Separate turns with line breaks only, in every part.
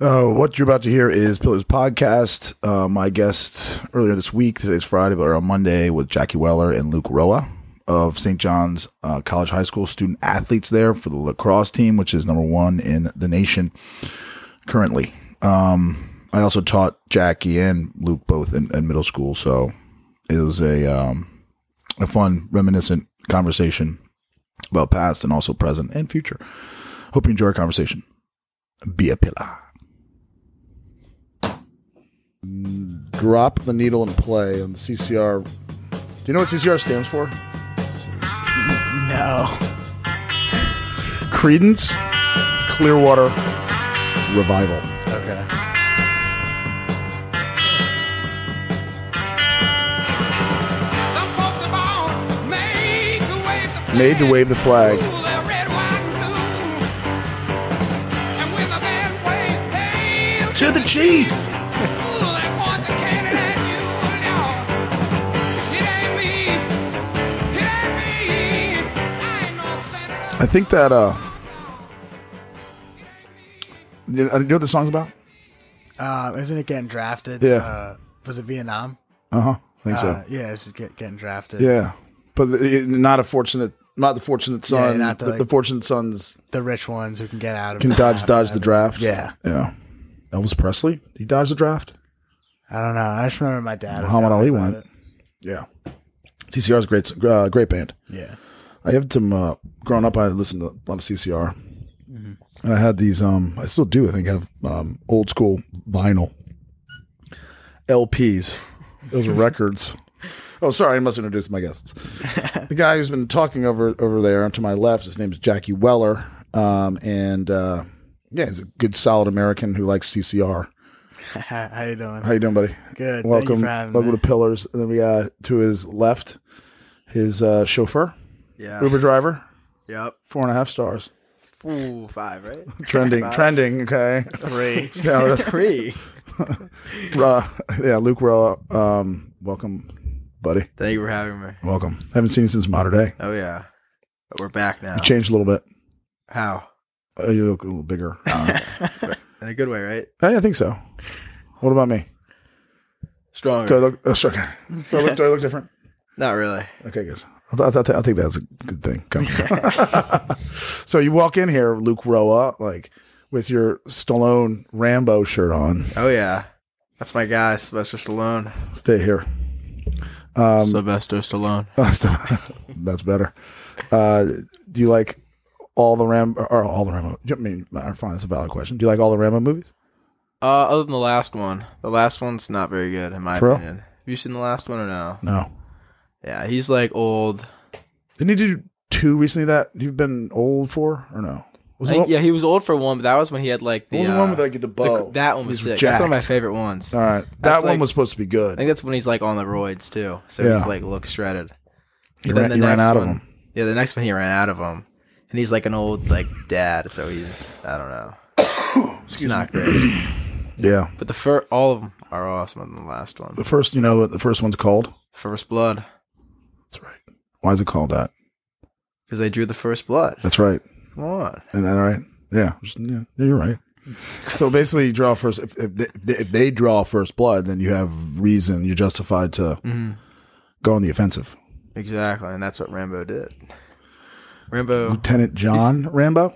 Uh, what you're about to hear is Pillars Podcast. Uh, my guest earlier this week, today's Friday, but on Monday, with Jackie Weller and Luke Roa of St. John's uh, College High School student athletes there for the lacrosse team, which is number one in the nation currently. Um, I also taught Jackie and Luke both in, in middle school, so it was a um, a fun, reminiscent conversation about past and also present and future. Hope you enjoy our conversation. Be a pillar. Drop the needle and play on the CCR. Do you know what CCR stands for?
No.
Credence Clearwater Revival.
Okay.
Some folks are born made to wave the flag.
Made to wave the flag.
Ooh, they're red, white, and blue. And when the band plays, hail
To the chief!
Ooh, they point the cannon at you. No, it ain't me. It ain't me. I ain't no senator.
I think that, uh. You know you know what the song's about?
Uh, isn't it getting drafted?
Yeah.
Uh, was it Vietnam?
Uh huh. I think
Uh,
so.
yeah, it's just get, getting drafted.
Yeah. But the- not a fortunate, not the fortunate
Yeah,
son.
not the,
the,
like-
the fortunate sons
The rich ones who can get out of
can
the
dodge
draft.
dodge the draft.
Yeah.
Yeah. Elvis Presley, he dodged the draft.
I don't know. I just remember my dad. was
Muhammad
telling me
Ali
about
won. Yeah. CCR's a great, s- uh, great band.
it. Yeah.
I had some uh, growing up. I listened to a lot of CCR, and I had these. Um, I still do. I think have um, old school vinyl LPs. Those are records. Oh, sorry, I must introduce my guests. the guy who's been talking over over there to my left, his name is Jackie Weller, um, and uh, yeah, he's a good, solid American who likes CCR.
How you doing?
How you doing, buddy?
Good. Thank you
Welcome.
for having
Welcome
me.
to Pillars. And then we got to his left, his uh, chauffeur,
Yeah.
Uber driver,
Yep.
four and a half stars.
Ooh, five, right?
trending
Five.
trending okay
Three.
yeah, that's-
Three.
uh, yeah luke Rowe, um welcome buddy
Thank you for having me.
welcome haven't seen you since modern day
Oh yeah. But we're back now.
you changed a little bit
How?
uh, you look a little bigger Uh,
In a good way, right?
i I think so what about me
Stronger.
do i look oh, sorry. do, I look, do I look different
Not really.
okay good I'll, I'll, I'll, I'll take that as a good thing Come. so you walk in here luke roa like with your stallone rambo shirt on
Oh yeah. That's my guy, Sylvester Stallone.
stay here um
Sylvester Stallone.
Oh, so- That's better. Uh, do you like all the Ram or all the Rambo? I mean, uh, fine, that's a valid question. Do you like all the Rambo movies?
Uh, other than the last one, the last one's not very good in my
For real?
opinion. Have you seen the last one or no?
No.
Yeah, he's like old.
Didn't he do two recently that you've been old for or no? Was it
I think,
one-
yeah, he was old for one, but that was when he had like the.
what was the one
uh,
with like the
the-
bow?
that one was
He's
sick. That's one of my
jacked.
favorite ones.
all right, that
That's
one
like-
was supposed to be
I
good.
think that's when he's like on the roids too. So
Yeah.
he's like looks shredded.
He
But then
ran,
the
he ran
next
out
one-
of them.
Yeah, the next one he ran out of them, and he's like an old like dad, so he's I don't know. it's not great.
Yeah,
But the fir- all of them are awesome than the last
the
one.
first, you know, what the first one's called.
First blood,
That's right. Why is it called that?
because they drew the first blood.
That's right.
Come on.
And then, all right, yeah, just- yeah, you're right. So basically, you draw first. If, if, they, if they draw first blood, then you have reason. You're justified to
Mhm.
go on the offensive.
Exactly, and that's what Rambo did. Rambo,
Lieutenant John Rambo,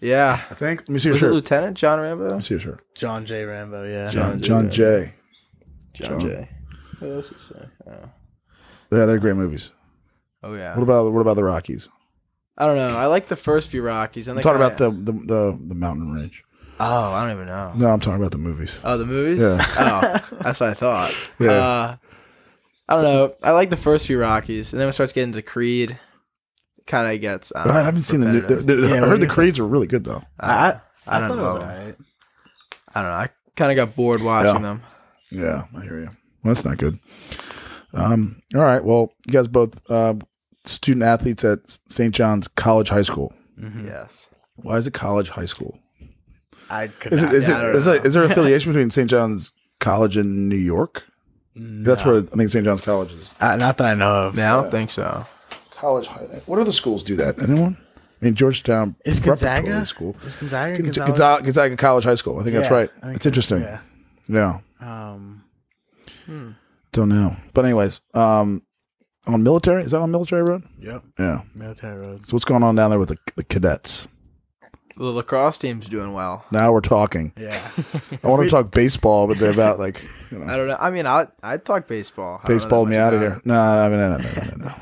yeah,
I think. Let me see your
was it
shirt. Let
Lieutenant John Rambo?
me see your shirt.
John J. Rambo. Yeah.
John,
John
John Jay.
John Jay. What else did you say? Oh.
Yeah, they're great movies.
Oh yeah.
What about what about the Rockies?
I don't know. I like the first few Rockies. And
I'm talking about the, the the the mountain range.
Oh, I don't even know.
No, I'm talking about the movies.
Oh, the movies?
Yeah.
Oh, that's what I thought.
Yeah.
Uh, I don't know. I like the first few Rockies, and then when it starts getting to Creed, kind of gets. I, don't
I
know,
haven't seen the new.
repetitive.
they're- they're-
Yeah,
I
what
heard
do
the
you-
Creeds were really good though.
I, I,
I
don't
thought it
know.
was alright.
I don't know. I kind of got bored watching
Yeah.
them.
Yeah, I hear you. Well, that's not good. Um, all right. Well, you guys both uh, student athletes at St. John's College High School.
Yes.
Why is it college high school?
I could.
Is,
not,
it, is,
yeah, I
it,
don't
is, it, is there affiliation between St. John's College and New York? That's where I think St. John's College is.
uh, not that I know of.
Yeah, I don't think so.
College high. What other schools do that? Anyone? I mean, Georgetown
Is
Preparatory
Gonzaga?
School.
Is Gonzaga?
Gonza-
Gonzaga?
Gonzaga, Gonzaga College High School. I think that's
Yeah,
right.
I think
it's interesting.
Yeah.
yeah.
Um,
Don't know. But anyways, um, on military is that on military road?
yep.
Yeah.
Military roads.
So what's going on down there with the, the cadets?
The lacrosse team's doing well.
Now we're talking.
Yeah.
I want to talk baseball, but they're about like you know,
I don't know. I mean, I I talk baseball. I don't know that
baseball me
much
out of
about
here. No, no, no, no, no, no, no.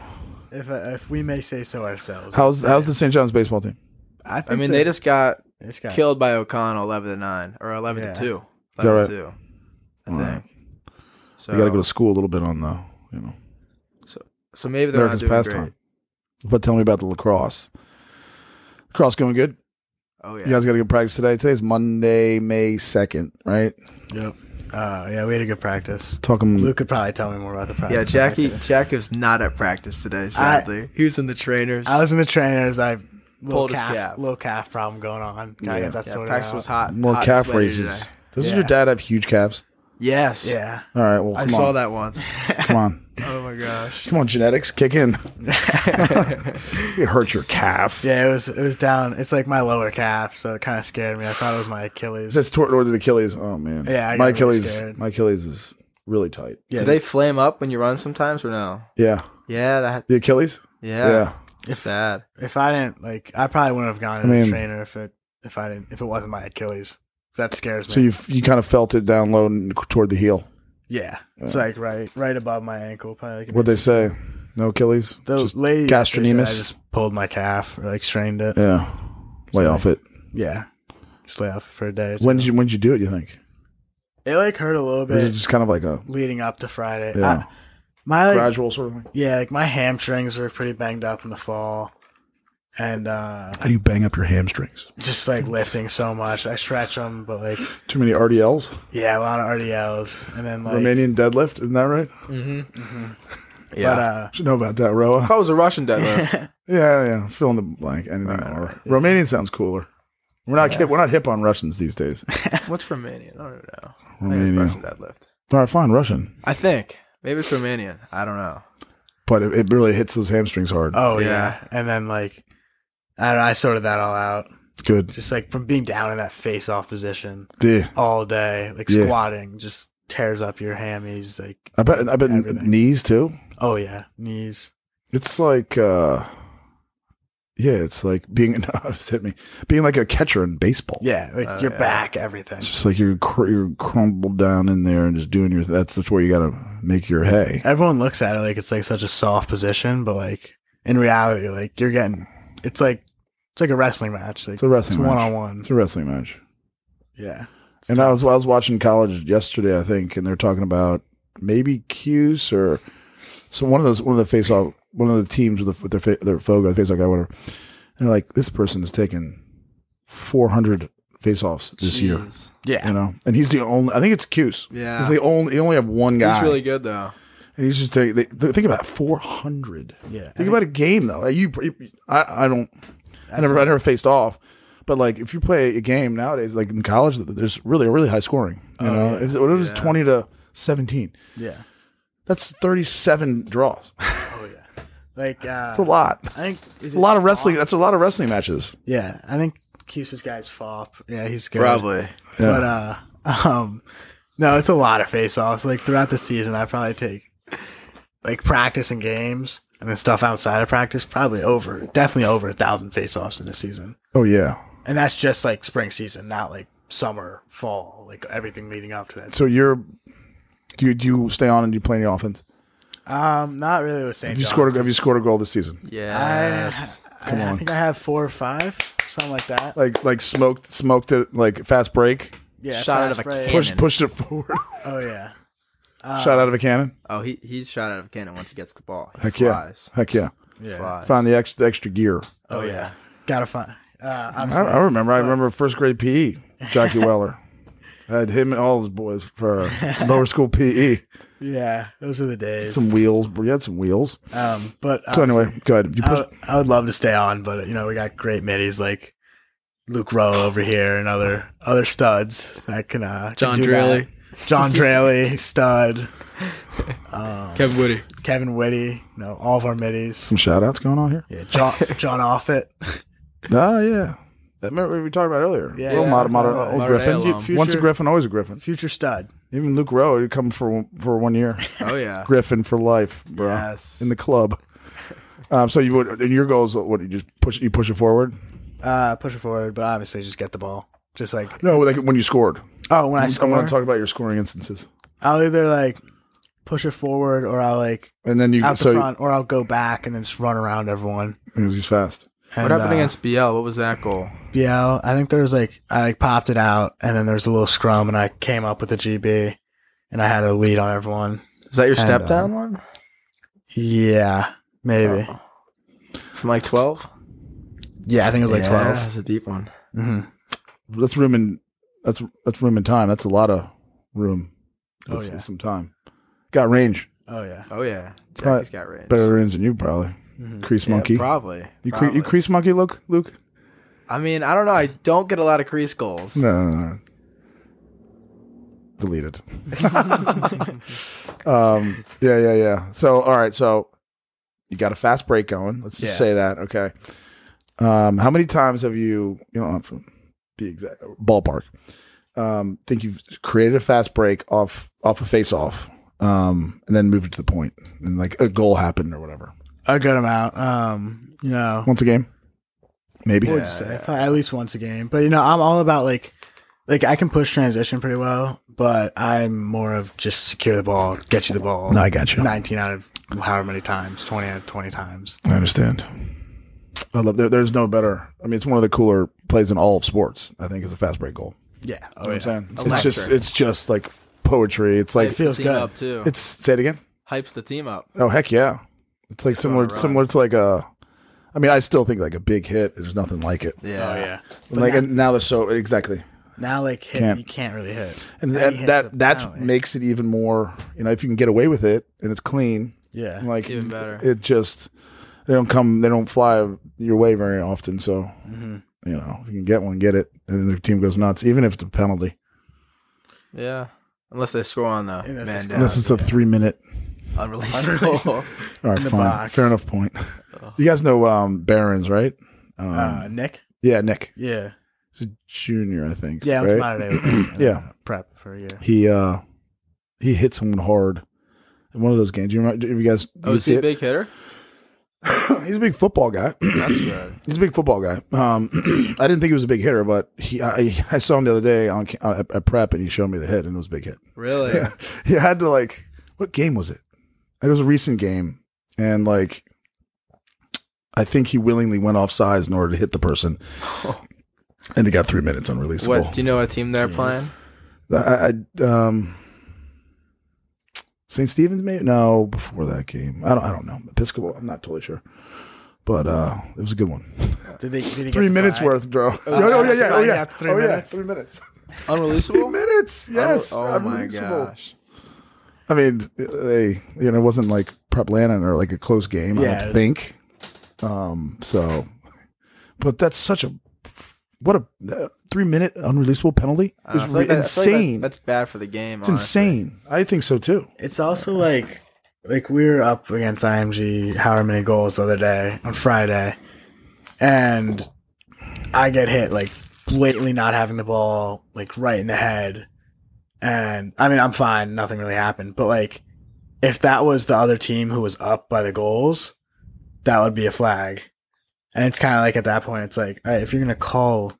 if uh, if we may say so ourselves.
How's how's the St. John's baseball team?
I,
it. I mean, they just got
this guy.
killed by O'Connell, eleven to nine or eleven
Yeah.
to two.
Is that
11
right?
to two, I
All right.
think. So
We got to go to school a little bit on the you know
so maybe they're
Americans
not doing
pastime. But tell me about the lacrosse. Lacrosse going good.
great.
You
Oh yeah.
guys got a good practice today. Today's Monday, May second, right?
Yep. Uh, yeah, we had a good practice.
Talking
Luke could probably tell me more about the practice.
Yeah, Jackie Jack is not at practice today, sadly. he was in the trainers.
I was in the trainers. I little
Pulled his
calf,
calf.
little calf problem going on. Gotta
Yeah.
get that
yeah,
sorted
practice
out.
was hot.
more
hot and
calf
sweaty
raises.
today.
Doesn't your
Yeah.
dad have huge calves?
Yes.
Yeah.
All right. Well,
I
come
saw
on.
that once.
Come on.
oh my gosh.
Come on, genetics, kick in. it hurts your calf.
Yeah, it was it was down. It's like my lower calf, so it kind of scared me. I thought it was my Achilles.
That's toward, toward the Achilles. Oh man.
Yeah, I got
my
really
Achilles.
scared.
my Achilles is really tight.
yeah,
Do they flame up when you run sometimes or no?
Yeah.
Yeah, that
The Achilles.
yeah, it's
If-
bad.
if I didn't like, I probably wouldn't have gone to
I
the
mean-
trainer if it if I didn't if it wasn't my Achilles. That scares me.
So you you kind of felt it down low and toward the heel.
yeah, it's like right right above my ankle, probably. Like an
What'd they say? No Achilles.
The
Just-
lady they said
gastrocnemius?
I just pulled my calf, or like strained it.
yeah. Lay
Sorry.
off it.
Yeah, just lay off for a day. or two.
When did you when did you do it? You think?
it like hurt a little
Or is it
bit
just kind of like a
leading up to Friday.
yeah,
I- my like,
gradual sort of thing?
yeah, like my hamstrings were pretty banged up in the fall, and uh
How do you bang up your hamstrings?
just like lifting so much, I stretch them, but like
Too many RDLs.
yeah, a lot of RDLs, and then like Mm-hmm.
Romanian deadlift. Isn't that right?
Yeah.
but uh,
Should know about that, Roa.
Probably was a Russian deadlift.
Yeah, yeah. Fill in the blank. Anything more. Romanian sounds cooler. We're not we're not hip on Russians these days.
What's Romanian? I don't know. I think it's
Romanian.
Russian deadlift.
All right, fine, Russian.
I think maybe it's Romanian. I don't know.
But it, it really hits those hamstrings hard.
oh yeah.
Yeah.
and then like I don't know, I sorted that all out,
It's good.
just like from being down in that face-off position
Yeah.
all day, like
Yeah.
squatting, just tears up your hammies, like
I bet I bet
Everything.
knees too.
oh yeah, knees.
It's like uh yeah, it's like being no, it just hit me. Being like a catcher in baseball.
Yeah, like
Uh,
Oh,
your
yeah.
back, everything.
It's just like you're cr- you're crumbled down in there and just doing your that's that's where you got to make your hay.
Everyone looks at it like it's like such a soft position, but like in reality, like you're getting it's like it's like a wrestling match. Like
It's a wrestling match.
one on one.
It's a wrestling match.
Yeah.
And I was I was watching college yesterday, I think, and they're talking about maybe Cuse or so one of those one of the face off one of the teams with, the, with their fa- their Fogo face off guy whatever. And they're like, this person has taken 400 face offs this year,
Jeez.
Yeah.
you know, and he's the only. I think it's Cuse.
Yeah.
he's the only. They only have one guy.
He's really good though.
and he's just taking. They, they- think about 400.
Yeah.
Think about a game though. Like, you, you- I, I don't. I never, I never faced off. But like, if you play a game nowadays, like in college, there's really, really high scoring. You know, It's- what is it,
Yeah.
twenty to seventeen?
Yeah.
That's thirty-seven draws.
Oh yeah. Like uh
That's a lot.
I think is
It's a lot of wrestling. That's a lot of wrestling matches.
Yeah. I think Cuse's guy's fop. Yeah, he's good.
Probably.
But uh um no, it's a lot of face offs. Like throughout the season I probably take like practice and games and then stuff outside of practice, probably over definitely over a thousand face offs in the season.
Oh yeah.
And that's just like spring season, not like summer, fall, like everything leading up to that.
So you're. Do you, do you stay on and do you play any offense?
Um, not really with St.
Have you
John's,
scored? A, have you
'cause
scored a goal this season?
I,
Yes.
I,
Come
I
on.
think I have four or five, something like that.
Like like smoked smoked it like fast break.
Yeah,
Shot out
fast
of a
break.
cannon.
Pushed pushed it forward.
Oh yeah,
Shot out of a cannon.
oh, he he's shot out of a cannon once he gets the ball. He
Heck
flies.
yeah. Heck yeah.
yeah.
Flies.
Found the extra the extra gear.
Oh yeah, gotta find. Uh,
I,
obviously,
I remember. I remember first grade PE, Jackie Weller. I had him and all his boys for lower school PE.
yeah, those are the days.
Some wheels. We had some wheels.
um, but
So
obviously,
anyway, go ahead. You
I,
push,
would- I would love to stay on, but you know we got great middies like Luke Rowe over here and other other studs that can uh can
John
do
Draley.
that. John Draley, stud,
Kevin Woody.
Kevin Whitty, you know all of our middies.
some shout outs going on here.
Yeah, John John Offit.
Ah, yeah. That remember we talked about earlier.
Yeah,
Little
yeah.
mod- mod-
Modern-
old
modern
oh, Griffin.
day alum.
Fu- Once a
future-
Griffin, always a Griffin.
Future stud.
Even Luke Rowe, he'd come for one- for one year.
Oh yeah.
Griffin for life, bro.
Yes.
In the club. Um, so you would, and your goals, what you just push, you push it forward.
Uh, push it forward, but obviously just get the ball. Just like
No, like when you scored.
oh, when I
I want
score,
to talk about your scoring instances,
I'll either like push it forward or I'll like
and then you
out the
so
front or I'll go back and then just run around everyone.
it was just fast.
And,
What happened
uh,
against BL? What was that goal?
BL? I think there was like I like popped it out and then there was a little scrum and I came up with the GB and I had a lead on everyone.
Is that your
And,
step
uh,
down one?
Yeah, maybe.
Oh. From like twelve?
Yeah, I think it was like twelve.
That's a deep one.
Mm-hmm.
That's room in that's that's room in time. That's a lot of room.
Oh,
That's
yeah.
some time. Got range,
Oh yeah.
Oh yeah.
Probably-
Jackie's got range.
better range than you probably. Crease
Mm-hmm.
Yeah,
monkey.
probably.
you cre-
probably.
you crease monkey, Luke. Luke.
I mean, I don't know. I don't get a lot of crease goals.
No, no, no. Deleted. um, yeah, yeah, yeah. So, all right. So, you got a fast break going. Let's just
Yeah.
say that. Okay. Um, how many times have you, you don't have to be exact, ballpark, um, think you've created a fast break off, off a face off, um, and then moved it to the point and like a goal happened or whatever?
A good amount. Um, you know,
Once a game? Maybe.
what would you say? Probably at least once a game. But you know, I'm all about like like I can push transition pretty well, but I'm more of just secure the ball, get you the ball.
No, I got you.
Nineteen out of however many times, twenty out of twenty times.
I understand. I love there, there's no better. I mean, it's one of the cooler plays in all of sports. I think is a fast break goal.
Yeah.
You
Oh,
know what
yeah.
I'm saying? It's
Electric.
just it's just like poetry. It's like
Hypes
feels
the
good.
Team up too.
it's say it again.
Hypes the team up.
Oh heck yeah! It's like similar
on a run.
similar to like a. I mean, I still think like a big hit. There's nothing like it.
Yeah.
Oh yeah.
like and now they're so exactly,
Now like hit,
Can't.
you can't really hit.
and,
Now you
and
hit
that
the
that
penalty.
makes it even more. You know, if you can get away with it and it's clean,
yeah.
like
Even better.
It just they don't come they don't fly your way very often. So
Mm-hmm.
you know if you can get one, get it, and the team goes nuts, even if it's a penalty.
Yeah. Unless they score on the
Unless they
man
score
down.
Unless it's a three minute.
Unreleased
Unreleased.
goal.
All right,
In the
fine,
box.
fair enough point. You guys know um, Barons, right? Um,
uh, Nick.
yeah, Nick.
Yeah.
He's a junior, I think.
Yeah. I went
right?
to Monterey with him,
Yeah.
uh, Prep for a year.
He uh, he hit someone hard in one of those games. Do you remember? Have you guys? did
Oh,
you
is he
see
a
it?
big hitter?
He's a big football guy.
That's good.
He's a big football guy. Um, I didn't think he was a big hitter, but he I, I saw him the other day on uh, at prep, and he showed me the hit, and it was a big hit.
Really?
He had to like, what game was it? It was a recent game, and like, I think he willingly went off size in order to hit the person, and he got three minutes unreleasable.
What do you know? What team they're playing?
I, I um, St. Stephen's maybe no before that game. I don't I don't know Episcopal. I'm not totally sure, but uh, it was a good one.
Did they? Did he get
Three
the
minutes
flag?
worth, bro. Oh,
yeah,
no, yeah, yeah, oh,
yeah,
yeah,
three
oh, yeah,
minutes.
three minutes. Three
Unreleasable. Uh,
minutes, yes.
Oh, oh my
unreleasable.
gosh.
I mean, they, you know, it wasn't like Prep Lannon or like a close game, I
Yeah, it
don't
was-
think. Um, so, but that's such a, what a uh, three minute unreleasable penalty
Uh, I
is
don't know, I feel
re-
like that- I feel like that-
insane.
that's bad for the game.
it's insane. I think so too.
It's also like like we were up against IMG however many goals the other day on Friday, and I get hit like blatantly not having the ball like right in the head, and I mean I'm fine, nothing really happened, but like if that was the other team who was up by the goals, that would be a flag, and it's kind of like at that point it's like all right, if you're gonna call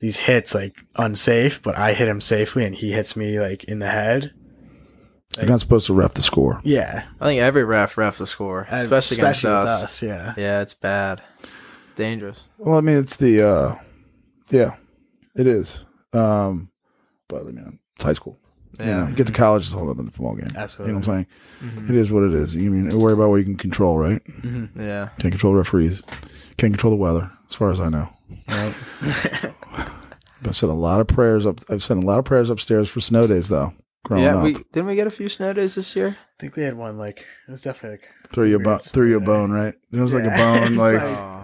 these hits like unsafe, but I hit him safely and he hits me like in the head.
You're not supposed to ref the score.
Yeah,
I think every ref refs the score,
and
especially,
Uh, with
against us.
Yeah,
Yeah, it's bad. It's dangerous.
Well, I mean, it's the, uh, yeah, it is. Um, but I mean, it's high school. You know,
Yeah. Mm-hmm.
you get to college, it's a whole other football game.
Absolutely.
You know what I'm saying? It is what it is. You mean worry about what you can control, right?
Mm, Yeah.
Can't control the referees. Can't control the weather, as far as I know. I've sent a lot of prayers up. I've sent a lot of prayers upstairs for snow days, though. Growing
yeah.
up,
We didn't we get a few snow days this year?
I think we had one like it was definitely like
threw you a bo-
Weird.
threw you a bone, right? It was like a
Yeah.
bone,
It's
like
all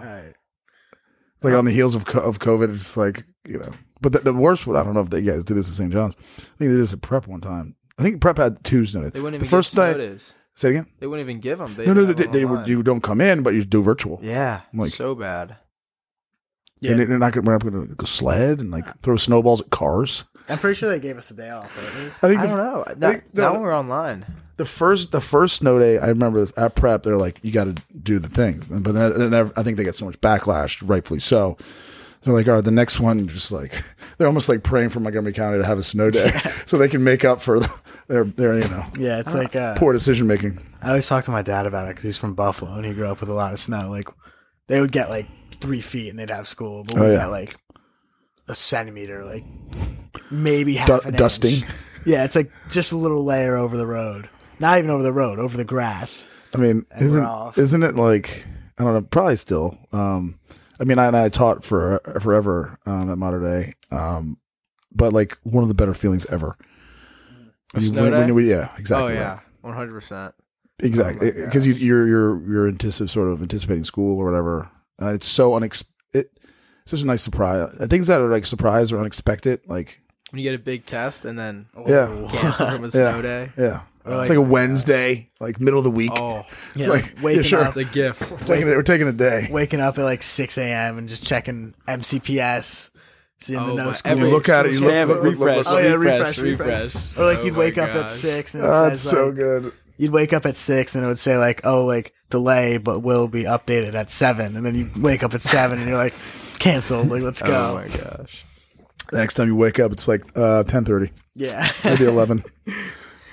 like,
right.
on the heels of co- of COVID. It's like you know. But the, the worst one, I don't know if they guys did this at St. John's. I think they did this at Prep one time. I think Prep had two snow days.
They wouldn't
the
even
first
give snow
night.
days.
Say it again.
They wouldn't even give them. They
No, no,
had
they,
one
they were
online.
you don't come in, but you do virtual.
Yeah.
Like-
so bad.
Yeah. they're not going to go sled and like throw snowballs at cars.
I'm pretty sure they gave us a day off. right?
I think
I
the-
don't know. That,
think the-
that one we're online.
the first the first snow day I remember this at prep they're like you got to do the things but then, then I- I think they get so much backlash rightfully so they're like all right the next one just like they're almost like praying for Montgomery County to have a snow day so they can make up for their their you know
Yeah, it's like uh,
poor decision making
I always talk to my dad about it because he's from Buffalo and he grew up with a lot of snow. Like they would get like three feet and they'd have school, but we
Oh, yeah.
got like a centimeter, like maybe half
Du-
an inch.
dusting.
Yeah, it's like just a little layer over the road. Not even over the road, over the grass.
I mean
we're
isn't
off.
isn't it like I don't know probably still um I mean I and I taught for forever um, at Modern Day um but like one of the better feelings ever When you-
snow
when- when
day?
you- yeah exactly
oh
right.
yeah, one hundred percent.
Exactly,
Oh my
because you, you're you're you're anticip- sort of anticipating school or whatever. Uh, it's so unex it, it's such a nice surprise. Uh, Things that are like surprise or unexpected, like
When you get a big test and then oh,
yeah,
cancel from a snow
Yeah.
day.
yeah.
Or
it's
like-
like a Wednesday, like middle of the week.
Oh,
Yeah,
Like,
like,
yeah,
waking
sure.
up,
it's a gift.
taking it, we're taking a day.
waking up at like six a.m. and just checking MCPS, seeing
Oh,
the no
my-
school.
You
every-
look at it, you
Yeah,
look,
but
look, look, look, look,
Oh,
look.
yeah, refresh, refresh. or like
Oh
you'd
my
wake up at
gosh.
six and it
Oh,
says
it's so
like,
good.
you'd wake up at six and it would say like, oh, like delay, but will be updated at seven. And then you wake up at seven and you're like, it's canceled. Like, let's
Oh
go.
my gosh.
The next time you wake up, it's like uh, ten thirty,
yeah.
maybe eleven,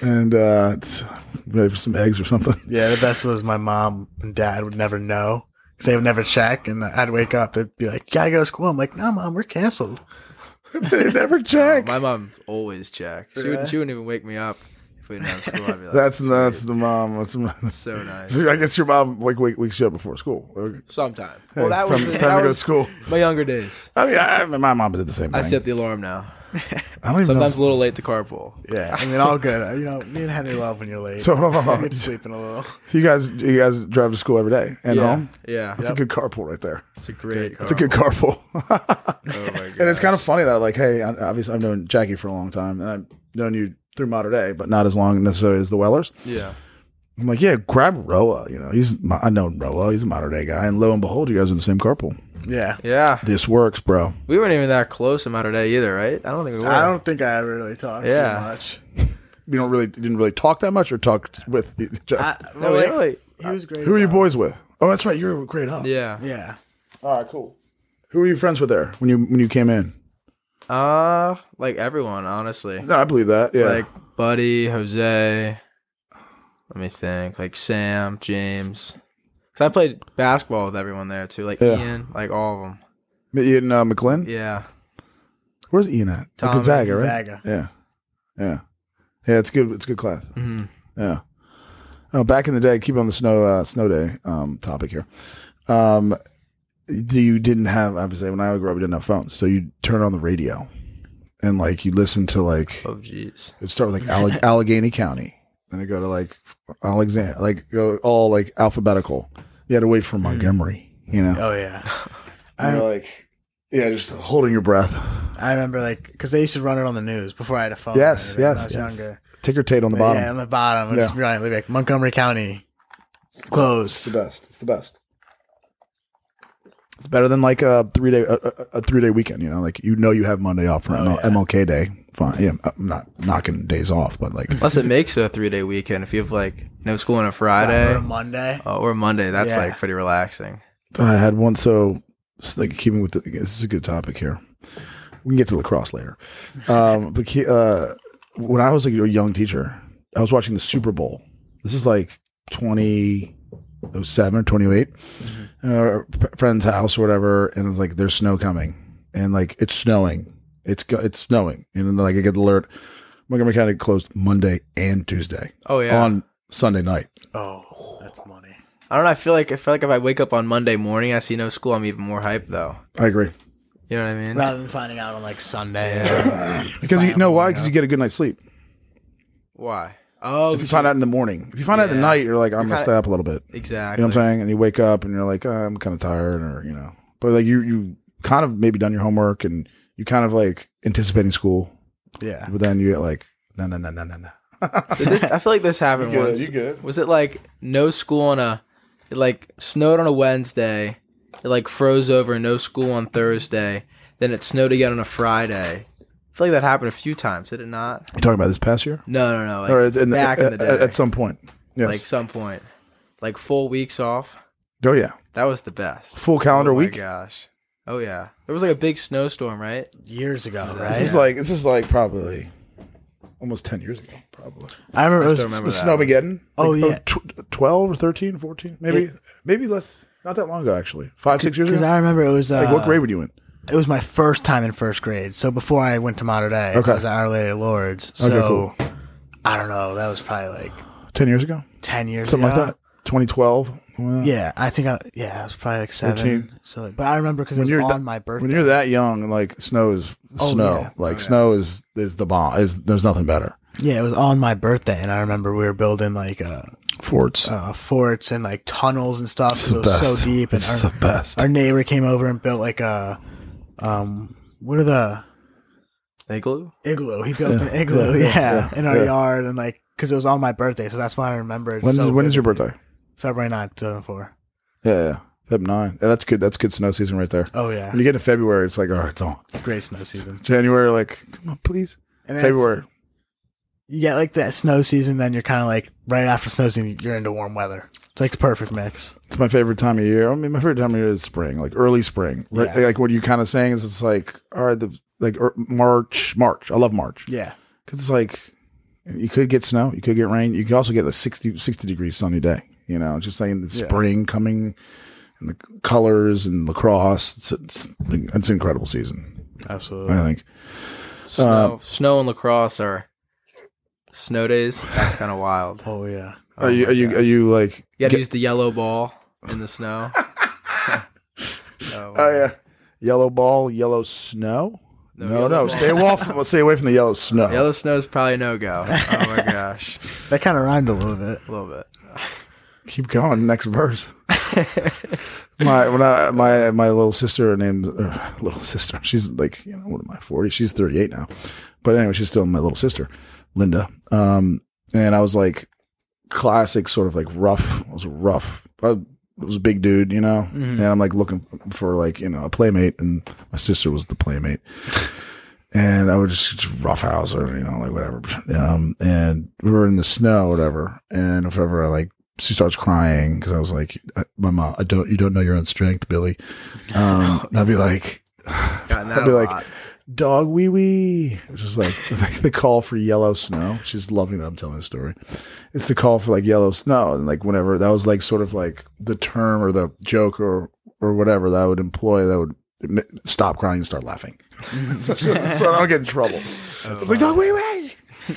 and uh, it's ready for some eggs or something.
yeah. The best was my mom and dad would never know because they would never check. And I'd wake up, they'd be like, gotta go to school. I'm like, no, mom, we're canceled.
they never check.
Oh, My mom always checked. She wouldn't. She wouldn't even wake me up if we didn't have school. I'd be like,
that's that's the mom. That's the mom.
so nice.
So I guess your mom like wake, wakes you up before school. Okay.
Sometime.
Hey,
Well, that
it's time,
was
it's
that
time to go to
was
school.
my younger days.
I mean, I, I mean, my mom did the same thing.
I set the alarm now.
I don't even
Sometimes a
know.
little late to carpool.
Yeah. I mean, all good. You know, me and Henry love when you're late.
So hold on, hold on.
I get to sleep in a little.
So you guys, you guys drive to school every day and
yeah.
home.
Yeah.
That's a good carpool right there.
It's a great.
It's a good carpool,
Oh my god.
and it's kind of funny that like, hey, I, obviously I've known Jackie for a long time, and I've known you through modern day, but not as long necessarily as the Wellers.
Yeah.
I'm like, yeah, grab Roa. You know, he's my, I know Roa. He's a modern day guy, and lo and behold, you guys are in the same carpool.
Yeah.
Yeah.
This works, bro.
We weren't even that close in Matter Day either, right? I don't think we were.
I don't think I ever really talked
Yeah.
too much.
You don't really didn't really talk that much, or talked with.
I,
No,
well,
we
like,
really.
he was great.
Who are you
about-
boys with? Oh, that's right. You're a great up.
Yeah.
Yeah.
All right, cool. Who were you friends with there when you when you came in?
Uh, like everyone, honestly.
No, I believe that. Yeah.
Like Buddy, Jose. Let me think. Like Sam, James. Cause I played basketball with everyone there too. Like
Yeah.
Ian, like all of them.
Ian uh, McGlynn.
Yeah.
Where's Ian at?
Tom
Gonzaga, right?
Gonzaga.
Yeah, yeah, yeah. It's good. It's a good class.
Mhm.
Yeah. Oh, back in the day, keep on the snow uh, snow day um, topic here. Um, you didn't have obviously when I grew up, we didn't have phones, so you turn on the radio, and like you listen to like
Oh jeez.
It'd start with like Alle- Allegheny County. Then it go to like Alexander, like go all like alphabetical. You had to wait for Montgomery, you know.
Oh, yeah.
And you're like, yeah, just holding your breath.
I remember like because they used to run it on the news before I had a phone.
Yes,
right, when I
yes,
was
yes.
younger.
Ticker tape on the
But
bottom.
Yeah, on the bottom. It would just
Yeah.
be on it, like Montgomery County
It's
closed.
the best. It's the best. It's better than like a three day a, a, a three day weekend. You know, like you know you have Monday off for ML- MLK Day. Fine. Yeah, I'm not knocking days off, but like
Plus, it makes a three-day weekend if you have like no school on
Or
a
a
Friday
Monday.
uh, or Monday. That's
Yeah.
like pretty relaxing.
I had one. So, s- like, keeping with the, this is a good topic here. We can get to lacrosse later. Um, but ke- uh, when I was like a young teacher, I was watching the Super Bowl. This is like 2007 or 28, and our Uh, p- friend's house or whatever. And it's like, there's snow coming. And like, it's snowing. It's go- it's snowing. And then like, I get the alert Montgomery County closed Monday and Tuesday
Oh yeah.
on Sunday night.
Oh, that's money.
I don't know. I feel like I feel like if I wake up on Monday morning, I see no school. I'm even more hyped though.
I agree.
You know what I mean?
Rather than finding out on like Sunday.
Because you know why? Because you get a good night's sleep.
Why? Oh,
if you find out in the morning. If you find out in the
Yeah.
night, you're like, I'm gonna
kinda-
stay up a little bit. You
exactly.
know what I'm saying? And you wake up and you're like, "Ah, I'm kind of tired, or you know. But like you, you kind of maybe done your homework and you kind of like anticipating school,
yeah.
but then you get like, no, no, no, no, no, no.
Did this, I feel like this happened once.
good?
Was it like no school on a? It like snowed on a Wednesday, It like froze over, no school on Thursday. Then it snowed again on a Friday. I feel like that happened a few times, did it not?
You talking about this past year?
No, no, no. Like
or at- in the-
back in the
at-
day,
At, some point. Yes.
like some point, like full weeks off.
oh yeah.
That was the best.
Full calendar
oh
week.
My gosh. Oh yeah. There was like a big snowstorm, right?
years ago, right?
This is like this is like probably almost ten years ago, probably.
I remember.
I
It
still
was,
The
remember that.
Snowmageddon.
Oh,
Like,
yeah.
tw- twelve or 13, 14, maybe,
It-
maybe less. Not that long ago, actually. Five, six years
because
ago.
I remember it was uh,
like, what grade were you in?
It was my first time in first grade. So before I went to Modern Day,
Okay.
I was at Our Lady of Lords. So
Okay, cool.
I don't know. That was probably like
Ten years ago,
ten years,
something
ago.
like that. Twenty twelve.
Yeah, I think I yeah, I was probably like seven.
14.
So, like- but I remember because it
When
was
you're
on
that-
my birthday.
When you're that young, like snow is
Oh,
snow.
yeah.
Like snow is is the bomb. Is there's nothing better.
yeah, it was on my birthday, and I remember we were building like uh,
Forts.
uh, forts and like tunnels and stuff.
it's
'cause
the
It was
best.
so deep, and
it's
our,
the best.
our neighbor came over and built like a um, what are the
Igloo.
igloo? He built an igloo, yeah,
yeah, yeah,
in our
yeah.
yard, and like because it was on my birthday, so that's why I remember. It
When is
so
when is your
vividly.
birthday?
February 9th, 2004.
Yeah, yeah. Feb nine. Yeah, that's good. That's good snow season right there.
Oh
When
yeah,
you get to February, it's like, all right, it's on.
great snow season.
January, like, come on, please.
And then
February.
it's- you get like that snow season, then you're kind of like right after snow season, you're into warm weather. It's like the perfect mix.
It's my favorite time of year. I mean, my favorite time of year is spring, like early spring. Right?
Yeah.
Like what you kind of saying is it's like, all right, the like er, March, March. I love March.
Yeah,
Because it's like, you could get snow, you could get rain, you could also get a 60, 60 degree sunny day. You know, just like in the
Yeah.
spring coming and the colors and lacrosse. It's, it's, it's an incredible season,
absolutely.
I think.
Snow.
um,
snow and lacrosse are snow days. That's kind of wild.
Oh yeah.
Oh
are you,
my
are you,
gosh.
are you like,
You gotta
get-
use the yellow ball in the snow. oh,
Oh yeah, yellow ball, yellow snow.
No,
No, no,
yellow ball.
stay away from stay away from the yellow snow.
Yellow snow is probably no go. Oh my gosh,
That kind of rhymed a little bit.
a little bit.
Keep going. Next verse. my when I my my little sister named uh, little sister. She's like you know what am I forty? She's thirty eight now, but anyway, she's still my little sister, Linda. Um, and I was like classic sort of like rough. I was rough. I was a big dude, you know. And I'm like looking for like you know a playmate, and my sister was the playmate. and I would just, just roughhouse or you know like whatever. Um, and we were in the snow, whatever. And if ever I like, she starts crying because I was like, I, "My mom, I don't, you don't know your own strength, Billy." Um, I'd be like,
Gotten that
I'd be
a
like,
lot.
"Dog wee wee," which is like the call for yellow snow. She's loving that I'm telling this story. It's the call for like yellow snow, and like whenever that was like sort of like the term or the joke or or whatever that I would employ that would m- stop crying and start laughing, so, so I don't get in trouble. I
uh,
was like, dog wee wee.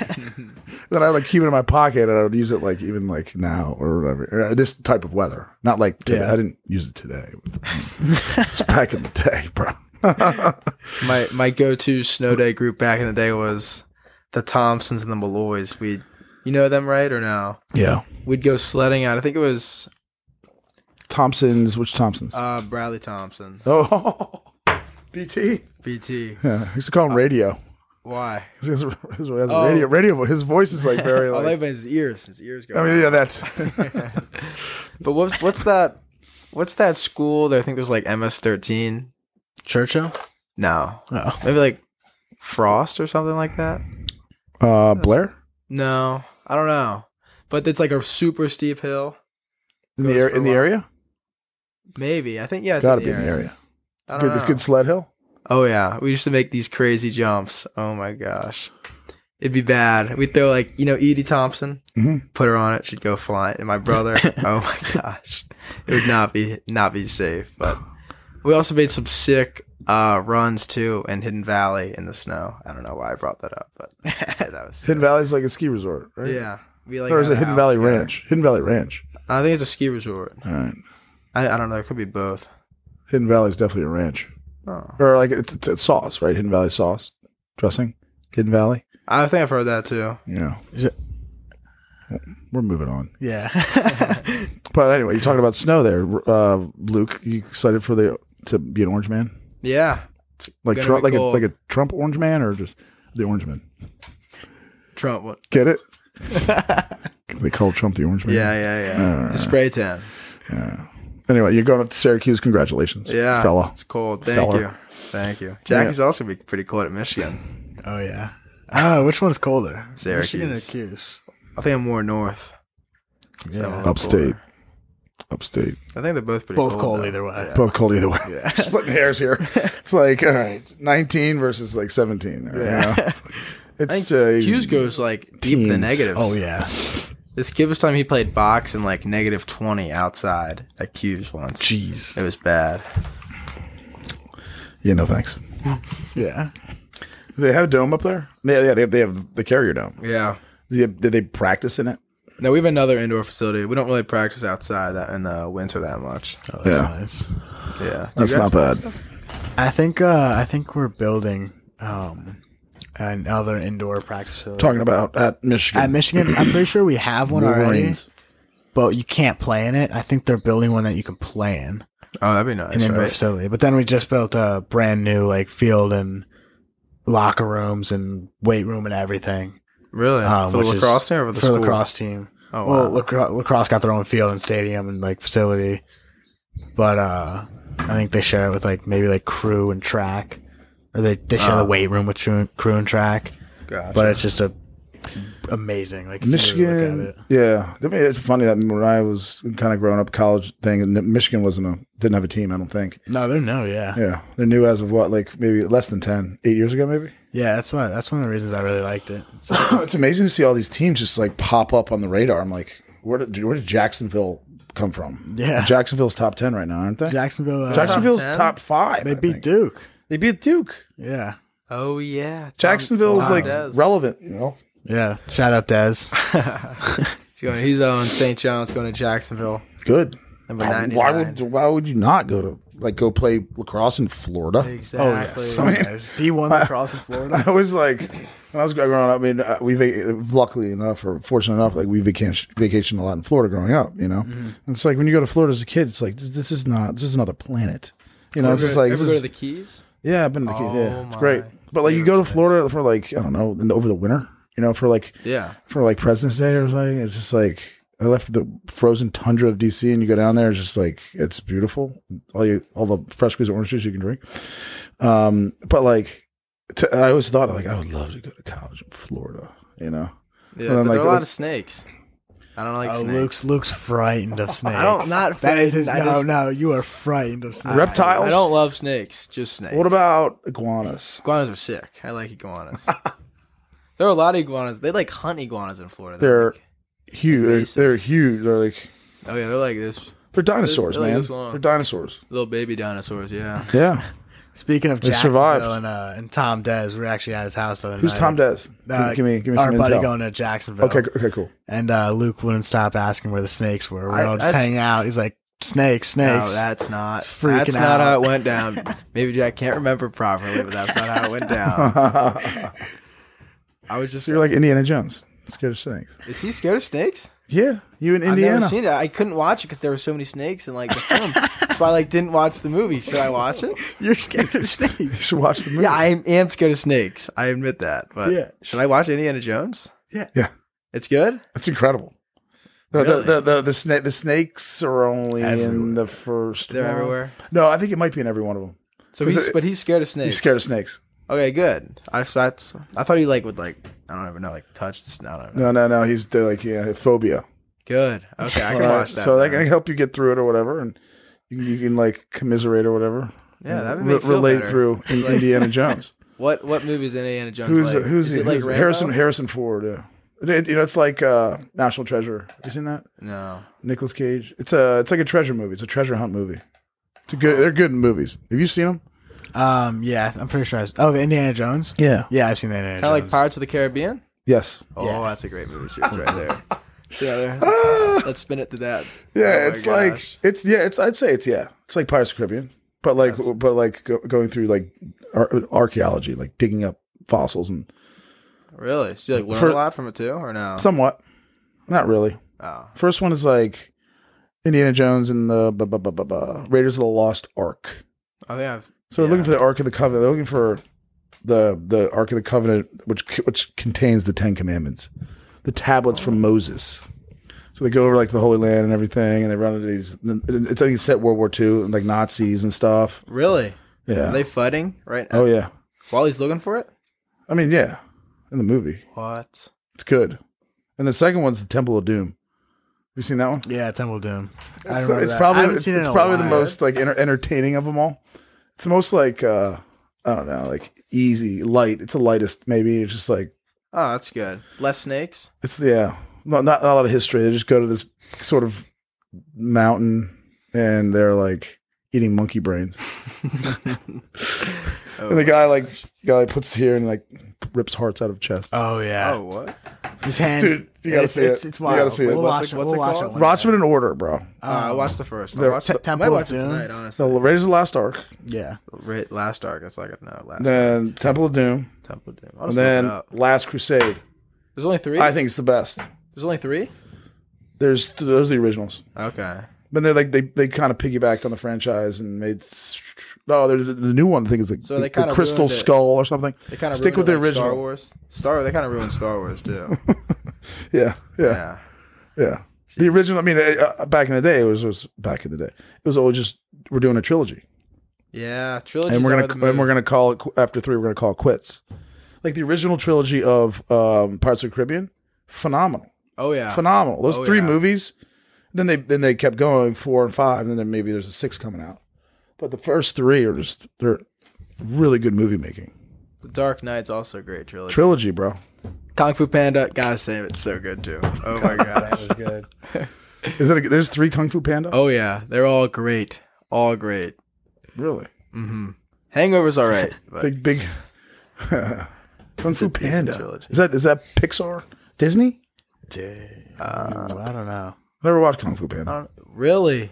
then I would like keep it in my pocket and I would use it like even like now or whatever. Or uh, this type of weather. Not like today.
Yeah.
I didn't use it today. it's back in the day, bro.
my my go to snow day group back in the day was the Thompsons and the Malloys. We, you know them right or no?
Yeah.
We'd go sledding out. I think it was
Thompson's which Thompson's?
uh, Bradley Thompson,
oh BT.
BT.
Yeah. I used to call him radio.
Why?
He has a- he has a
Uh, Oh.
radio, radio his voice is like very
I like
like
by his ears. His ears go.
I mean,
out.
yeah, that's
But what's what's that? What's that school that I think there's like MS13?
Churchill.
No,
Oh.
maybe like Frost or something like that.
uh Blair?
No, I don't know. But it's like a super steep hill.
In the
Goes
air,
for
in the
a while.
area?
Maybe I think yeah. It's
Gotta
in
be
the
in the
area.
area.
I don't
Good,
know.
good sled hill?
Oh yeah, we used to make these crazy jumps. Oh my gosh, it'd be bad. We'd throw like you know Edie Thompson,
Mhm.
put her on it, she'd go flying. And my brother, oh my gosh, it would not be not be safe. But we also made some sick uh, runs too in Hidden Valley in the snow. I don't know why I brought that up, but that was sick.
Hidden Valley's like a ski resort, right?
Yeah, we like
Or is
had
it
a
Hidden
house
Valley
together.
Ranch? Hidden Valley Ranch.
I think it's a ski resort.
All right.
I, I don't know. It could be both.
Hidden Valley is definitely a ranch,
Oh.
or like it's, it's, it's sauce, right? Hidden Valley sauce dressing. Hidden Valley.
I think I've heard that too.
Yeah,
Is it-
we're moving on.
Yeah.
But anyway, you're talking about snow there, uh, Luke. You excited for the to be an orange man,
Yeah,
like
Gonna
Trump,
be
like a,
cold.
like a Trump orange man, or just the orange man?
Trump. What?
Get it? they call Trump the orange man. Hmm.
Yeah, yeah, yeah. The spray tan.
Yeah. Anyway, you're going up to Syracuse. Congratulations,
Yeah,
fella.
it's cold. Thank
Fella.
you, thank you. Jackie's also gonna be pretty cold at Michigan.
Oh yeah. I don't know which one's colder.
Syracuse.
Michigan or Cuse?
I think I'm more north. so I'm a little
Upstate.
colder.
Upstate.
I think they're both pretty
Both
cold,
cold
though.
either way.
Yeah.
Both cold either way. Splitting hairs here. It's like all right, 19 versus like 17. or, you know?
I
It's uh,
think
a
Hughes goes like deep in the
teens.
negatives.
Oh yeah.
This kid was telling me he played box in like negative twenty outside at Hughes once.
Jeez.
It was bad.
Yeah, no thanks.
Yeah.
They have a dome up there. Yeah, yeah, they have, they have the carrier dome.
Yeah.
Did they, did they practice in it?
No, we have another indoor facility. We don't really practice outside that in the winter that much.
Oh, that's
Yeah.
nice.
Yeah. Do you
That's
guys
not bad.
I think uh I think we're building um another indoor practice facility.
Talking about at Michigan.
at Michigan, I'm pretty sure we have one already,
Wolverines.
but you can't play in it. I think they're building one that you can play in
Oh, that'd be
an
nice.
indoor
Right?
facility. But then we just built a brand new like field and locker rooms and weight room and everything
Really?
Uh,
um,
for the
which is-
lacrosse team or for the
for
school?
lacrosse team.
Oh,
well,
wow.
lacrosse, lacrosse got their own field and stadium and like facility, but uh, I think they share it with like maybe like crew and track, or they they share the
Ah.
weight room with crew, crew and track.
Gotcha.
But it's just a amazing like if you really look at
Michigan.
it.
Yeah, I mean it's funny that when I was kind of growing up, college thing, and Michigan wasn't a didn't have a team. I don't think.
No, they're no, yeah.
Yeah, they're new as of what, like maybe less than 10, eight years ago, maybe.
Yeah, that's why. That's one of the reasons I really liked it. It's like,
it's amazing to see all these teams just like pop up on the radar. I'm like, where did where did Jacksonville come from?
Yeah.
Jacksonville's top ten right now, aren't they?
Jacksonville. Uh,
Jacksonville's
Top 10?
top five.
They
I
beat
think.
Duke.
They beat Duke.
Yeah,
oh yeah. Tom-
Jacksonville's
Tom
like
Dez.
relevant, you know.
yeah. Shout out Dez.
He's going. He's on St. John's, going to Jacksonville.
Good.
Number
Why-
ninety.
Why would why would you not go to like go play lacrosse in Florida?
exactly?
Oh yeah, D one lacrosse in Florida.
I was like, when I was growing up, I mean, uh, we vac- luckily enough or fortunate enough, like we vacation vacationed a lot in Florida growing up. You know,
Mm-hmm.
And it's like when you go to Florida as a kid, it's like this- this is not this is another planet. You know, it's just like this
ever go
is-
to the Keys?
yeah, I've been to the kid, yeah,
Oh
it's great.
my
But like you go to Florida for like I don't know in the, over the winter, you know, for like
Yeah.
for like President's Day or something. It's just like I left the frozen tundra of DC, and you go down there. It's just like it's beautiful. All you, all the fresh squeezed orange juice you can drink. Um, but like, t- I always thought like I would love to go to college in Florida. You know,
Yeah.
And I'm
But there
like,
are a lot
look-
of snakes. I don't like
Oh,
snakes.
Luke's Luke's frightened of snakes.
don't- not
That is his.
frightened, I
no,
just-
no, you are frightened of snakes.
reptiles.
I don't love snakes. Just snakes.
what about iguanas?
iguanas? Are sick. I like iguanas. there are a lot of iguanas. They like hunt iguanas in Florida. they
They're
like-
huge. They're, huge. They're like
oh yeah, they're like this
they're dinosaurs,
They're like
man.
this long.
They're dinosaurs.
little baby dinosaurs. Yeah.
Yeah.
Speaking of
They
Jacksonville
survived.
and, uh, and Tom Dez, we were actually at his house the other
Who's
night.
Tom Dez?
Uh,
Give- give me give me
our
some
buddy
intel.
going to Jacksonville.
Okay. Okay. Cool.
And uh, Luke wouldn't stop asking where the snakes were. We
I-
were all just
that's-
hanging out. He's like, snakes, snakes.
No, that's not.
It's freaking
that's
out.
not how it went down. Maybe Jack can't remember properly, but that's not how it went down. Oh. I was just.
So you're like Indiana Jones, scared of snakes.
is he scared of snakes?
Yeah, you in
I've
Indiana.
never seen it. I couldn't watch it because there were so many snakes in like the film. so I like didn't watch the movie. Should I watch it?
You're scared of snakes.
You should watch the movie.
Yeah, I am, am scared of snakes. I admit that. But
Yeah.
should I watch Indiana Jones?
yeah,
It's good.
it's incredible. The,
Really?
the, the, the, the, sna- the snakes are only in
Everywhere.
the first.
They're
one.
everywhere.
No, I think it might be in every one of them.
So
Is
he's,
it-
but he's scared of snakes.
He's scared of snakes.
Okay, good. I so that's, I thought he like would like I don't even know like touch the snow. I don't know.
No, no, no. He's they're like yeah, phobia.
Good. Okay, I can
All right,
watch that.
So that
then.
can help you get through it or whatever, and you, you can like commiserate or whatever.
yeah, that would
Re-
make me feel
relate
better.
through in
It's like-
Indiana Jones.
What what movie is Indiana Jones
Who's
like?
who's
is
he?
it like
Who's-
Rambo?
Harrison Harrison Ford? Yeah. It- you know, it's like uh, National Treasure. Have you seen that?
No.
Nicolas Cage. It's a it's like a treasure movie. It's a treasure hunt movie. It's a good. They're good movies. Have you seen them?
Um, yeah, I'm pretty sure. I was, oh, the Indiana Jones.
Yeah.
Yeah, I've seen the Indiana
Kind of like
Jones.
Pirates of the Caribbean.
Yes.
Oh,
Yeah.
that's a great movie series right there. See how there? Let's spin it to that.
Yeah.
Oh my
it's like
gosh.
it's yeah. It's I'd say it's yeah. It's like Pirates of the Caribbean, but like but like go, going through like ar- archaeology, like digging up fossils and
really. So you like learn
For-
a lot from it too, or no?
somewhat. Not really.
oh,
First one is like Indiana Jones and the bu- bu- bu- bu- bu- Raiders of the Lost Ark.
I think I've.
So they're looking for the Ark of the Covenant. They're looking for the the Ark of the Covenant, which which contains the Ten Commandments, the tablets from Moses. So they go over like to the Holy Land and everything, and they run into these. It's like set World War II and like Nazis and stuff.
Really?
Yeah.
Are they fighting right now?
oh yeah.
While he's looking for it?
I mean, yeah. In the movie,
What?
it's good. And the second one's the Temple of Doom. Have you seen that one?
Yeah, Temple of Doom. I
It's,
remember
it's
that. I
probably
haven't
it's,
seen it
it's
in a
probably the
while.
most like enter- entertaining of them all. It's the most like uh I don't know, like easy, light. It's the lightest maybe. It's just like
Oh, that's good. Less snakes?
it's yeah, not not, not a lot of history. They just go to this sort of mountain and they're like eating monkey brains. And
Oh
the guy like guy like, puts here and like rips hearts out of chests.
Oh yeah,
Oh, what?
his hand.
Dude, you gotta
it's,
see
it's,
it.
It's
You
wild.
gotta see it.
We'll watch
What's it-
it.
what's
We'll
it
watch
called?
it. one Um,
Watchmen in order, bro.
Uh, I watched the first. I
They're-
watched
Te-
the,
Temple of
might watch it
Doom.
tonight, honestly.
So Raiders of the Last Ark,
day. Yeah.
Ra- Last Dark. It's like a no. Last
then Temple of Doom,
Temple of Doom. I'll
and
just look it
then
up.
Last Crusade.
There's only three.
I think it's the best.
there's only three.
There's those are the originals.
Okay.
But they're like they they kind of piggybacked on the franchise and made. s- Oh, there's the new one. I think it's like
So
the,
they kinda
the Crystal
ruined it.
Skull or something.
They kind of
stick with the original.
Star Wars. Star. They kind of ruined Star Wars too.
Yeah, yeah,
yeah.
yeah. The original. I mean, uh, uh, back in the day, it was, was back in the day. It was always just we're doing a trilogy,
Yeah. Trilogy.
and we're gonna and we're gonna call it qu- after three. We're gonna call it quits. Like the original trilogy of um, Pirates of the Caribbean, phenomenal,
Oh yeah.
phenomenal. Those
Oh,
three
yeah.
movies. Then they then they kept going four and five, and then there- maybe there's a six coming out. But the first three are just they're really good movie making.
the Dark Knight's also a great trilogy.
trilogy, bro.
Kung Fu Panda. Gotta save it. So good too. Oh my god.
was good.
Is that a, there's three Kung Fu Panda?
Oh yeah. They're all great. All great.
really?
Hangover's all right. But
Big big Kung Fu
a decent
Panda.
trilogy.
Is that is that Pixar? Disney? Uh,
I don't know.
Never watched Kung Fu Panda.
really,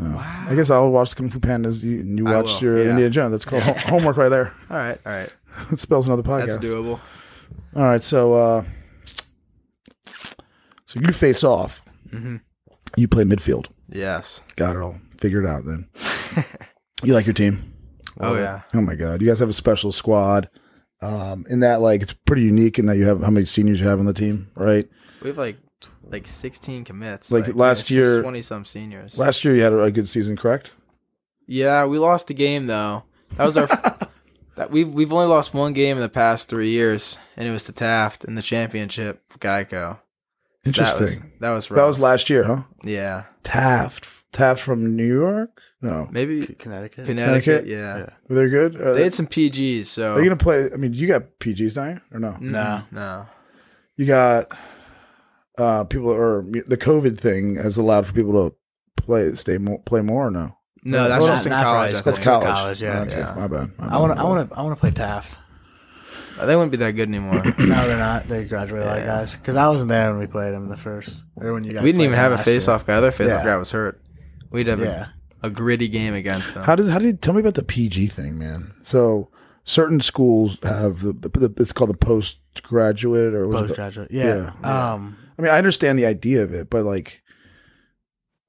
I guess I'll watch Kung Fu Pandas. You, and you
I
watched
will,
your
yeah.
Indiana Jones. That's called ho- homework right there.
all right, all right.
It spells another podcast.
That's doable.
All right, so uh, so you face off. You play midfield.
Yes.
Got it all figured out. Then you like your team.
Oh yeah.
Oh my god, you guys have a special squad. Um, in that like it's pretty unique in that you have how many seniors you have on the team, right?
We have like tw- like 16 commits.
Like, last year-
20 some seniors.
Last year you had a, a good season, correct?
yeah, we lost the game though. That was our. f- that we've we've only lost one game in the past three years, and it was to Taft in the championship. Geico. So
Interesting.
That was that was,
That was last year, huh?
rough. yeah
Taft, Taft from New York. No,
maybe
Connecticut.
Connecticut.
Connecticut?
Yeah.
Yeah.
were they good? Are
They
they,
had some PGs, so
are you gonna play? I mean, you got PGs now, or no?
No.
no.
You got uh people or the COVID thing has allowed for people to play, stay, more, play more, or no?
No, that's
Well,
just in
not for
college.
high
I
school.
That's
think.
college.
college, yeah.
Okay,
Yeah.
My bad. My bad.
I want to. I want to. I want to play Taft.
They wouldn't be that good anymore. we
No, they're not. They graduated a lot of guys. Because I wasn't there when we played them the first. Or when you guys.
didn't
played
even
them
have a
last year.
face-off guy. Their face-off
Yeah.
guy was hurt. We'd have
Yeah.
a, a gritty game against them.
How does how do you tell me about the PG thing, man? So certain schools have the, the, the it's called the postgraduate or was it the-
Postgraduate. Yeah. Um.
I mean, I understand the idea of it, but like,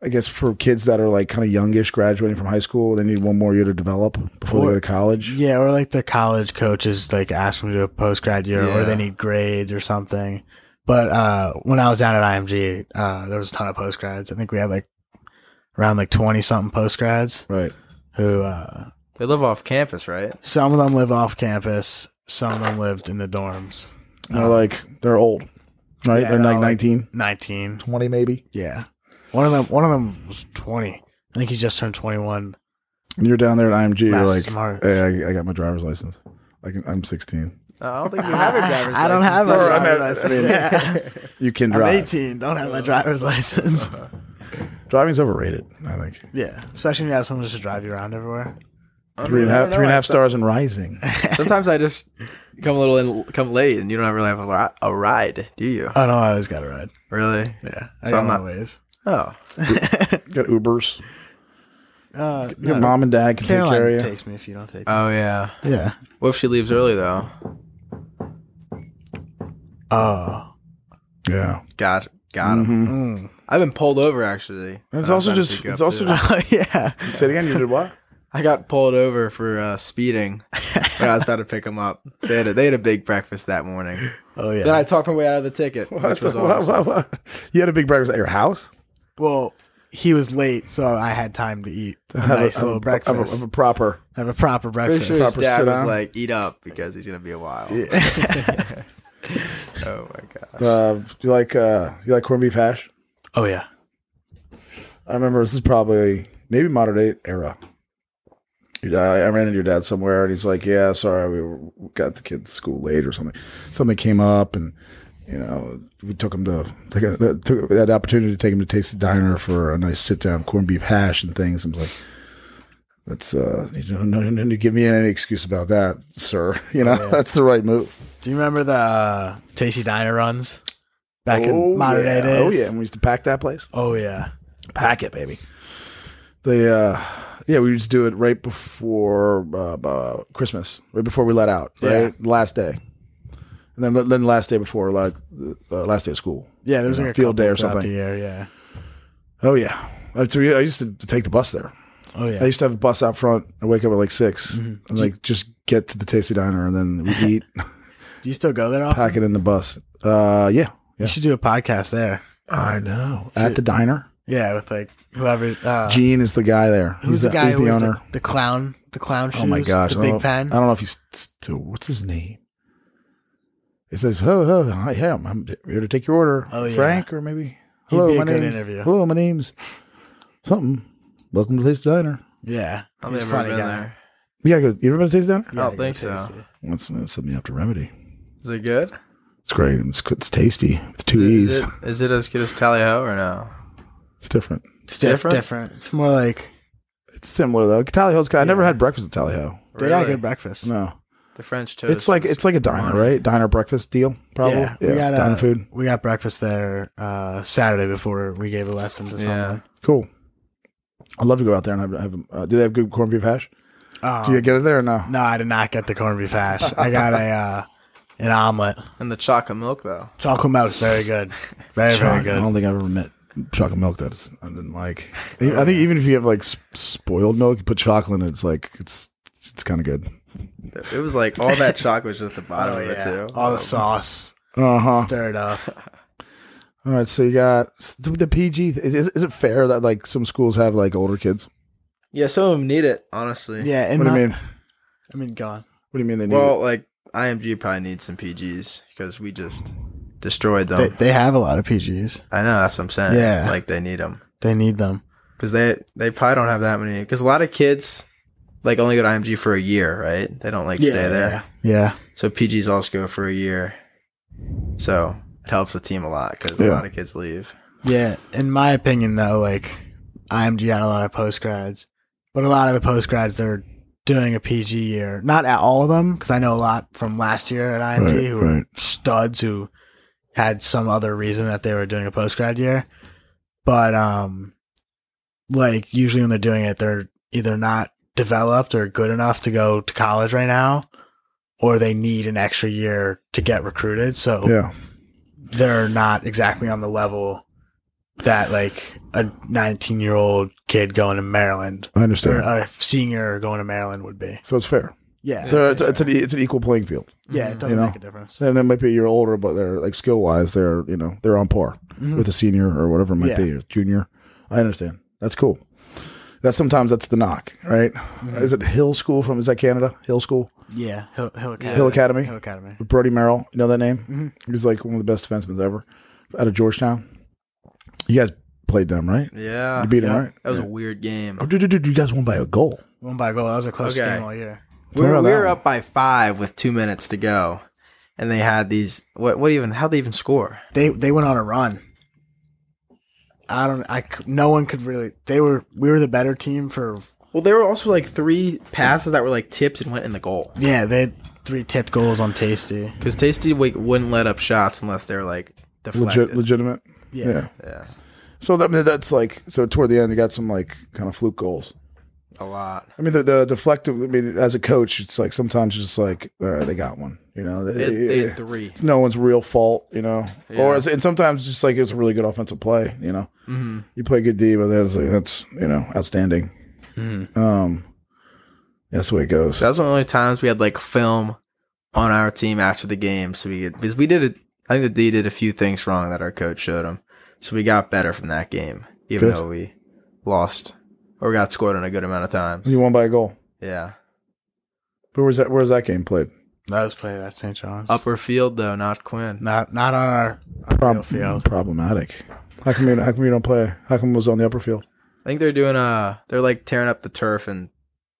I guess for kids that are like kind of youngish, graduating from high school, they need one more year to develop before
Or-
they go to college.
Yeah, or like the college coaches like ask them to do a post grad year, or
Yeah.
they need grades or something. But uh, when I was down at IMG, uh, there was a ton of post grads. I think we had like around like twenty something post grads
Right.
who uh,
They live off campus, right?
some of them live off campus, some of them lived in the dorms.
They're like they're old, right?
Yeah,
they're
no,
like
like-
19,
Nineteen,
20 maybe.
yeah. One of them, one of them was twenty. I think he just turned twenty one.
And you're down there at IMG. You're
Last
like, uh,
smart.
hey, I, I got my driver's license. I can, I'm 16.
No, I don't think you have a driver's
I don't
license,
have
do
a
you?
Or, I mean,
driver's
I mean-
license. Yeah.
You can
I'm
drive.
eighteen. Don't have my driver's license.
Driving's overrated. I think
Yeah, especially when you have someone just to drive you around everywhere.
three and a
I
half,
don't
three and a
know.
half stars and rising.
Sometimes I just come a little in, come late, and you don't really have a, ri- a ride, do you?
Oh no, I always got to ride.
Really?
Yeah, I
So
got
I'm
my
not-
ways.
Oh,
got Ubers.
Uh,
Your mom and dad can take care
Caroline
of you. Uh,
takes me if you don't take. me.
oh yeah.
yeah.
What if she leaves early though?
Oh.
yeah.
Got got him.
Mm.
I've been pulled over actually.
And Mm-hmm. it's
Uh,
also
times
just-
to go
it's
up
also
to-
just-
yeah.
Say it again. You did what?
I got pulled over for uh, speeding when I was about to pick them up. So they had a, they had a big breakfast that morning.
Oh yeah.
Then I talked my way out of the ticket, which
What-
was awesome.
what- what? You had a big breakfast at your house?
well, he was late, so I had time to eat a
Have a-
nice
have a-
little
have a-
breakfast.
Have a, proper.
Have a proper
Pretty
breakfast.
sure his
Proper
dad was
sit-down.
like, "Eat up because he's gonna be a while." oh my god!
Uh, do you like uh, you like corned beef hash?
Oh yeah.
I remember this is probably maybe modern day era. Your dad- I ran into your dad somewhere, and he's like, "Yeah, sorry, we were- we got the kids to school late or something. Something came up, and you know, we took him to took, took that opportunity to take him to Taste the Diner for a nice sit down corned beef hash and things." I'm like, "That's uh, you know, no, no, no, give me any excuse about that, sir. You know, that's the right move."
Do you remember the uh, Tasty Diner runs back in modern
yeah.
day days?
Oh yeah, and we used to pack that place.
Oh yeah.
Pack it, baby. The uh, yeah, we used to do it right before uh, uh, Christmas, right before we let out, right last day, and then then the last day before like the uh, last day of school.
Yeah, there was
You
like
know,
a
field day
couple
or
throughout
something.
The year, yeah.
Oh yeah, I, so, yeah, I used to take the bus there.
Oh yeah. Mm-hmm.
I used to have a bus out front. I wake up at like 6 and like just get to the Tasty Diner and then we eat,
Do you still go there often?
pack it in the bus. Uh, yeah,
You
yeah.
should do a podcast there.
I know at the diner.
Yeah, with like whoever. Uh,
Gene is the guy there. he's
who's the, guy?
He's
who
the
was
owner.
The, the clown. The clown shoes.
Oh my gosh!
The
I don't
big
know-
pen.
I don't know if he's still. What's his name? It says, "Hello, hello, hi, yeah, I'm, I'm here to take your order."
Oh, yeah.
Frank or maybe.
He'd
Hello,
be a
my
good
name's.
interview.
Hello, my name's. Something. Welcome to Taste Diner.
Yeah,
I've
he's a
never
funny
been
guy.
there.
You gotta go. You ever been to Taste Diner?
I don't think so.
tasty.
That's, that's something you have to remedy.
Is it good?
It's great. It's, good- it's tasty with two
Is
E's.
it, is it as good as Tally Ho or no?
It's different.
It's
different?
different. Different. It's more like
It's similar though. Tally Ho's. I never had breakfast at Tally Ho.
they got
Really?
good breakfast.
No,
The French toast.
it's like
is-
it's like a diner, right? Diner breakfast deal, probably.
Yeah, we got
diner
uh,
food.
We got breakfast there uh, Saturday before we gave a lesson to
yeah.
someone.
Cool. I'd love to go out there and have. have uh, do they have good corned beef hash?
Um,
Do you get it there or no?
no, I did not get the corned beef hash. I got a uh, an omelet.
And the chocolate milk though.
Chocolate milk's very good. Very very
Chocolate. I
good.
don't think I've ever met chocolate milk that is, I didn't like. I think even if you have like s- spoiled milk, you put chocolate in it, it's like, it's it's kind of good.
It was like all that chocolate was at the bottom
Oh,
of it
yeah.
too.
All
Um,
the sauce
Uh huh.
stirred up.
All right. So you got the, the PG. Is, is it fair that like some schools have like older kids?
Yeah, some of them need it honestly.
Yeah, and
What do
my-
you mean?
I mean, go on.
What do you mean they need
Well,
it?
like IMG probably needs some PGs because we just destroyed them.
They, they have a lot of PGs.
I know that's what I'm saying.
Yeah.
like they need them
They need them.
because they they probably don't have that many. Because a lot of kids like only go to IMG for a year, right? They don't like stay there.
Yeah.
So PGs also go for a year. So it helps the team a lot because a
Yeah.
lot of kids leave.
Yeah, in my opinion, though, like IMG had a lot of post grads, but a lot of the post grads they're doing a PG year. Not at all of them, because I know a lot from last year at IMG
Right,
who
right.
were studs who had some other reason that they were doing a post grad year. But um, like usually when they're doing it, they're either not developed or good enough to go to college right now, or they need an extra year to get recruited. So
yeah.
they're not exactly on the level that like a 19 year old kid going to Maryland
I
or
understand.
a senior going to Maryland would be.
so it's fair.
Yeah,
They're- it's, it's, an, e, it's an equal playing field.
yeah, it doesn't
You know.
make a difference.
And they might be a year older, but they're like skill wise, they're, you know, they're on par.
Mhm.
with a senior or whatever it might
Yeah.
be, or junior. I understand. That's cool. That's sometimes that's the knock, right? Is it Hill School from? Is that Canada? Hill School,
Yeah, Hill, Hill Academy.
Hill Mm-hmm. Academy.
Hill Academy.
Brody Merrill, you know that name? He was like one of the best defensemen ever, out of Georgetown. You guys played them, right?
Yeah,
You beat them,
yeah.
right?
that was a weird game.
Oh, dude, dude, dude, you guys won by a goal.
One by a goal. That was a close
Okay.
game all year.
We were,
about
we
that
were
one.
up by five with two minutes to go, and they had these. What? What even? How they even score?
They they went on a run. I don't. I c- no one could really. They were we were the better team for.
Well, there were also like three passes that were like tipped and went in the goal
Yeah, they had three tipped goals on Tasty.
because Tasty like, wouldn't let up shots unless they were like deflected.
Legit, legitimate.
Yeah.
Yeah,
So that, I mean, that's like so. Toward the end, you got some like kind of fluke goals.
a lot.
I mean, the the deflective. I mean, as a coach, it's like sometimes it's just like, all right, they got one. You know,
They, they had three.
it's no one's real fault, you know. Or it's, and sometimes just like it's a really good offensive play, you
Mm-hmm.
Hmm. know. You play good D, but that's like that's you know outstanding. Um, That's the way it goes.
That was one of the only times we had like film on our team after the game, so we could, because we did it. I think the D did a few things wrong that our coach showed him, so we got better from that game, even
Good.
though we lost or got scored on a good amount of times.
You won by a goal.
Yeah,
But where's that? Where's that game played?
That was played at St. John's.
upper field though, not Quinn.
Not not on our, our real
Prob-
field.
Problematic. How come? You, how come you don't play? How come it was on the upper field
I think they're doing uh they're like tearing up the turf and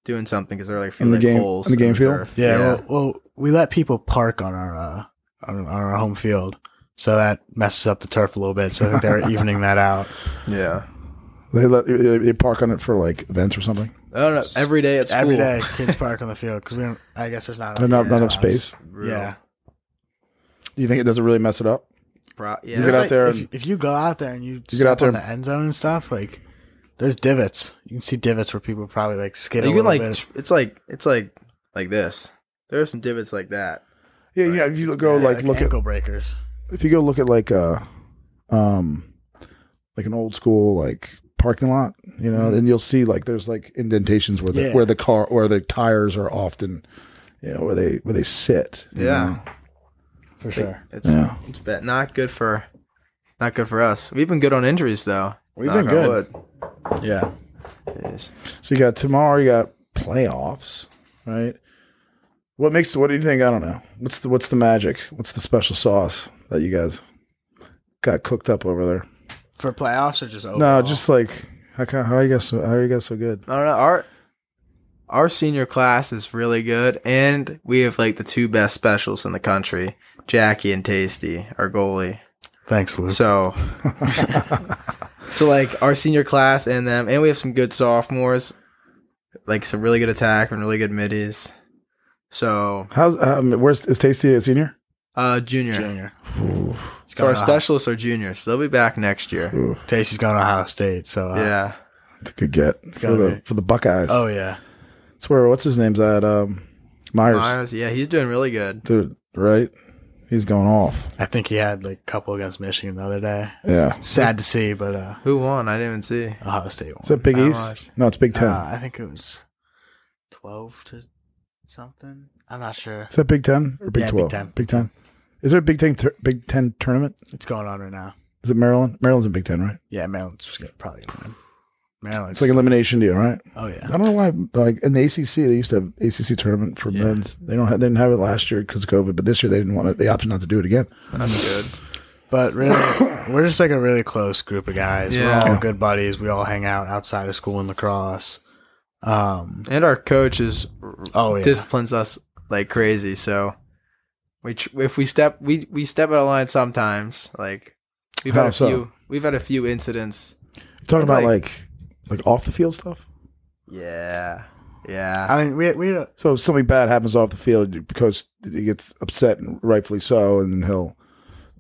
doing something because they're like
In
feeling
the game-
holes
in the game field?
turf.
Yeah, Well, well, we let people park on our uh, on, on our home field, so that messes up the turf a little bit. So I think they're evening that out.
yeah.
They let they they park on it for like events or something.
I don't know. Every day at school,
Every day, kids park on the field because we don't. I guess there's not
Not, not, not enough
for us.
space.
Brutal.
Yeah,
Do you think it doesn't really mess it up?
Pro- yeah.
You get out
Like,
there
if,
and-
if you go out there and you,
get
step
out there
on
and-
the end zone and stuff like. There's divots. You can see divots where people probably like skid.
you
a
can
little
like
bit.
tr- it's like it's like like this. There are some divots like that.
Yeah, yeah. If you go
bad.
like look at
ankle breakers.
if you go look at like uh um like an old school like parking lot, you know, then you'll see like there's like indentations where the
Yeah.
where the car where the tires are often, you know, where they where they sit. you
Yeah.
know?
for sure.
It's
Yeah.
it's bad. Not good for not good for us. We've been good on injuries though.
We've
Knock
been
on
good.
wood.
Yeah,
Jeez.
So you got tomorrow. You got playoffs, right? What makes what do you think? I don't know. What's the what's the magic? What's the special sauce that you guys got cooked up over there?
for playoffs or just
No,
overall?
just like how ca- how are you guys so, how are you guys so good?
I don't know. Our our senior class is really good, and we have like the two best specials in the country. Jackie and Tasty, our goalie.
thanks, Luke.
So, so like our senior class and them, and we have some good sophomores, like some really good attack and really good middies. So,
How's um, where's is Tasty a senior?
uh, junior.
Junior.
So our
Going to
specialists are juniors. So they'll be back next year.
Ooh,
Tasty's going to Ohio State, so uh,
Yeah.
it's a good get for
gotta
the
be.
for the Buckeyes.
Oh yeah,
It's where what's his name's at um, Myers,
Myers, yeah, he's doing really good.
dude. Right, he's going off.
I think he had like a couple against Michigan the other day.
Yeah,
Sad to see, but uh,
Who won? I didn't even see.
Ohio State won.
is that Big
How
East?
much?
No, it's Big Ten.
Uh, I think it was twelve to something. I'm not sure.
Is that Big Ten or Big
Yeah, Big
Twelve?
Ten.
Big Ten. Is there a Big Ten tur- Big Ten tournament?
It's going on right now.
Is it Maryland? Maryland's in Big Ten, right?
Yeah, Maryland's just gonna- probably gonna win. Maryland's
It's like elimination deal, right?
oh
I
yeah,
don't know why. Like in the ACC, they used to have ACC tournament for
Yeah.
men's. They don't have, they didn't have it last year because of COVID, but this year they didn't want it. They opted not to do it again.
That's good.
but really, we're just like a really close group of guys.
Yeah.
We're all good buddies. We all hang out outside of school in lacrosse. Um,
And our coach is
oh yeah,
disciplines us like crazy. So, we tr- if we step we we step out of line sometimes. Like we've had
How
a
so?
few we've had a few incidents.
Talking about
Like-
like like off the field stuff.
Yeah, yeah.
I mean, we we had a-
So if something bad happens off the field, because he gets upset and rightfully so, and then he'll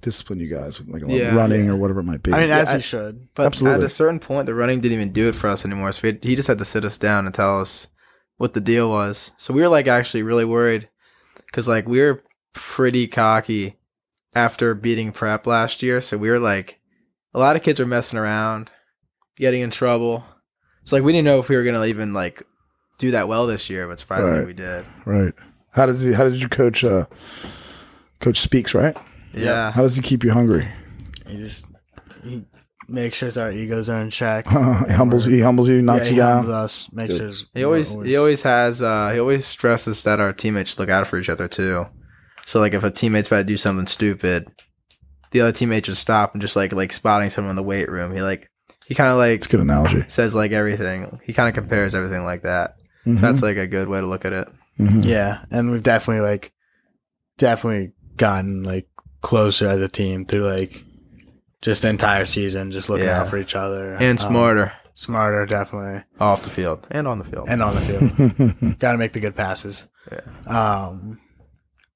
discipline you guys with like a lot of
Yeah.
running or whatever it might be.
I mean,
Yeah,
as
I-
he should.
But
absolutely.
at a certain point, the running didn't even do it for us anymore. So we, he just had to sit us down and tell us what the deal was. So we were like actually really worried because like we were pretty cocky after beating prep last year. So we were like, a lot of kids were messing around, getting in trouble. So like we didn't know if we were gonna even like do that well this year, but surprisingly
Right.
we did.
right? How does he? How did your coach? Uh, coach speaks right.
Yeah.
How does he keep you hungry?
He just he makes sure our egos are in check.
he humbles you, he humbles you, knocks
yeah,
you
he
down.
humbles us. Makes sure his-
He always he always has uh he always stresses that our teammates look out for each other too. So like if a teammate's about to do something stupid, the other teammate just stop and just like like spotting someone in the weight room. He like he kind of like
It's a good analogy.
says like everything. He kind of compares everything like that.
Mm-hmm.
So that's like a good way to look at it.
Mhm.
yeah, and we've definitely like definitely gotten like closer as a team through like just the entire season, just looking
Yeah.
out for each other Um,
And smarter
smarter definitely,
off the field and on the field.
and on the field. Got to make the good passes. Yeah. Um,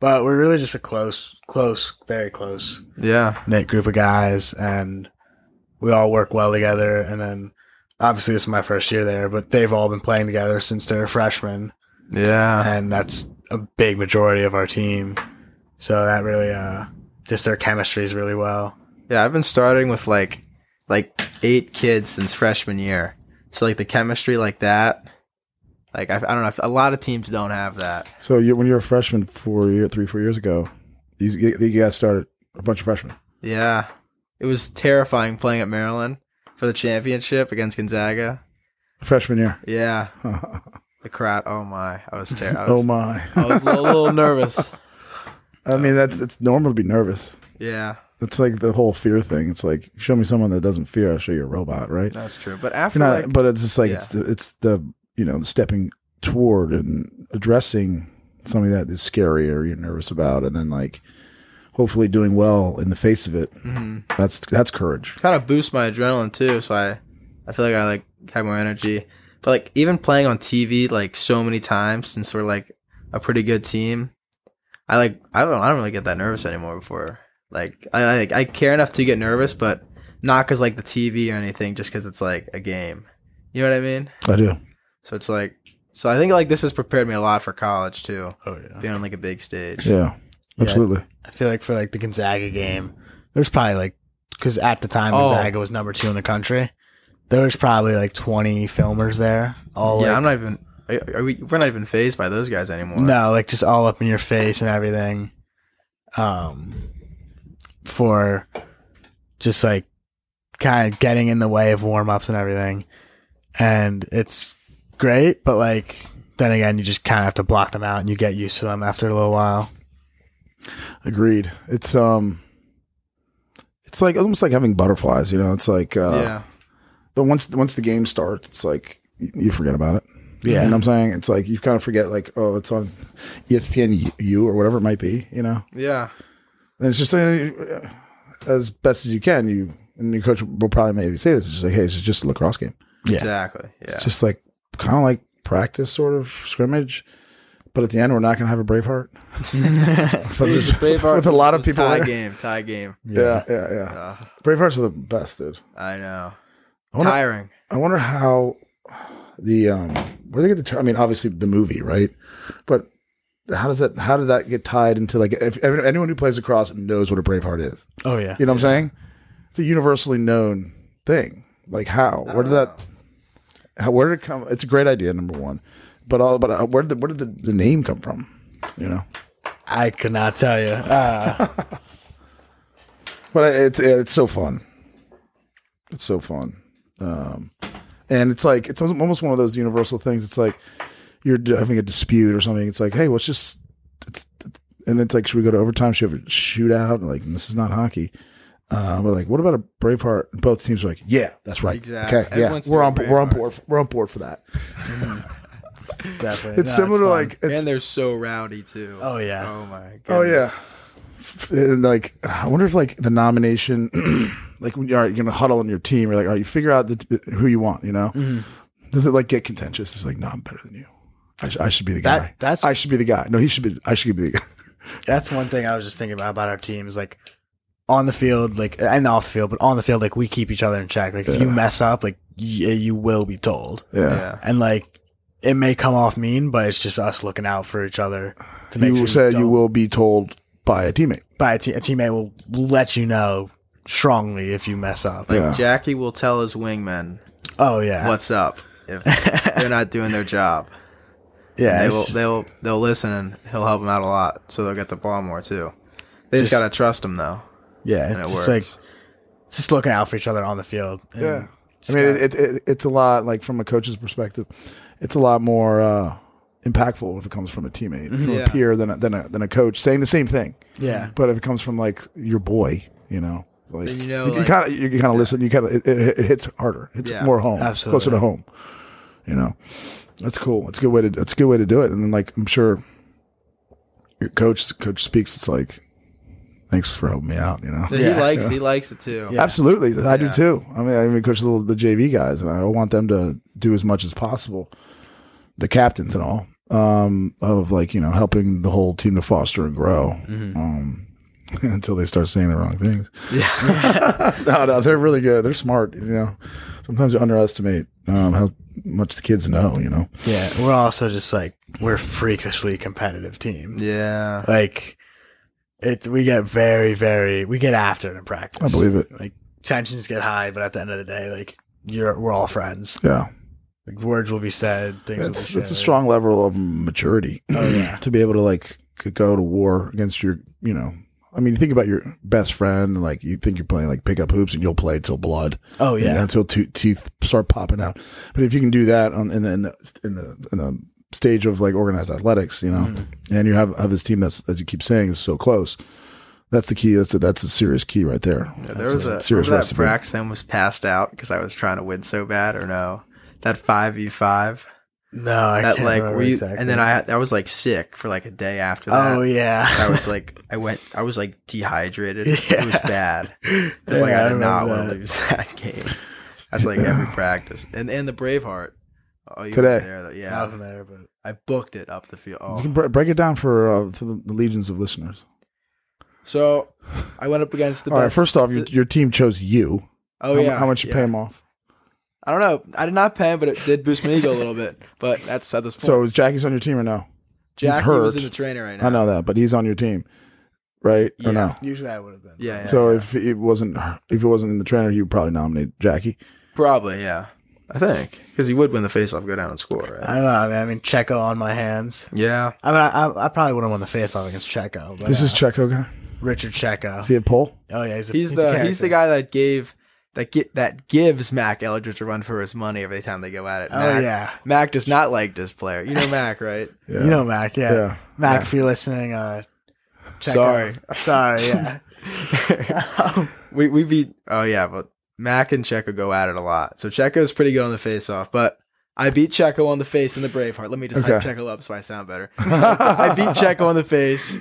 but we're really just a close, close, very close
yeah.
knit group of guys and we all work well together and then obviously this is my first year there but they've all been playing together since they're freshmen
Yeah.
and that's a big majority of our team so that really uh just their chemistry is really well
Yeah, I've been starting with like like eight kids since freshman year. So like the chemistry like that Like I, I don't know, a lot of teams don't have that.
So you, when you were a freshman four year, three, four years ago, these you guys started a bunch of freshmen.
Yeah, it was terrifying playing at Maryland for the championship against Gonzaga.
Freshman year.
Yeah, the crowd. Oh my, I was terrified.
Oh my!
I was a little, little nervous.
I mean, that's it's normal to be nervous.
Yeah,
It's like the whole fear thing. It's like show me someone that doesn't fear, I'll show you a robot, right?
that's true. But after
You're not,
like,
but it's just like it's
yeah.
the, it's the you know the stepping toward and addressing something that is scary or you're nervous about, and then like hopefully doing well in the face of it. That's that's courage.
kind of boost my adrenaline too. So I, I feel like I like have more energy. But like even playing on TV like so many times since we're like a pretty good team, I like I don't I don't really get that nervous anymore. Before like I I, like, I care enough to get nervous, but not because like the TV or anything, just because it's like a game. You know what I mean?
I do.
So it's like so I think like this has prepared me a lot for college too,
Oh yeah.
being on like a big stage.
Yeah, absolutely.
I feel like for like the Gonzaga game, there's probably like because at the time
Oh.
Gonzaga was number two in the country. There was probably like 20 filmers there. All
yeah,
like-
I'm not even. Are, are we, we're not even phased by those guys anymore.
No, like just all up in your face and everything. Um, for just like kind of getting in the way of warm ups and everything. And it's great, but like then again, you just kind of have to block them out and you get used to them after a little while.
Agreed. It's um, it's like almost like having butterflies. You know, it's like uh,
Yeah.
But once once the game starts, it's like y- you forget about it.
Yeah.
and I'm saying it's like you kind of forget, like oh, it's on ESPN U or whatever it might be. You know,
Yeah.
and it's just uh, as best as you can. You and your coach will probably maybe say this. It's just like hey, it's just a lacrosse game.
Yeah.
Exactly. Yeah.
It's just like kind of like practice, sort of scrimmage. But at the end, we're not going to have a Braveheart. But
It was
there's-
Braveheart
with a lot of
versus
people
Tie
there.
game. Tie game.
Yeah, yeah, yeah.
Ugh,
Bravehearts are the best, dude.
I know.
I wonder,
Tiring.
I wonder how the um where they get the term. I mean, obviously the movie, right? But how does that? How did that get tied into like? If, if anyone who plays lacrosse knows what a Braveheart is.
Oh, yeah.
You know what I'm saying? It's a universally known thing. Like how? Where did that? How, where did it come? It's a great idea, number one. But all, but uh, where did the, where did the, the name come from? You know.
I could not tell you. Uh,
but it's it's so fun. It's so fun, um, and it's like it's almost one of those universal things. It's like you're d- having a dispute or something. It's like, hey, let's just, it's, it's- and it's like, should we go to overtime? Should we have a shootout? And like, this is not hockey. Uh, but like, what about a Braveheart? And both teams are like, yeah, that's right.
Exactly.
Okay, yeah,
Everyone's
we're
doing
on bo- we're on
Braveheart.
board for, we're on board for that.
definitely.
It's similar to like it's,
and they're so rowdy too.
Oh, yeah.
Oh my. Goodness.
Oh yeah. And uh, like, I wonder if like the nomination, like when you're, all right, you're gonna huddle on your team, you're like, all right, you figure out the, who you want, you know. Does it like get contentious? It's like, no, I'm better than you. I, sh- I should be the guy.
That- that's-
I should be the guy. No, he should be. I should be the guy.
That's one thing I was just thinking about about our teams, like on the field, like and off the field, but on the field, like we keep each other in check. Like if you mess up, like y- eh, you will be told,
Yeah.
Yeah.
and like it may come off mean, but it's just us looking out for each other to make
You
sure
said you
don't-
will be told by a teammate.
By a, te- a teammate will let you know strongly if you mess up.
Yeah.
Jackie will tell his wingmen
oh yeah,
what's up if they're not doing their job.
yeah,
They
it's
will.
just-
They'll. They'll listen, and he'll help them out a lot. So they'll get the ball more too. They just,
Just-
gotta trust him though.
yeah.
And
It's
it
just
works.
like it's just looking out for each other on the field. And
Yeah. I mean, it, it, it, it's a lot like from a coach's perspective, it's a lot more uh, impactful if it comes from a teammate, from
Yeah.
a peer, than a, than a than a coach saying the same thing.
yeah.
But if it comes from like your boy, you know, like
Then you know,
you
like-
kind of you kind of listen, you kind of it, it, it hits harder, it's
Yeah.
more home,
Absolutely.
closer to home. You know, that's cool. It's a good way to that's a good way to do it. And then like I'm sure your coach coach speaks. It's like thanks for helping me out. You know,
He likes. He likes it too.
absolutely, I do
Yeah.
too. I mean, I even coach the, little, the JV guys, and I want them to do as much as possible, the captains and all um of like you know helping the whole team to foster and grow
Mm-hmm.
um until they start saying the wrong things no, no, they're really good. They're smart. You know, sometimes you underestimate um, how much the kids know. You know,
Yeah, we're also just like we're a freakishly competitive team.
Yeah.
Like it, we get very, very, we get after it in practice.
I believe it.
Like tensions get high, but at the end of the day, like you're, we're all friends.
Yeah,
Like words will be said. Things will be
That's that's a
shared.
strong level of maturity
Oh yeah.
to be able to like c- go to war against your, you know. I mean, you think about your best friend, and, like you think you're playing like pick up hoops, and you'll play till blood,
Oh
you know,
yeah.
until two, teeth start popping out. But if you can do that on in the in the in the, in the stage of like organized athletics, you know,
Mm-hmm.
and you have have this team that's as you keep saying is so close. That's the key. That's a, that's a serious key right there.
Yeah, there was a
That's a serious
remember that
recipe.
Braxton was passed out because I was trying to win so bad, or no? That five v five,
No, I
that
can't
like
remember
were you,
exactly.
and then I I was like sick for like a day after that.
Oh yeah.
I was like, I went, I was like dehydrated. It was
Yeah.
bad.
Yeah,
It's like
I
I did not
remember
want
that.
to lose that game. That's like every practice, and and the Braveheart. Oh, you were
Today.
there, though.
I
yeah,
wasn't there, but
I booked it up the field.
You
Oh.
can bre- break it down for uh, to the, the legions of listeners.
So I went up against the
All right.
best.
First off, your, your team chose you.
oh
how, mu-
yeah,
how much you
yeah.
pay him off?
I don't know. I did not pay him, but it did boost my ego a little bit. But that's at this point.
So is Jackie's on your team or no?
Jackie
hurt.
was in the trainer right now.
I know that, but he's on your team, right? Or no?
Yeah.
usually I would have been.
Yeah, yeah,
so
yeah.
if it wasn't if it wasn't in the trainer, you would probably nominate Jackie.
probably yeah, I think because he would win the faceoff, go down and score, right?
I don't know. I mean, I mean, Checo on my hands.
yeah,
I mean, I, I, I probably would have won the face-off against Checo. But,
This
uh,
is Checo guy.
Richard Checo.
Is he a pole?
oh yeah, he's, a,
he's,
a
the he's the
character.
guy that gave that get that gives Mac Eldridge a run for his money every time they go at it.
Oh
Mac,
yeah,
Mac does not like this player. You know Mac, right?
Yeah.
you know Mac. Yeah,
Yeah.
Mac, if you're listening, uh, Checo.
Sorry.
sorry. Yeah,
we we beat. Oh yeah, but Mac and Checo go at it a lot. So Checo's pretty good on the face off, but. I beat Checo on the face in the Braveheart. Let me just hype
Okay.
Checo up so I sound better. So I beat Checo on the face.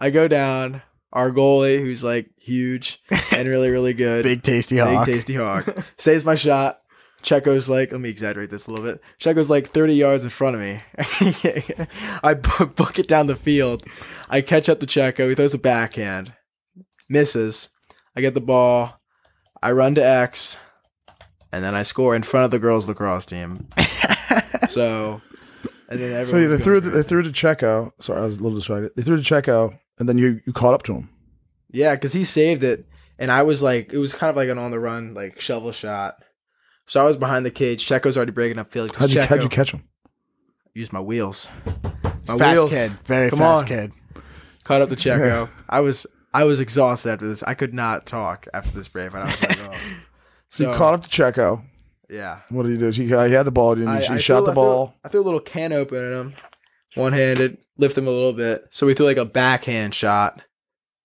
I go down. Our goalie, who's like huge and really, really good,
big tasty
Big
hawk.
tasty hawk. Saves my shot. Checo's like, let me exaggerate this a little bit. Checo's like 30 yards in front of me. I bu- book it down the field. I catch up to Checo. He throws a backhand. Misses. I get the ball. I run to X. And then I score in front of the girls lacrosse team. so, and then everyone.
So they threw
the,
they threw to Checo. Sorry, I was a little distracted. They threw to Checo, and then you you caught up to him.
Yeah, because he saved it, and I was like, it was kind of like an on the run, like shovel shot. So I was behind the cage. Checo's already breaking up field. 'cause
How'd you
Checo
how'd you catch him?
used my wheels. My
Fast
wheels
kid, very
Come
fast
on.
kid.
caught up to Checo. I was I was exhausted after this. I could not talk after this brave, and I was like, oh.
So, you caught up to Checo.
Yeah,
What did he do? He, he had the ball. Didn't he? he
I
shot
threw-
the
I threw-
ball.
I threw, a little can open at him, one handed, lift him a little bit. So we threw like a backhand shot.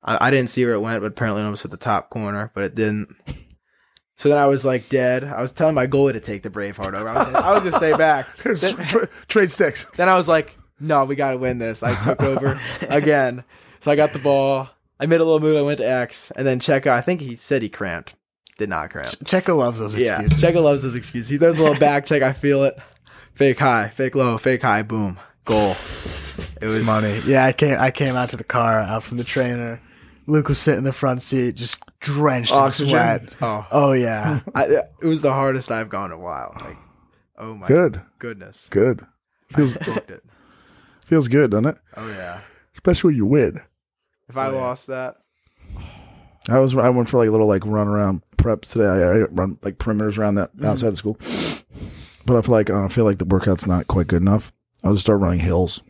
I, I didn't see where it went, but apparently it was at the top corner, but it didn't. So then I was like dead. I was telling my goalie to take the Braveheart over. I was, I was gonna stay back.
Tra- trade sticks.
Then I was like, no, we gotta win this. I took over again. So I got the ball. I made a little move. I went to X, and then Checo. I think he said he cramped. Did not cramp.
Checo loves those
Yeah,
excuses.
Checo loves those excuses. He does a little back check. I feel it. Fake high, fake low, fake high. Boom, goal. It was
money. Yeah, I came. I came out to the car out from the trainer. Luke was sitting in the front seat, just drenched
Oxygen?
in sweat.
Oh,
Oh yeah,
I, it was the hardest I've gone in a while. Like, oh my
Good.
goodness,
Good. Feels
booked it.
feels good, doesn't it?
Oh yeah.
Especially when you win.
If
Oh,
I lost that,
I was I went for like a little like run around prep today. I, I run like perimeters around that outside the school, but I feel like uh, I feel like the workout's not quite good enough. I'll just start running hills,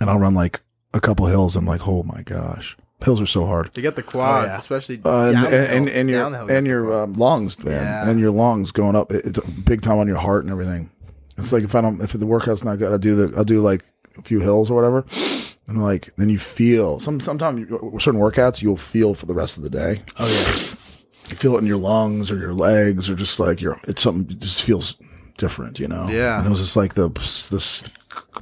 and I'll run like a couple hills. I'm like, oh my gosh, hills are so hard.
to get the quads,
Oh, yeah.
especially
Uh, and,
downhill,
and, and, and your
downhill gets
and
the
your
quads.
um, lungs, man,
Yeah.
and your lungs going up. It, it's big time on your heart and everything. It's like if I don't, if the workout's not good, I do the, I'll do like a few hills or whatever, and like then you feel some. Sometimes you- certain workouts you'll feel for the rest of the day. Oh yeah, you feel it in your lungs or your legs or just like your. It's something it just feels different, you know.
Yeah.
and it was just like the the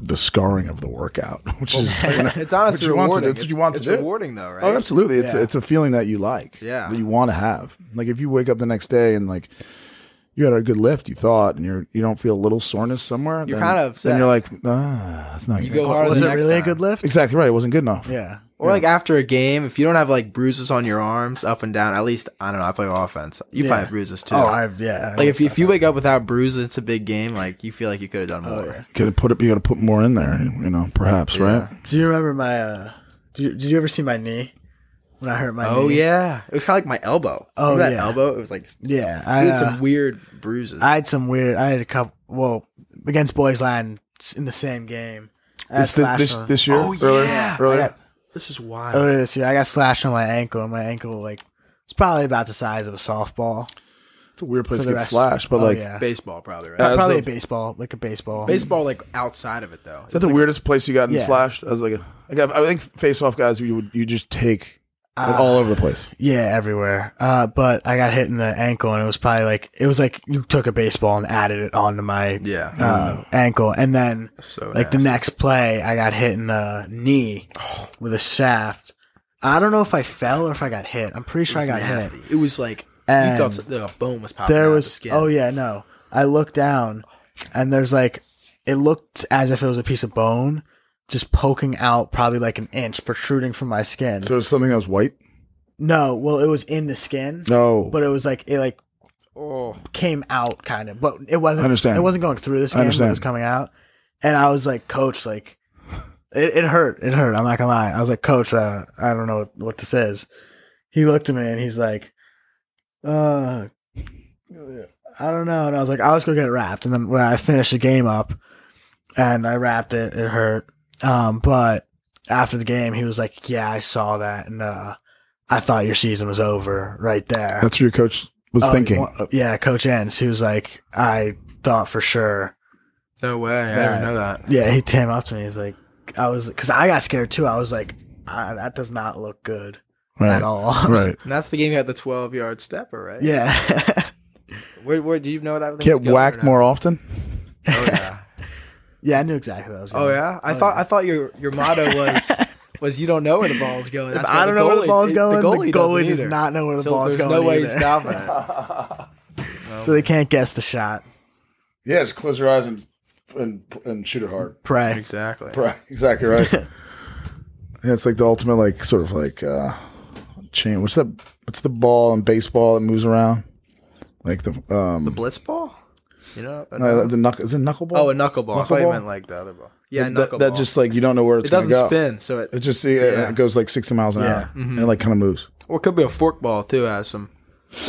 the scarring of the workout, which
Oh,
is
it's honestly
what you want to do.
rewarding.
It's what you want to
it's
do.
rewarding though, right?
Oh, absolutely. It's
Yeah.
it's a feeling that you like.
Yeah.
That you want to have. Like if you wake up the next day and like you had a good lift, you thought, and you're you don't feel a little soreness somewhere.
You're
then-
kind of upset.
Then you're like, ah, it's not.
You
good.
go harder
was
the
it
next
really a
time.
good lift?
Exactly right. It wasn't good enough.
Yeah.
Or like after a game, if you don't have like bruises on your arms, up and down, at least I don't know. I play offense. You
Yeah.
probably have bruises too.
Oh, I've yeah. I Oh,
like if
guess
you, if you wake up without bruises, it's a big game. Like you feel like you could have done more.
Could have put it. You got to put more in there. You know, perhaps right.
I- do you remember my? uh do you, Did you ever see my knee? when I hurt my
Oh
knee.
yeah, it was kind of like my elbow.
Oh,
Remember that
yeah.
elbow. It was like
Yeah.
I
I,
had some
uh,
weird bruises.
I had some weird. I had a couple. Well, against Boys Latin s- in the same game. I
This, this,
got
this,
slashed on-
this year?
Oh,
Earlier?
yeah.
Earlier?
I got-
this is wild.
earlier this year, I got slashed on my ankle, and my ankle like it's probably about the size of a softball.
it's a weird place
for
to
the
get
rest-
slashed, but
oh,
like,
yeah.
Baseball, probably right.
Uh, as
probably
a-
a baseball, like a baseball.
Baseball, like outside of it though.
is that the weirdest place you got in
Yeah.
slashed? I was like, a, like I I think face off guys, you would you just take it
Uh,
all over the place.
Yeah, everywhere. Uh, but I got hit in the ankle, and it was probably like it was like you took a baseball and added it onto my
Yeah.
uh,
Mm.
ankle, and then
so
like the next play, I got hit in the knee with a shaft. I don't know if I fell or if I got hit. I'm pretty sure I got hit.
It was like
And
you thought the bone was popping.
there
out
was
of the skin.
oh yeah no i looked down and there's like it looked as if it was a piece of bone just poking out probably like an inch protruding from my skin
So it's something that was white?
no well it was in the skin
No.
but it was like it like came out kind of but it wasn't
I understand.
it wasn't going through the skin but
understand.
it was coming out and i was like coach like it, it hurt it hurt i'm not gonna lie i was like coach uh, i don't know what, what this is he looked at me and he's like uh i don't know and i was like i'll just go get it wrapped and then when i finished the game up and i wrapped it it hurt um but after the game he was like yeah i saw that and uh i thought your season was over right there
That's what your coach was
Oh,
thinking.
well, yeah, Coach Enns, who's like, I thought for sure.
no way. I
Yeah.
didn't know that.
Yeah, he came up to me. He's like, I was, because I got scared too. I was like, ah, that does not look good
right.
at all.
Right.
And that's the game you had the twelve yard stepper, right?
yeah.
Where, where do you know that?
Get whacked more often?
Oh yeah.
yeah, I knew exactly what I was
Oh
going
yeah. I thought I thought your your motto was was you don't know where the ball's going.
If
That's why
I don't know where the
goalie-
ball's
it-
going, the goalie,
doesn't
does
either.
not know where the
So
ball's
there's
going.
no way
either.
he's stopping it.
so they can't guess the shot.
Yeah, just close your eyes and and, and shoot it hard.
Pray.
Exactly.
Right, exactly right. yeah, it's like the ultimate, like sort of like uh, chain. What's that? What's the ball in baseball that moves around? Like the um,
The blitz ball. You know. I
no,
know.
the knuckle is it knuckleball?
Oh, a knuckleball. I thought you
Knuckleball?
meant like the other ball. Yeah,
That-
knuckleball.
that, just like you don't know where it's
it doesn't
gonna go.
spin, so it,
It just it,
Yeah.
it goes like sixty miles an
Yeah.
hour, and it like kind of moves.
Or it could be a forkball too. Has some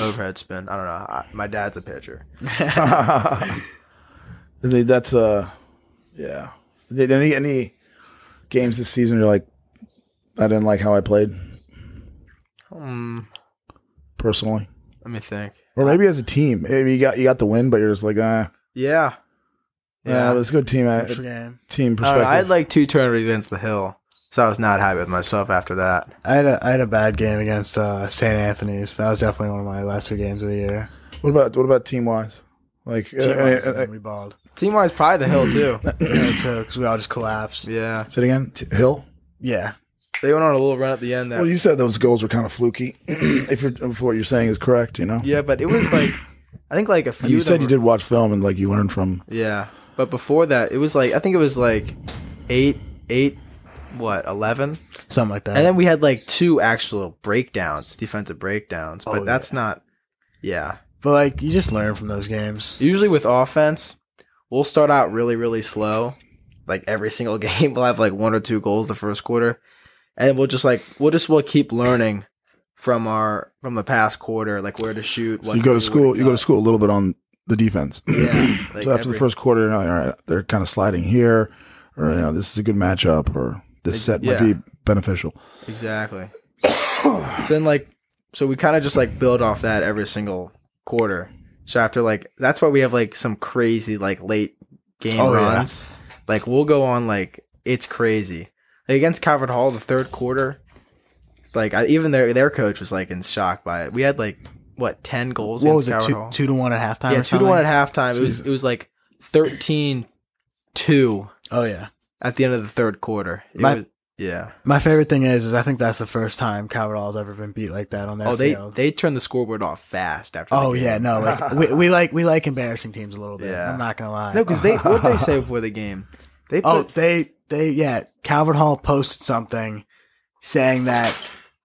overhead spin. I don't know. I, my dad's a pitcher.
They- That's uh, yeah. Did any any games this season? You're like, I didn't like how I played
Hmm.
personally,
let me think.
or maybe as a team. Maybe you got you got the win, but you're just like, ah,
Yeah.
yeah, let's go team uh,
Next game.
team
I, don't
perspective.
know, I had like two turnovers against the hill, so I was not happy with myself after that.
I had, a, I had a bad game against uh, St. Anthony's. That was definitely one of my lesser games of the year.
what about what about team wise? Like uh, uh, uh,
we balled.
Team wise, probably the hill too.
Yeah, too, because we all just collapsed.
yeah,
say it again. T- Hill.
Yeah.
they went on a little run at the end there.
Well, you said those goals were kind of fluky. if you're if what you're saying is correct, you know.
yeah, but it was like I think like a few.
And you
of
said
them
you
were-
did watch film and like you learned from.
Yeah, but before that, it was like I think it was like eight, eight, what eleven,
Something like that.
and then we had like two actual breakdowns, defensive breakdowns. But
Oh,
that's not. Yeah,
But like you just learn from those games.
usually with offense, we'll start out really, really slow. Like every single game, we'll have like one or two goals the first quarter, and we'll just like we'll just we'll keep learning from our from the past quarter, like where to shoot.
So you go to school. You go to school a little bit on the defense.
Yeah. Like
so after
every-
the first quarter, you're like, all right, they're kind of sliding here, or you know, this is a good matchup, or this set
yeah.
might be beneficial.
Exactly. so then, like, so we kind of just like build off that every single quarter. So after like, that's why we have like some crazy like late game
Oh, yeah.
runs. Like we'll go on like it's crazy. Like against Calvert Hall, the third quarter, like I, even their their coach was like in shock by it. We had like what ten goals
What was
against
it? Two,
Calvert Hall.
two to one at halftime.
yeah,
or
two to one
something?
at halftime. It was it was like 13-2
Oh yeah.
at the end of the third quarter. It
My-
was, yeah.
My favorite thing is, is I think that's the first time Calvert Hall's ever been beat like that on their
Oh, they
field.
they turned the scoreboard off fast after.
oh
the game.
yeah, no, like we, we like we like embarrassing teams a little bit.
Yeah.
I'm not gonna lie.
No, because they what they say before the game, they put
oh they they yeah Calvert Hall posted something saying that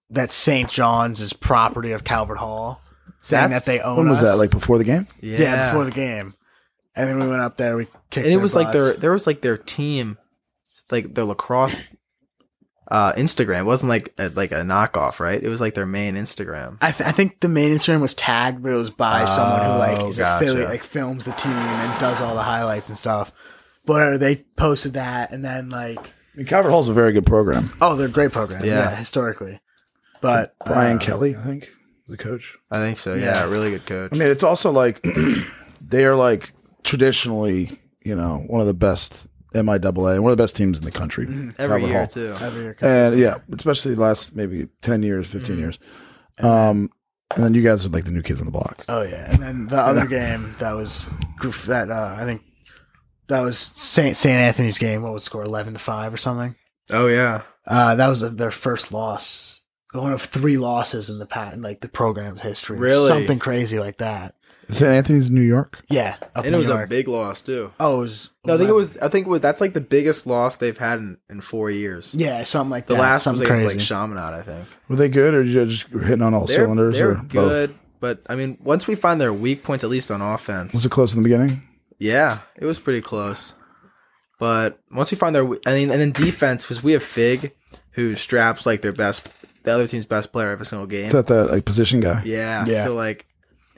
that St. John's is property of Calvert Hall, saying
That's-
that they own
When was
us.
that? Like before the game?
yeah,
yeah. before the game, and then we went up there, we kicked,
and it was like
butts.
their there was like their team, like their lacrosse. uh, Instagram. It wasn't like a, like a knockoff, right? It was like their main Instagram.
I, th- I think the main Instagram was tagged, but it was by someone who like
Oh,
is
gotcha.
affiliate, like films the team and does all the highlights and stuff. But they posted that, and then like,
I mean, Calvert Hall's a very good program.
oh, they're a great program, yeah,
Yeah.
historically. But
Brian
uh,
Kelly, I think, is the coach.
I think so. Yeah,
Yeah.
really good coach.
I mean, it's also like they are like traditionally, you know, one of the best MIAA, one of the best teams in the country.
Mm-hmm. Every
Calvert
year
Hall.
too.
every year,
and yeah, especially the last maybe ten years, 15
Mm-hmm.
years. Um, and then you guys are like the new kids on the block.
Oh yeah, and then the other game that was goof- that uh, I think that was Saint Saint Anthony's game. What was the score eleven to five or something?
Oh yeah,
Uh, that was their first loss. One of three losses in the patent, like the program's history.
Really?
something crazy like that.
St. Anthony's in New York.
Yeah, up
and
in
it was
New
a
York.
big loss too.
Oh, it was.
No, I think it
11.
was. I think it was- that's like the biggest loss they've had in, in four years.
Yeah, something like
The
that.
last one was
something
against like
crazy.
Chaminade, I think.
Were they good, or you just hitting on all
They're,
cylinders?
they're
or Both?
good, but I mean, once we find their weak points, at least on offense,
Was it close in the beginning?
Yeah, it was pretty close. But once you find their, I mean, and then defense because we have Fig, who straps like their best, the other team's best player every single game.
Is that that like position guy?
yeah,
Yeah.
So like,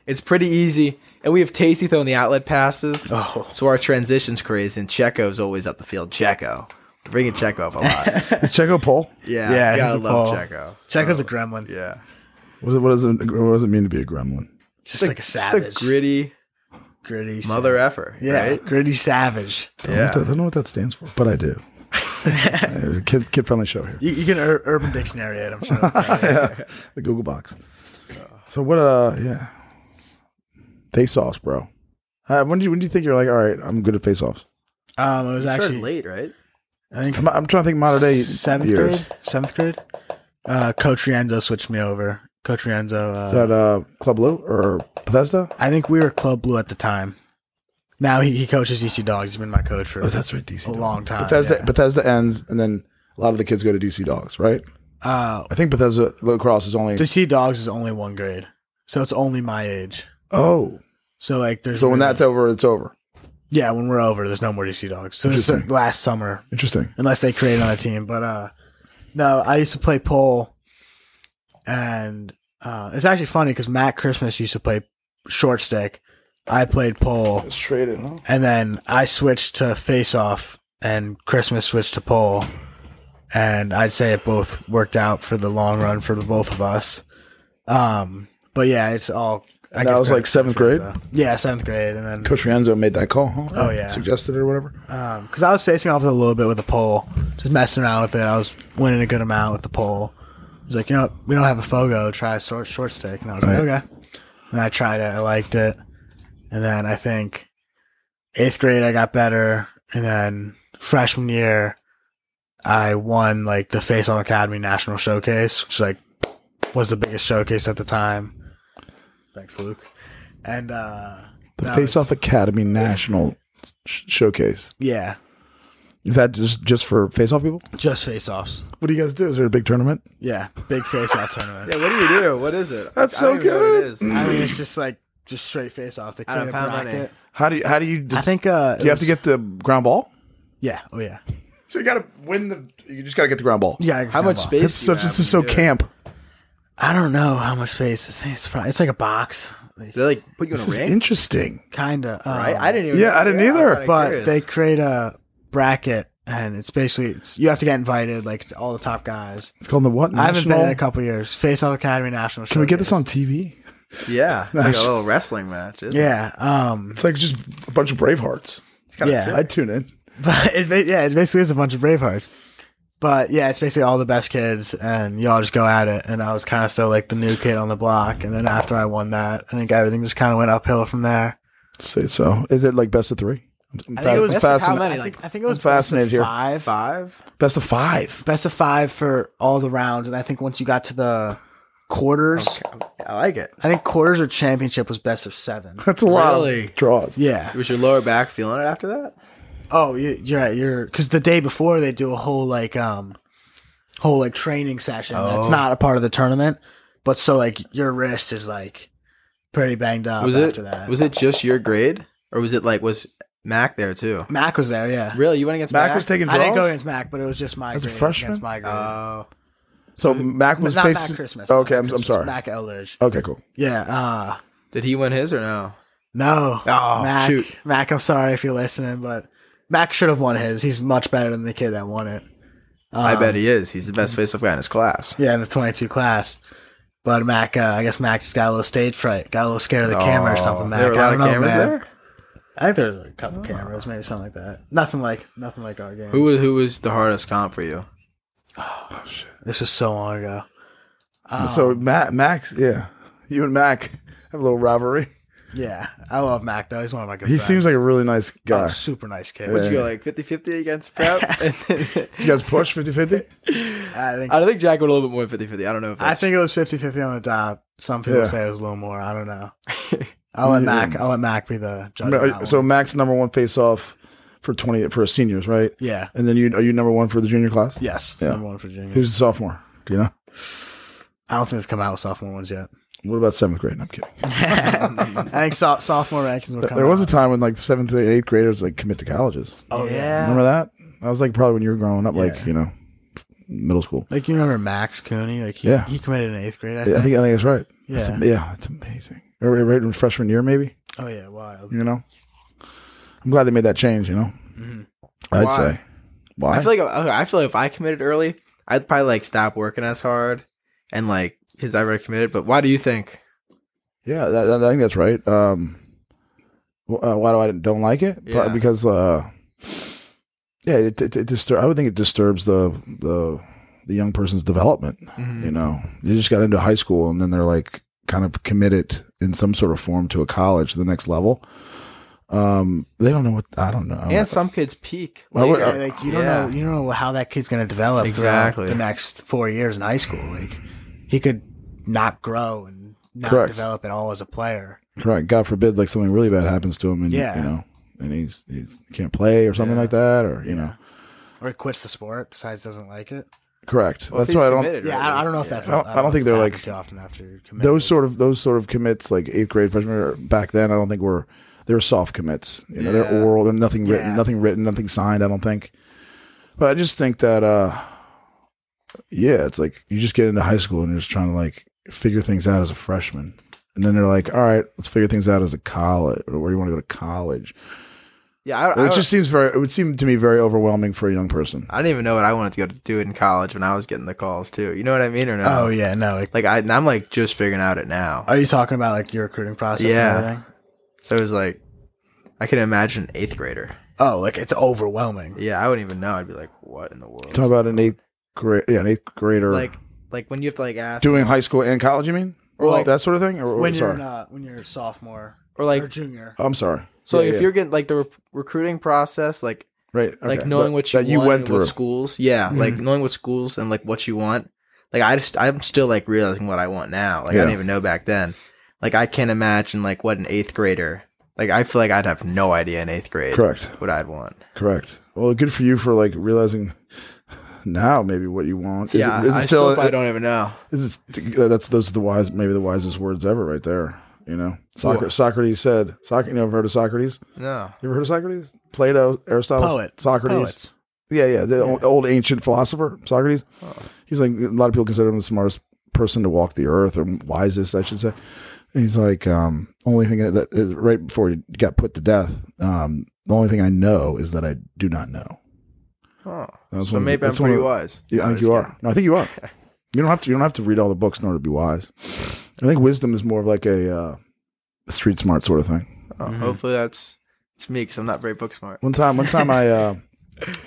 it's pretty easy, and we have Tasty throwing the outlet passes.
Oh.
So our transition's crazy, and Checo's always up the field. Checo, bringing Checo up a lot.
Is Checo Paul?
yeah,
Yeah,
you
he's
gotta
a
love
Paul.
Checo.
Checo's a gremlin.
Oh, Yeah,
What, what does it? What does it mean to be a gremlin?
just like, a savage,
just a gritty
gritty sa-
mother effer.
Yeah,
right?
gritty savage.
I don't know what that-
yeah.
I don't know what that stands for, but I do. Uh, kid, kid friendly show here.
You, you can ur- Urban Dictionary it. I'm sure.
The Google box. So what? Uh, yeah. Face offs, bro. Uh, when do you when do you think you're like? All right, I'm good at face offs.
Um, it was
He started
actually.
late, right?
I think
I'm, I'm trying to think modern day
seventh
years.
grade. Seventh grade. Uh, Coach Rienzo switched me over. Coach Rienzo. Uh,
Is that uh, Club Blue or Bethesda?
I think we were Club Blue at the time. Now he, he coaches EC Dogs. He's been my coach for
Oh, that's right, DC.
a
Dogs.
long time.
Bethesda,
yeah.
Bethesda ends, and then a lot of the kids go to DC Dogs, right?
uh,
I think Bethesda lacrosse is only.
DC Dogs is only one grade, so it's only my age.
oh,
So like, there's
so when
really-
that's over, it's over.
yeah, when we're over, there's no more DC Dogs. So this is
Interesting.
last summer,
Interesting.
unless they create another team. But uh, no, I used to play pole, and uh, it's actually funny because Matt Christmas used to play short stick. I played pole,
Straight in, huh?
and then I switched to face off, and Christmas switched to pole, and I'd say it both worked out for the long run for the both of us. Um, but yeah, it's all.
And that
give
was,
credit
like,
to
seventh
Frienzo.
grade?
Yeah, seventh grade, and then
Coach Rienzo made that call. Huh?
Oh, yeah.
suggested it or whatever.
because Um, I was facing off with a little bit with the pole, just messing around with it. I was winning a good amount with the pole. He's like, you know, what? we don't have a fogo. Try a short short stick, and I was
Right.
like, okay. And I tried it. I liked it. And then I think eighth grade, I got better. And then freshman year, I won like the Face On Academy National Showcase, which like was the biggest showcase at the time. Thanks, Luke. And uh,
The
that
Face
was-
Off Academy National sh- Showcase.
yeah,
Is that just just for Face Off people?
just face offs.
What do you guys do? Is there a big tournament?
Yeah, big face off tournament.
Yeah, what do you do? What is it?
That's
I
so
don't even know what
good.
it is.
I mean, it's just like just straight face off. They
I don't
create a
pound my
bracket.
name.
How do you how do you
I think uh,
do you have to get the ground ball?
yeah, oh yeah,
So you got to win the. You just got to get the ground ball.
yeah. I
How
forgot
much
about-
space?
That's
do
such.
you have
This is so
when you do it?
camp.
I don't know how much space. I think it's probably it's like a box,
They like put you in
This
a
is
ring,
interesting.
kinda. Um,
right? I didn't even.
Yeah, I didn't either,
I'm kinda
But
curious.
they create a bracket, and it's basically it's, you have to get invited. Like it's all the top guys.
It's called the what? National?
I haven't been in a couple years. Face Off Academy National.
Can we get this on
Showcase.
TV?
yeah, it's like a little wrestling match. Isn't it?
Yeah, um,
It's like just a bunch of Bravehearts.
it's kind of
yeah.
sick.
I'd tune in.
But it, ba- yeah, it basically is a bunch of Bravehearts. But yeah, it's basically all the best kids, and y'all just go at it. And I was kind of still like the new kid on the block. And then after I won that, I think everything just kind of went uphill from there.
Say so. Is it like best of three? I'm, fa- I'm
best of how
fascina-
many?
I
Like,
think, I think it was
fascinated
best of
here.
Five,
Five.
Best of five.
best of five for all the rounds. And I think once you got to the quarters,
I like it.
I think quarters or championship was best of seven.
That's a lot
Really?
of draws.
Yeah.
Was your lower back feeling it after that?
Oh, you, you're right. You're because the day before they do a whole like um whole like training session that's
Oh.
not a part of the tournament, but so like your wrist is like pretty banged up
Was it?
after that.
Was it just your grade, or was it like was Mac there too.
Mac was there, yeah.
Really, you went against Mac?
Mac was taking
I
draws.
didn't go against Mac, but it was just my
As a
grade
freshman?
against my grade.
Oh,
so Mac
But
was
not
facing.
Mac Christmas.
okay,
not
I'm, I'm
Christmas,
sorry.
Mac Eldridge.
Okay, cool.
Yeah. Uh,
did he win his or no?
no.
Oh,
Mac,
shoot.
Mac, I'm sorry if you're listening, but Mac should have won his. He's much better than the kid that won it.
I
Um,
bet he is. He's the best face-off guy in his class.
Yeah, in the 22 class. But Mac, uh, I guess Mac just got a little stage fright, got a little scared of the camera or something. Mac,
Oh. There were a
I
lot
don't
of
know,
cameras
man.
there.
I think there was a couple cameras, maybe something like that. Nothing like, nothing like our game.
Who was who was the hardest comp for you?
This was so long ago. Um,
so Mac, Max, yeah, you and Mac have a little rivalry.
Yeah, I love Mac though. He's one of my good.
He
friends.
seems like a really nice
Oh,
guy.
super nice kid.
Would you go like 50-50 against Prep?
You guys push 50-50?
I think.
I don't think Jack went a little bit more 50-50. I don't know if
I
that's
think it was 50-50 on the top. Some people
Yeah.
say it was a little more. I don't know. I'll let Mac. I'll let Mac be the
I
judge.
mean,
of
are
that
you- uh, so
one.
Mac's number one face off for twenty for seniors, right?
yeah.
And then you are you number one for the junior class?
Yes.
Yeah.
Number one for junior.
Who's the sophomore? Do you know?
I don't think they've come out with sophomore ones yet.
What about seventh grade? No, I'm kidding.
I think so- sophomore rankings will come.
There was a
out.
time when like seventh and eighth graders like commit to colleges.
Oh yeah.
Remember that? That was like probably when you were growing up, like
Yeah.
you know, middle school.
Like you remember Max Cooney? Like he,
Yeah.
he committed in eighth grade. I
Yeah,
think.
I think I think that's right. That's
Yeah.
am- yeah, that's amazing. Or Right, right in freshman year, maybe.
Oh yeah. Wild.
You know, I'm glad they made that change. You know, I'd
Why?
say. Why?
Mm-hmm. I feel like okay, I feel like if I committed early, I'd probably like stop working as hard and like because I already committed. But why do you think?
Yeah, that, that- I think that's right. Um, wh- uh, why do I don't like it?
Yeah.
Pro- Because uh, yeah, it, it, it distur- I would think it disturbs the the the young person's development.
Mm-hmm.
You know, they just got into high school and then they're like kind of committed in some sort of form to a college, the next level. Um, they don't know what I don't know.
And some kids peak.
Why would-
later.
uh,
like you don't
Yeah.
know you don't know how that kid's going to develop exactly
Exactly.
the next four years in high school. Like he could not grow and not
Correct.
develop at all as a player.
Correct. God forbid, like something really bad happens to him, and
Yeah.
you know, and he's he's can't play or something like that, or you know,
Or he quits the sport, decides he doesn't like it.
correct.
Well, if
that's
he's
why I don't.
committed
Yeah,
early,
I, I don't know if that's.
I don't-
I
I don't
know
think
if
they're, like-
it's happened too often after you're committed.
those sort of those sort of commits like eighth grade freshman or back then i don't think were they were soft commits you know
Yeah.
they're oral they're nothing
Yeah.
written nothing written nothing signed i don't think but i just think that uh yeah it's like you just get into high school and you're just trying to like figure things out as a freshman and then they're like all right let's figure things out as a college or where you want to go to college
yeah, I, I,
it just seems very it would seem to me very overwhelming for a young person
I didn't even know what I wanted to go to do in college when I was getting the calls too. You know what I mean or no?
oh yeah, no. Like,
Like I, and I'm like just figuring out it now.
are you talking about like your recruiting process?
Yeah.
And everything?
So it was like, I can imagine an eighth grader.
Oh, like it's overwhelming.
Yeah, I wouldn't even know. I'd be like, what in the world?
talk about an eighth grade yeah an eighth grader
Like, like when you have to like ask,
doing high school and college you mean or
Well,
like that sort of thing or
When
sorry
you're not, when you're a sophomore
or like,
or junior.
i'm sorry
so
Yeah,
if
yeah.
you're getting like the re- recruiting process, like
right okay.
like knowing
That-
what you,
that you
want
went
and
through Mm-hmm.
what schools yeah like knowing what schools and like what you want like i just i'm still like realizing what i want now like i
Yeah.
didn't even know back then like i can't imagine like what an eighth grader like i feel like i'd have no idea in eighth grade
correct
what i'd want
correct well good for you for like realizing now maybe what you want is
yeah
it, is it
i
still,
still, probably don't even know
is it, that's those are the wise maybe the wisest words ever right there you know Socr-
Wha-
socrates said socrates you never heard of socrates
no
you ever heard of socrates plato aristotle
Poet.
socrates
Poets.
yeah yeah the o- old ancient philosopher socrates
Oh.
he's like a lot of people consider him the smartest person to walk the earth or wisest i should say And he's like um only thing that, that right before he got put to death um the only thing i know is that i do not know
oh
That's
so
one of the-
maybe i'm
that's one
pretty
of the-
wise
Yeah,
No,
I
I'm
think
just
you are.
kidding.
No, I think you are. you don't have to. You don't have to read all the books in order to be wise. I think wisdom is more of like a uh, street smart sort of thing.
Oh, hopefully that's it's me because i'm not very book smart
One time, one time I, uh,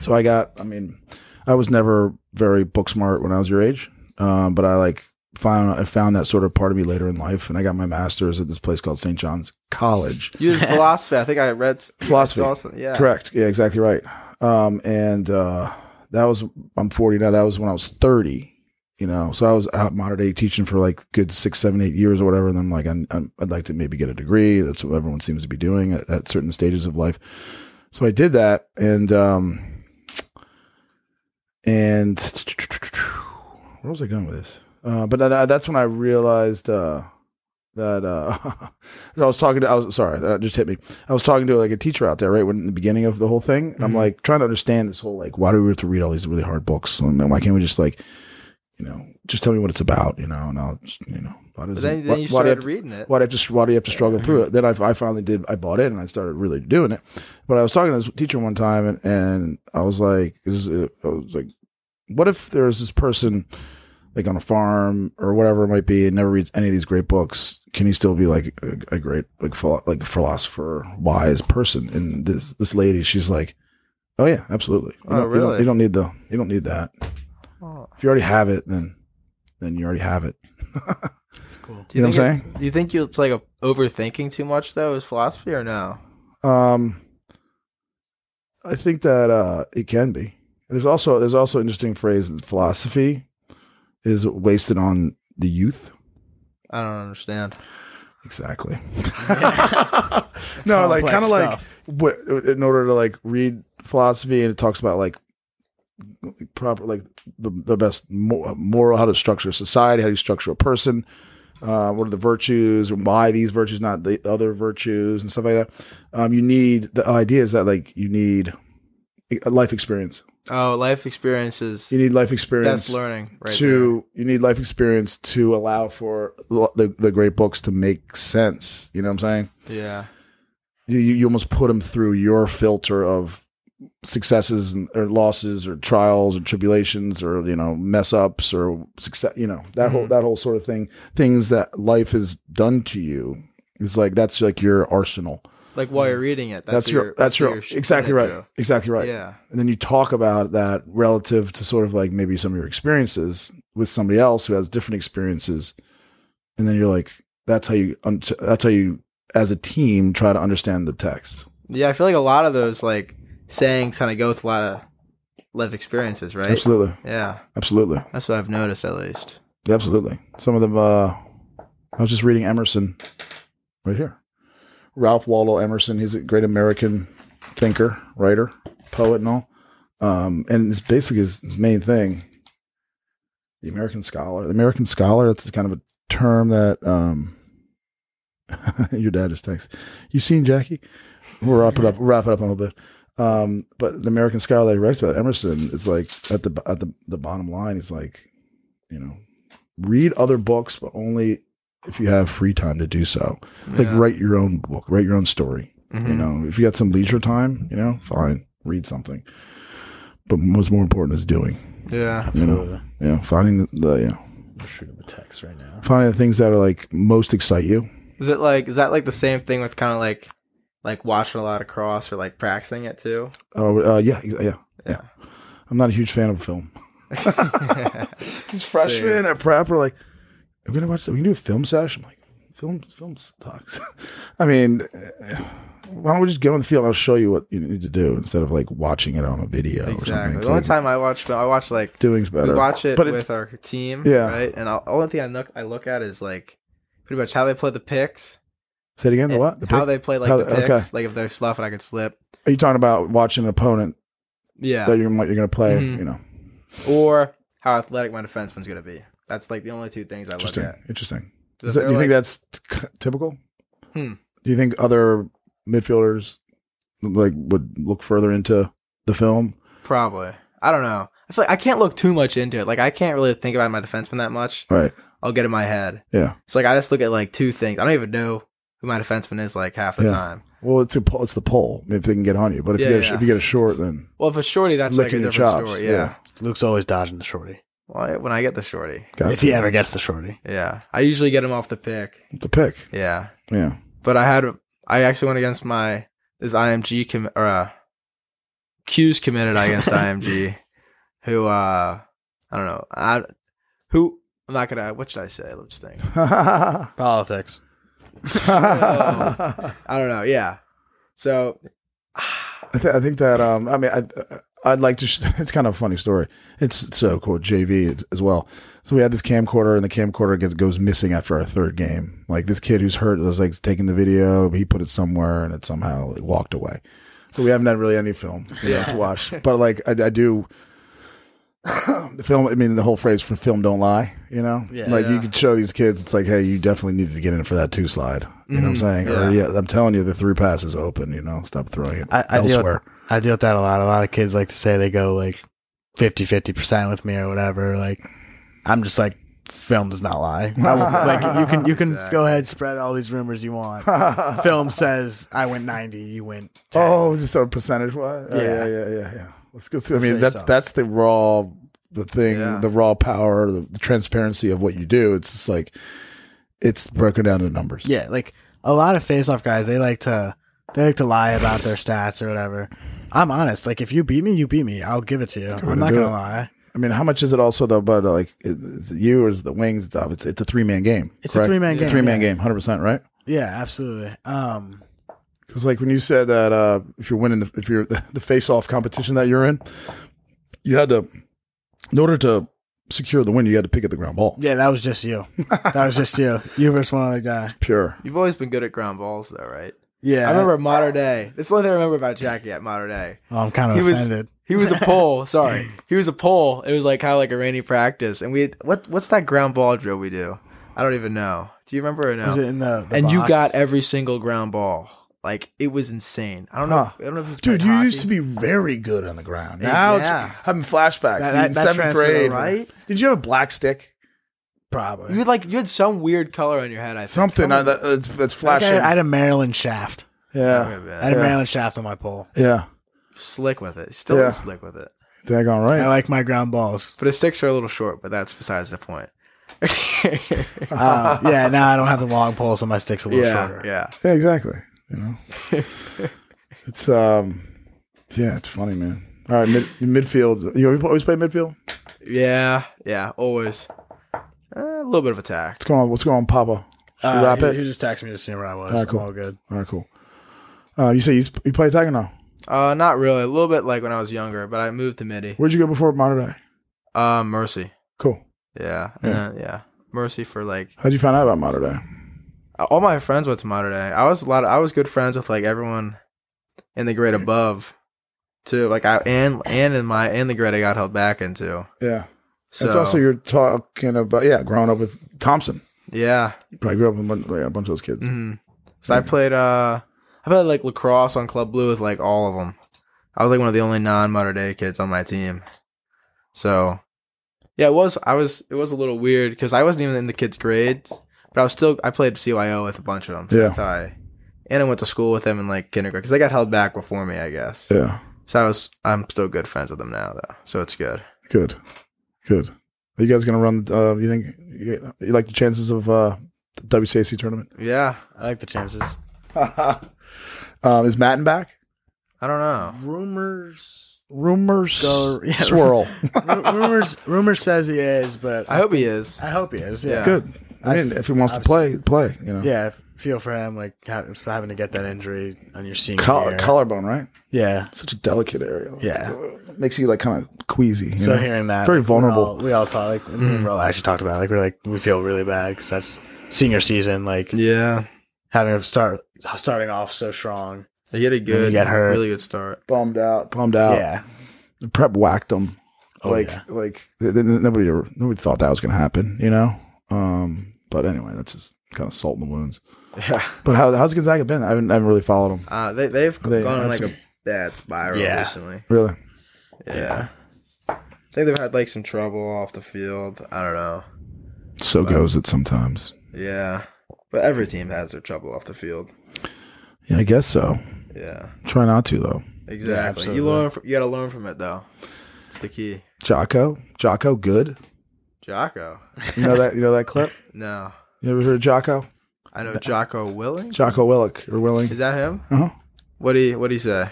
so I got. I mean, I was never very book smart when I was your age, um, but I like found I found that sort of part of me later in life, and I got my master's at this place called St. John's College.
you did philosophy i think i read
Philosophy.
I saw some- yeah
Correct. Yeah, exactly right. Um, and uh, that was I'm 40 now. That was when I was 30. You know, so I was out modern day teaching for like good six, seven, eight years or whatever. And I'm like, I'm, I'm, I'd like to maybe get a degree. That's what everyone seems to be doing at, at certain stages of life. So I did that, and um, and where was I going with this? Uh, but that, that's when I realized uh, that uh, I was talking to. I was sorry, that just hit me. I was talking to like a teacher out there, right when in the beginning of the whole thing. I'm
Mm-hmm.
like trying to understand this whole like why do we have to read all these really hard books? And then why can't we just like you know just tell me what it's about? You know, and I'll just, you know why does
But then,
it-
then
why-
you
why do
started
have to-
reading it.
why do I have to why do you have to struggle through it? Then I, I finally did. I bought it and I started really doing it. But I was talking to this teacher one time and, and I was like, this is, I was like, what if there's this person like on a farm or whatever it might be and never reads any of these great books? Can he still be like a, a great like philo- like philosopher, wise person? And this this lady, she's like, oh yeah, absolutely. You
Oh,
don't- You don't,
really?
you don't need the you don't need that.
Oh.
If you already have it, then then you already have it.
Cool.
Do you
You know
think
what I'm
it- Do you think you it's like a, overthinking too much though? Is philosophy or no?
Um, I think that uh, it can be. There's also there's also an interesting phrase that philosophy is wasted on the youth.
I don't understand.
Exactly. no, like
Complex
kind of like
stuff.
what in order to like read philosophy and it talks about like proper like the, the best mo- moral how to structure society how do you structure a person uh, what are the virtues and why these virtues not the other virtues and stuff like that um, you need the idea is that like you need e, a life experience
Oh, life experiences.
you need life experience
That's learning right
to you need life experience to allow for lo- the, the great books to make sense you know what i'm saying
there. Yeah.
you, you you almost put them through your filter of successes and, or losses or trials or tribulations or you know mess ups or success you know that whole
Mhm.
that whole sort of thing things that life has done to you is like that's like your arsenal
Like while you're reading it.
Mm. that's,
That's, what
your
you're-
that's
what
your
you're sh-
exactly
gonna
right
do.
exactly right
Yeah.
and then you talk about that relative to sort of like maybe some of your experiences with somebody else who has different experiences and then you're like that's how you un- that's how you as a team try to understand the text
Yeah, I feel like a lot of those like sayings kind of go with a lot of life experiences, right?
absolutely
Yeah,
Absolutely.
that's what I've noticed at least.
Absolutely. Some of them, uh, I was just reading Emerson right here. Ralph Waldo Emerson. He's a great American thinker, writer, poet, and all. Um, and it's basically his main thing the American scholar. The American scholar, that's kind of a term that, um, your dad just texts. You seen Jackie? We'll wrap it up, wrap it up a little bit. Um, but the American scholar that he writes about Emerson is like at the, at the, the bottom line is like, you know, read other books, but only if you have free time to do so. Like
Yeah.
write your own book, write your own story. You
Mhm.
know, if you got some leisure time, you know, fine, read something. But what's more important is doing.
Yeah.
You know,
Absolutely.
you know, finding the, the you know,
Shoot him a text right now.
finding the things that are like most excite you.
Is it like is that like the same thing with kind of like like watching a lot of cross or like practicing it too?
Oh, uh, yeah, yeah, yeah,
Yeah.
I'm not a huge fan of film. These freshmen at prep are like, "We're gonna watch. We can do a film session." I'm like, film, film sucks. I mean, eh, why don't we just get on the field? and I'll show you what you need to do instead of like watching it on a video. Or something.
exactly.
It's
The only
like,
time I watch film, I watch like
doing's better.
We watch it
but
with our team,
Yeah.
right? And I'll, only thing I look I look at is like pretty much how they play the picks,
say it again. The
and
what? The
how
pick?
they play like
How
the
they-
picks,
okay.
like if they're sloughing, I can slip.
are you talking about watching an opponent
Yeah,
that you're what you're gonna play?
Mhm.
You know,
or how athletic my defenseman's going to be. That's like the only two things I look
interesting.
at.
Interesting.
So
Is that,
they're
do you
like-
think that's t- typical?
Hmm.
Do you think other midfielders like would look further into the film?
probably? I don't know. I feel like I can't look too much into it. Like I can't really think about my defenseman that much.
Right.
I'll get in my head.
Yeah.
So like I just look at like two things. I don't even know who my defenseman is like half the
Yeah.
time.
Well, it's a po- it's the poll. If they can get on you, but if
Yeah,
you get a,
yeah.
if you get a short, then
Well, if it's shorty, that's
licking
like
your
a different
chops.
story.
yeah,
Yeah.
Luke's always dodging the shorty.
Well, I- when I get the shorty,
got
if
to.
he ever gets the shorty.
Yeah, I usually get him off the pick.
the pick.
Yeah,
Yeah,
but I had I actually went against my this IMG com- or uh, Q's committed against IMG, who uh I don't know I who I'm not gonna what should I say? Let's think.
Politics.
I,
I don't know. Yeah, so
th- I think that um, I mean, I, I'd like to. Sh- it's kind of a funny story. It's uh, so cool, JV as- as well. So we had this camcorder, and the camcorder gets goes missing after our third game. Like this kid who's hurt was like taking the video, he put it somewhere, and it somehow like, walked away. So we haven't had really any film you know,
Yeah.
to watch, but like I, I do. the film. I mean, the whole phrase for "film don't lie." You know,
Yeah.
like you
Yeah.
could show these kids, it's like, hey, you definitely needed to get in for that two slide. You know what I'm saying? Or
yeah.
yeah, I'm telling you, the three pass is open. You know, stop throwing it
I, I deal with,
elsewhere.
I deal with that a lot. A lot of kids like to say they go like 50 50% with me or whatever. Like, I'm just like, film does not lie. I will- like, you can, you can
Exactly.
go ahead and spread all these rumors you want. film says I went 90, you went 10.
Oh, just a percentage wise. Yeah. yeah,
Yeah.
yeah, yeah, yeah. Let's go. See. I mean,
Say
that's
so.
that's the raw, the thing,
Yeah.
the raw power, the, the transparency of what you do. It's just like it's broken down to numbers.
Yeah, like a lot of face-off guys, they like to they like to lie about their stats or whatever. I'm honest. Like if you beat me, you beat me. I'll give it to you.
way
I'm
to
not
do
gonna
it.
lie.
I mean, how much is it also though? But like, is it you or is it the wings? It's it's, it's a three man game.
It's
correct?
a three man
It's
game.
a three man
yeah.
game, hundred percent, right?
Yeah, absolutely. Um,
Because like when you said that uh, if you're winning the if you're the face off competition that you're in, you had to in order to secure the win, you had to pick at the ground ball.
yeah, that was just you. that was just you. You versus one other guy.
Pure.
You've always been good at ground balls, though, right?
Yeah,
I remember Modern Day. That's the only thing I remember about Jackie at Modern Day.
Oh, I'm kind of
He was-
offended.
He was a pole. sorry, he was a pole. It was like kind of like a rainy practice. And we had, what what's that ground ball drill we do? I don't even know. Do you remember or no?
Was it in the, the
and you
box?
got every single ground ball. Like it was insane. I don't know.
Huh.
I don't know if it was
Dude,
played
you
hockey.
used to be very good on the ground. Now
yeah.
it's having flashbacks.
That-
You
that-
in
that
seventh
transfer,
grade,
right?
Did you have a black stick?
probably.
You had like you had some weird color on your head. I think.
Something uh, that, that's, that's
Like,
flashing.
I, had, I had a Maryland shaft.
yeah,
Something
I
like
had
that.
a
Yeah.
Maryland shaft on my pole.
yeah.
slick with it. Still
Yeah.
slick with it.
Daggone
I
right.
like my ground balls.
But his sticks are a little short. But that's besides the point.
Um, yeah, now I don't have the long pole, so my stick's a little
yeah,
shorter.
yeah.
Yeah, exactly. You know, it's um, yeah, it's funny, man. All right, mid, midfield. You always play midfield.
Yeah, yeah, always. Uh, a little bit of attack.
What's going on? What's going on, Papa? Should we
Uh,
wrap
he,
it.
he just texted me to see where I was.
Alright,
I'm
cool.
all good.
All right, cool. Uh, you say you, sp- you play tag or no?
Uh, not really. A little bit like when I was younger, but I moved to Midi.
Where'd you go before Monterey?
Uh, Mercy.
Cool.
Yeah, and then- yeah. Mercy for like
How'd you find out about Monterey?
all my friends went to Modern Day. I was a lot. Of, I was good friends with like everyone in the grade above, too. Like I and and in my and the grade I got held back into.
Yeah,
So
it's also you're talking about yeah, growing up with Thompson.
yeah.
Probably grew up with a bunch, like, a bunch of those kids.
Mm-hmm. So I played. Uh, I played like lacrosse on Club Blue with like all of them. I was like one of the only non-Modern Day kids on my team. So, yeah, it was. I was. It was a little weird because I wasn't even in the kids' grades, but I was still. I played CYO with a bunch of them. So
Yeah.
That's how I. And I went to school with them in like kindergarten because they got held back before me, I guess.
Yeah,
So I was. I'm still good friends with them now, though. So it's good.
good, good. Are you guys gonna run? Uh, you think you, you like the chances of uh, the WCAC tournament?
Yeah.
I like the chances.
um, is Matten back?
I don't know.
Rumors.
Rumors
Go- yeah.
swirl.
Ru- rumors. Rumors says he is, but
I hope he is.
I hope he is. Yeah.
Yeah.
good. I mean, if he wants to play, play. You know,
Yeah. Feel for him, like ha- having to get that injury on your senior
Coll-
year.
collarbone, right?
yeah.
Such a delicate area. uh,
Yeah.
makes you like kind of queasy. you
So
know?
hearing that,
very
like,
vulnerable.
We all, we all talk. Like me and Ro actually talked about. It. Like we're like we feel really bad because that's senior season. Like
Yeah.
having to start starting off so strong.
They get a good,
got hurt.
really good start.
bummed out, bummed out.
Yeah.
The prep whacked him.
Oh,
like,
yeah.
like th- th- nobody, ever- nobody thought that was going to happen. You know. Um, but anyway, that's just kind of salt in the wounds.
Yeah.
But how, how's Gonzaga been? I haven't, I haven't really followed him.
Uh, they they've
They-
gone on
that's-
like a bad spiral
Yeah.
recently.
Really?
Yeah. I think they've had like some trouble off the field. I don't know.
So goes it sometimes.
Yeah. But every team has their trouble off the field.
Yeah, I guess so.
Yeah.
Try not to though.
Exactly.
absolutely.
you learn fr- you got to learn from it though. It's the key.
Jocko, Jocko, good.
Jocko.
You know that? You know that clip?
No.
You ever heard of Jocko?
I know Jocko Willing.
Jocko Willick or Willing?
Is that him?
Uh-huh.
What do you what do you say?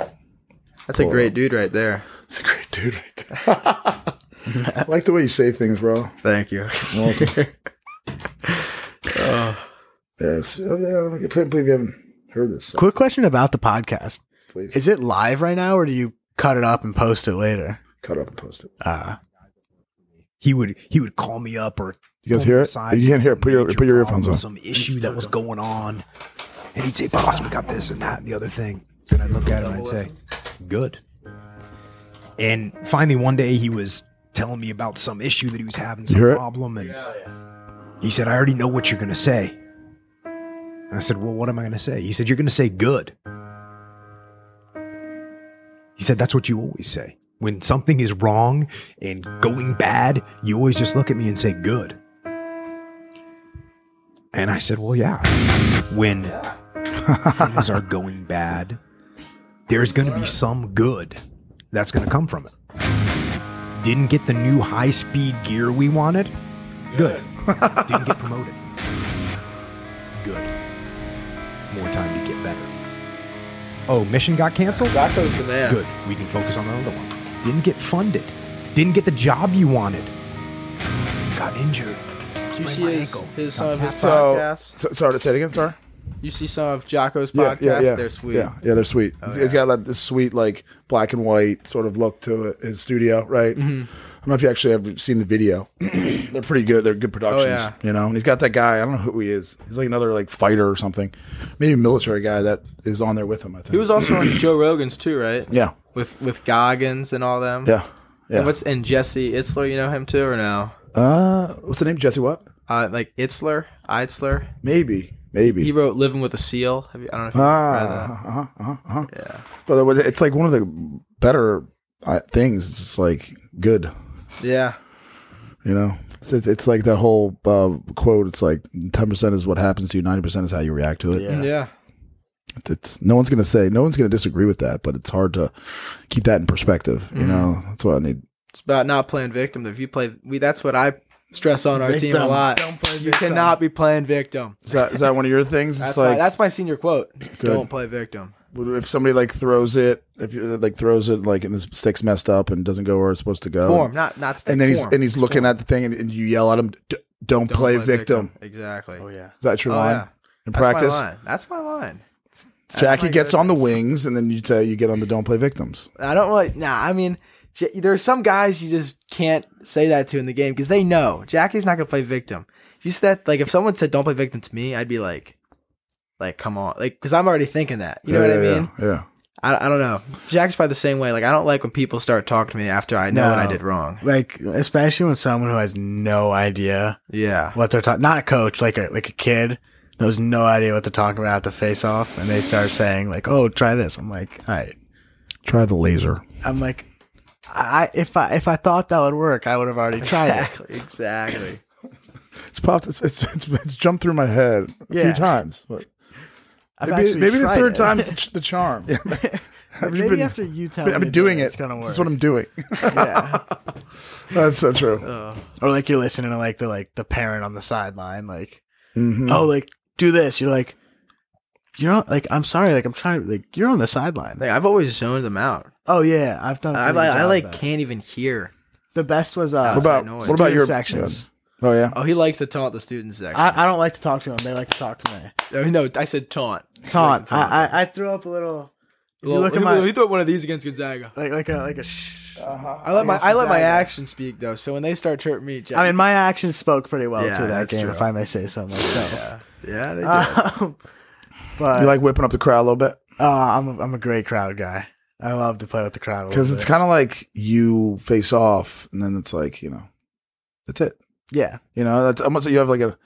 That's a great dude right there.
It's a great dude right there. I like the way you say things, bro.
Thank you.
Uh, There's, I can't believe you haven't heard this.
Quick question about the podcast.
Please
Is it live right now, or do you cut it up and post it later?
cut up and post it.
Uh, he would he would call me up or
You guys hear it?
Side
You can't hear it.
some
Put your
major
put your
problem,
earphones on.
Some issue that was going on, and he'd say, "Boss, we got this and that and the other thing." And I'd look at him and I'd say, "Good." And finally, one day he was telling me about some issue that he was having, some
hear it?
problem, and he said, "I already know what you're gonna say." And I said, "Well, what am I gonna say?" He said, "You're gonna say good." He said, "That's what you always say when something is wrong and going bad. You always just look at me and say good." And I said, "Well, yeah, when things are going bad." there's going to be some good that's going to come from it. Didn't get the new high speed gear we wanted? Good. Didn't get promoted? Good. More time to get better. Oh, mission got canceled?
Rocco's the man.
Good. We can focus on another one. Didn't get funded. Didn't get the job you wanted. Got injured.
Did you
Sprained
see
my
his,
ankle.
his, some
Got
of his
tapped out.
So,
podcasts?
so sorry to say it again. Sorry.
You see some of Jocko's
Yeah,
podcasts?
yeah, yeah.
They're sweet. Oh,
Yeah, yeah, they're sweet. It's it's got like this sweet, like black and white sort of look to it, his studio, right?
Mm-hmm.
I don't know if you actually have seen the video. they're pretty good. They're good productions,
Oh, yeah.
you know. And he's got that guy. I don't know who he is. He's like another like fighter or something, maybe military guy that is on there with him. I think
He was also on Joe Rogan's too, right?
Yeah,
With with Goggins and all them.
yeah, yeah.
And what's and Jesse Itzler? You know him too or no?
uh, what's the name? Jesse? What?
Uh, like Itzler, Itzler.
Maybe, maybe.
He wrote "Living with a Seal." Have you, I don't know. If you read that.
Ah, uh-huh, uh-huh, uh-huh. yeah. But it was- it's like one of the better uh, things. It's just like good.
Yeah.
You know, it's, it's, it's like that whole uh, quote. It's like ten percent is what happens to you, ninety percent is how you react to it.
yeah,
It's, it's- no one's gonna say, no one's gonna disagree with that. But it's hard to keep that in perspective. You know, that's what I need.
It's about not playing victim. If you play, we that's what I stress on our team a
Victim.
lot. you cannot be playing victim.
Is that is that one of your things?
That's
It's
my,
like
that's my senior quote. Don't play victim.
if somebody like throws it, if you, like throws it like and his stick's messed up and doesn't go where it's supposed to go.
Form, not not stick
Oh. And then he's
form.
and he's looking at the thing and, and you yell at him, D- "Don't,
Don't
play, victim.
Exactly.
Oh yeah.
Is that your
Oh,
line?
yeah.
In
That's
practice,
my line. That's my line.
Jackie
my
gets on the
goodness.
wings, and then you tell you get on the don't play victims.
I don't really. Nah, I mean, J- there's some guys you just can't say that to in the game because they know Jackie's not gonna play victim. If you said that, like, if someone said don't play victim to me, I'd be like, like, come on, like, because I'm already thinking that. You know
yeah,
what I
yeah,
mean?
Yeah.
I, I don't know. Jack's probably the same way. Like, I don't like when people start talking to me after I know what I
No.
did wrong.
Like especially when someone who has no idea
Yeah.
what they're talking, not a coach, like a like a kid knows no idea what they're talking about at the face off, and they start saying like, "Oh, try this." I'm like, all right.
Try the laser.
I'm like, I if I if I thought that would work, I would have already tried it.
Exactly. Exactly.
It's popped. It's it's, it's, it's jumped through my head a few
Yeah.
times. But
I've
maybe
actually
maybe the
tried
third
it.
time's the, ch- the charm. Have you
Maybe
been-
after you tell me
I've
to
been
do
doing
it,
it.
it's gonna
This is
work.
what I'm doing.
yeah.
That's so true.
Or like you're listening to like the like the parent on the sideline, like,
Mm-hmm.
oh, like do this. You're like, you're on, like, I'm sorry, like I'm trying, like you're on the sideline.
Like, I've always zoned them out.
oh yeah, I've done. a
I,
great
I, I
job
like
then.
can't even hear.
the best was uh,
What about
noise.
what about your
sections?
Oh yeah.
Oh, he likes to taunt the student section.
I, I don't like to talk to them. They like to talk to me.
oh, no, I said taunt.
Taunt. I, I I threw up a little. If you
Well,
look
he,
at my
he threw one of these against Gonzaga.
like like a like a. Sh-
I let my
Against
I let my
Gonzaga.
action speak though. So when they start hurting me, Jack,
I mean, my actions spoke pretty well
Yeah,
to that
that's
game,
true.
if I may say so myself.
yeah, they do.
Um, but
You like whipping up the crowd a little bit
uh, I'm a, I'm a great crowd guy. I love to play with the crowd a
because
little
it's
bit.
kind of like you face off, and then it's like you know, that's it.
yeah.
You know, that's almost you have like a.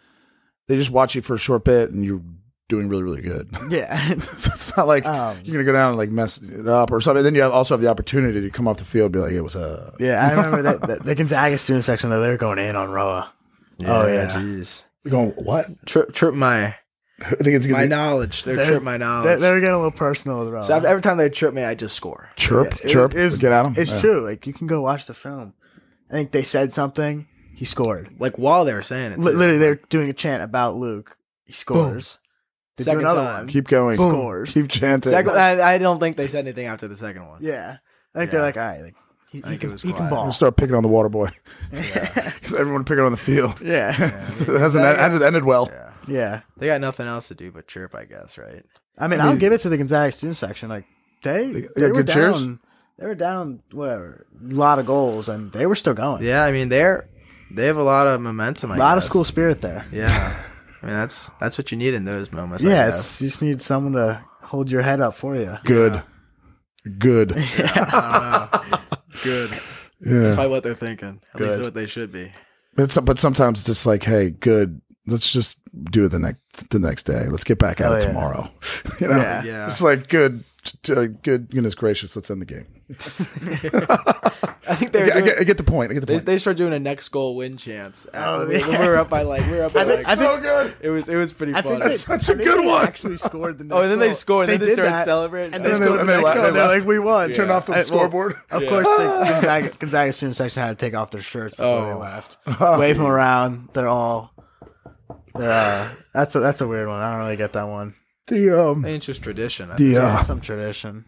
They just watch you for a short bit, and you're doing really really good.
Yeah.
so it's not like
Um,
you're gonna go down and like mess it up or something. Then you have, also have the opportunity to come off the field, and be like, "It was a
yeah. I remember that, that the Gonzaga student section though, they were going in on Roa. oh yeah.
jeez.
going what?"
Trip trip my
I think it's gonna
my knowledge. They
They're-
trip my
They,
knowledge.
they were getting a little personal with Roa.
Oh, so I've- every time they trip me, I just score.
chirp,
It-
chirp,
it's-
get at him.
It's
Yeah.
true. Like you can go watch the film. I think they said something. He scored.
Like while they were saying it,
Li-
too.
Literally, they're doing a chant about Luke. He scores. They
Second
do another
time.
one.
Keep going.
Boom. Scores.
Keep chanting.
Second, I, I don't think they said anything after the second one.
yeah. I think
Yeah.
they're like, all right, like, he,
think
he,
it
can,
was
he can
quiet.
We'll
ball.
start picking on the water boy because everyone picking on the field.
Yeah.
it hasn't
Gonzaga-
hasn't ended well.
Yeah.
Yeah.
They got nothing else to do but chirp, I guess, right?
I mean, I will give it to the Gonzaga student section. Like they, they,
got
were
good cheers?
down. They were down whatever, a lot of goals, and they were still going.
Yeah, I mean they're they have a lot of momentum. I
a lot of
guess.
school spirit there.
Yeah, I mean that's that's what you need in those moments. I
Yeah,
guess.
it's, you just need someone to hold your head up for you.
Good, good.
good.
Yeah.
That's probably what they're thinking. At least
Good.
what they should be.
But, some- but sometimes it's just like, hey, good. Let's just do it the next the next day. Let's get back at
Oh,
it
yeah.
tomorrow. you know,
Yeah.
Yeah.
it's like good, uh, good goodness gracious. Let's end the game.
I think
I
they're.
get, I
Doing,
get- I get the point. I get the
they,
point.
they started doing a next goal win chance.
Oh,
after- when
yeah.
we were up by like we were up by
think-
like.
I think-
so good.
it was it was pretty
I
fun.
think they,
That's a
I think
good
they
one.
Actually scored the. Next
oh, and then they
goal.
scored. And
They
then
did
they started
that,
celebrating.
and
Oh,
they
And then-
scored
and
the
they
next
left-
goal.
they
They're
left.
like, we won.
Turn off the
I- well,
scoreboard.
Of
Yeah.
course, the Gonzaga, Gonzaga student section had to take off their shirts before they
Oh.
left. Wave them around. They're all. They're, uh, that's a that's a weird one. I don't really get that one.
the um
it's just tradition. I
the
Yeah,
uh,
some tradition.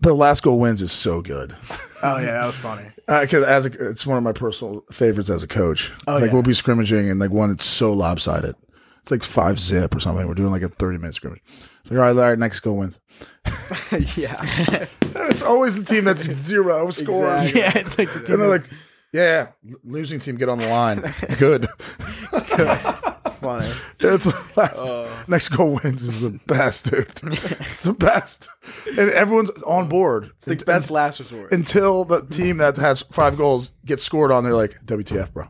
the last goal wins is so good.
Oh yeah, that was funny.
Because as a, it's one of my personal favorites as a coach.
Oh,
like
yeah.
we'll be scrimmaging and like one it's so lopsided. It's like five zip or something. We're doing like a thirty minute scrimmage. It's like all right, all right, next goal wins.
think. yeah.
It's always the team that's zero scores.
Exactly.
Yeah, it's like the
And they're
team
like, yeah, l- losing team get on the line. Good.
funny.
It's last, next goal wins is the best, dude. it's the best, and everyone's on board. It's
the best last resort.
until the team that has five goals gets scored on, they're like, WTF, bro.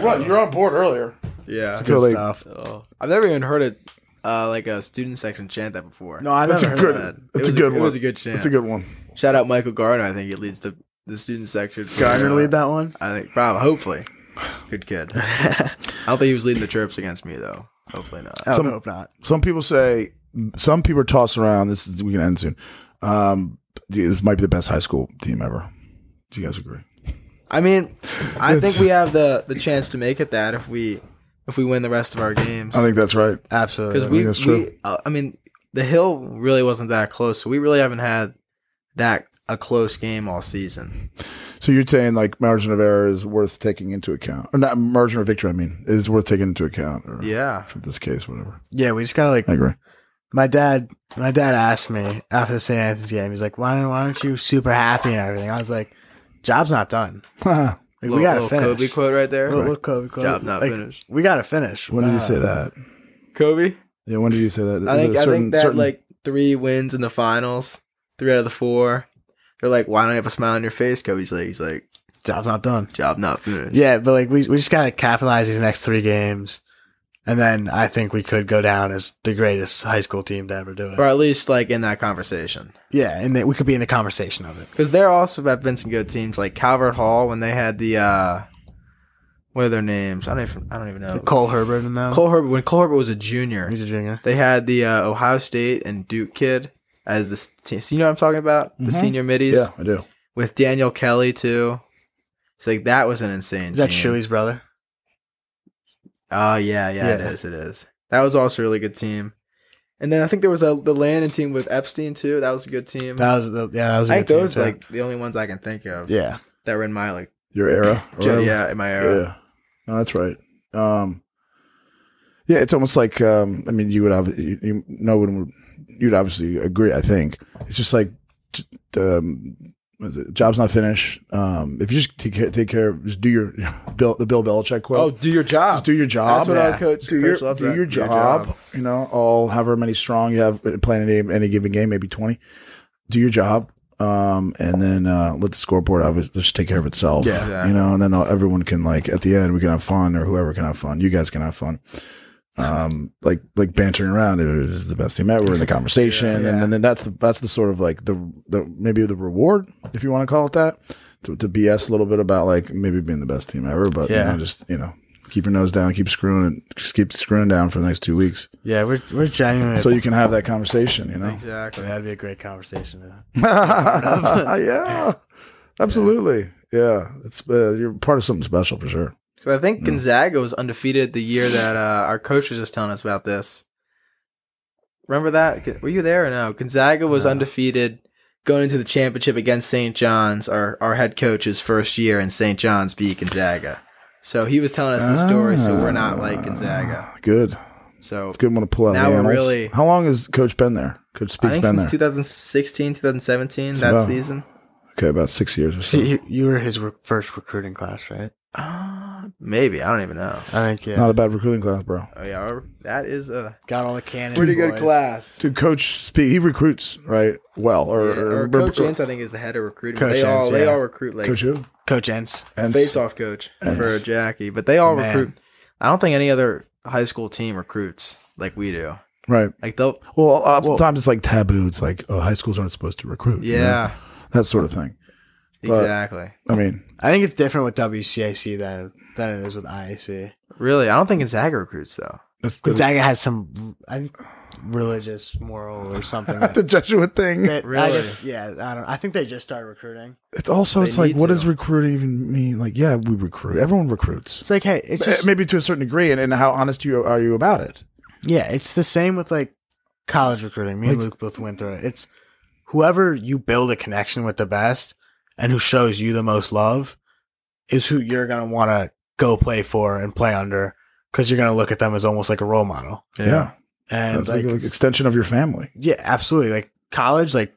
what? You're on board earlier.
yeah.
Until they,
stuff.
Oh. I've never even heard it uh, like a student section chant that before.
No, I
that's a
never heard
good,
of that.
that. It
that's a
was a-
good
it
one.
was a good chant.
It's a good one.
Shout out Michael Gardner. I think he leads the the student section. for,
Gardner
uh,
lead that one.
I think probably. Hopefully, good kid. I don't think he was leading the chirps against me though. Hopefully not.
I would
Some-
hope not.
Some people say, some people toss around, this is, we can end soon. Um, this might be the best high school team ever. Do you guys agree?
I mean, I think
It's-
we have the the chance to make it that if we if we win the rest of our games.
I think that's right.
Absolutely.
because we,
that's true.
we uh, I mean, the hill really wasn't that close, so we really haven't had that a close game all season.
So you're saying like margin of error is worth taking into account, or not margin of victory? I mean, is worth taking into account. Or
Yeah,
for this case, whatever.
yeah, we just gotta like
I agree.
my dad my dad asked me after the St. Anthony's game, he's like, Why don't why aren't you super happy and everything? I was like, Job's not done.
when
Like,
Little-
we gotta
little
finish.
Kobe quote right there.
Little- little Kobe quote.
Job not
Like,
finished.
We gotta finish.
did you say that?
Kobe.
Yeah, when did you say that?
Uh, I
Is
think
it a
I
certain-
think that
certain-
like three wins in the finals, three out of the four. They're like, why don't you have a smile on your face, Kobe's like, he's like,
Job's not done.
job not finished.
Yeah, but like we we just gotta capitalize these next three games. And then I think we could go down as the greatest high school team to ever do it.
or at least like in that conversation,
Yeah, and that we could be in the conversation of it.
because there also have been some good teams like Calvert Hall when they had the uh, what are their names? I don't even I don't even know. Oh, Cole,
Cole Herbert and them.
Herbert when Cole Herbert was a junior,
He's a junior.
they had the uh, Ohio State and Duke kid as the s- te- you know what I'm talking about
Mm-hmm.
the senior middies
yeah, I do.
with Daniel Kelly too. It's like that was an insane.
Is that
team.
Shuey's brother?
Mm-hmm. Oh yeah, yeah, it
Yeah.
is. It is. That was also a really good team. And then I think there was a the Landon team with Epstein too. That was a good team.
That was the yeah, that was a
I think
good team,
those
too.
are like the only ones I can think of
Yeah.
that were in my like
Your era. or
gen-
whatever.
yeah in my era.
Yeah. No, that's right. Um, yeah, it's almost like um, I mean, you would have you, you no one would you'd obviously agree. I think it's just like t- um, what is it? Job's not finished. Um, if you just take care, take care, of- just do your Bill the Bill Belichick quote.
Oh, do your job.
Just do your job.
That's what our coach-
do
coach
your,
loves
do
that.
your
Do your
job.
job.
You know, all however many strong you have playing any any given game, maybe twenty. Do your job, um, and then uh, let the scoreboard obviously just take care of itself.
Yeah. Yeah.
you know, and then all, everyone can like at the end we can have fun or whoever can have fun. You guys can have fun. Um, like like bantering around, it was the best team ever in the conversation,
Yeah.
and, then then that's the that's the sort of like the the maybe the reward if you want to call it that to, to BS a little bit about like maybe being the best team ever, but you
Yeah.
know, just you know, keep your nose down, keep screwing it, just keep screwing down for the next two weeks,
Yeah, we're we're genuinely.
so you can have that conversation, you know.
Exactly.
that'd be a great conversation. to-
yeah, absolutely. Yeah, it's uh, you're part of something special for sure.
So I think Gonzaga was undefeated the year that uh, our coach was just telling us about this. Remember that? G- Were you there or no? Gonzaga was undefeated going into the championship against St. John's, our, our head coach's first year, and St. John's beat Gonzaga. So he was telling us the story, so we're not like Gonzaga.
Ah, Good,
So
good one to pull out.
Now
the
we're
annals.
really-
How long has Coach been there? Coach
I
Speak's
think
been
since
there.
2016, 2017,
So-
that season.
okay, about six years or so.
See, you, you were his re- first recruiting class, right?
Uh,
time?
Maybe I don't even know.
I think yeah.
Not a bad recruiting class, bro.
Oh yeah, our- that is a
Got all the cannon. boys.
class.
Dude, Coach Speak, he recruits right well, or,
Yeah,
or,
or
or-
Coach
or-
Ents, I think, is the head of recruiting.
Coach
they all
Ents,
they
yeah.
all recruit like
Coach who?
Coach Ents.
And
face-off coach for Jackie, but they all
Man.
recruit. I don't think any other high school team recruits like we do.
right?
Like they'll,
Well, oftentimes it's like taboo. It's like oh, high schools aren't supposed to recruit. you know?
yeah,
that sort of thing. Mm-hmm. But-
exactly.
I mean,
I think it's different with WCAC than than it is with IAC.
Really, I don't think Gonzaga recruits though.
that's the,
Gonzaga has some I think, religious moral or something.
the Jesuit thing.
that, I
Really?
guess, yeah, I don't. I think they just started recruiting.
It's also
They
it's like
need
what
to.
does recruiting even mean? Like, yeah, we recruit. Everyone recruits,
It's like, hey, it's just
maybe to a certain degree, and, and how honest you are you about it?
yeah, it's the same with like college recruiting. Me and
Like-
Luke both went through it. It's whoever you build a connection with the best and who shows you the most love is who you're gonna want to go play for and play under because you're gonna look at them as almost like a role model. And
That's like,
like
an extension of your family.
Yeah, absolutely. Like college, like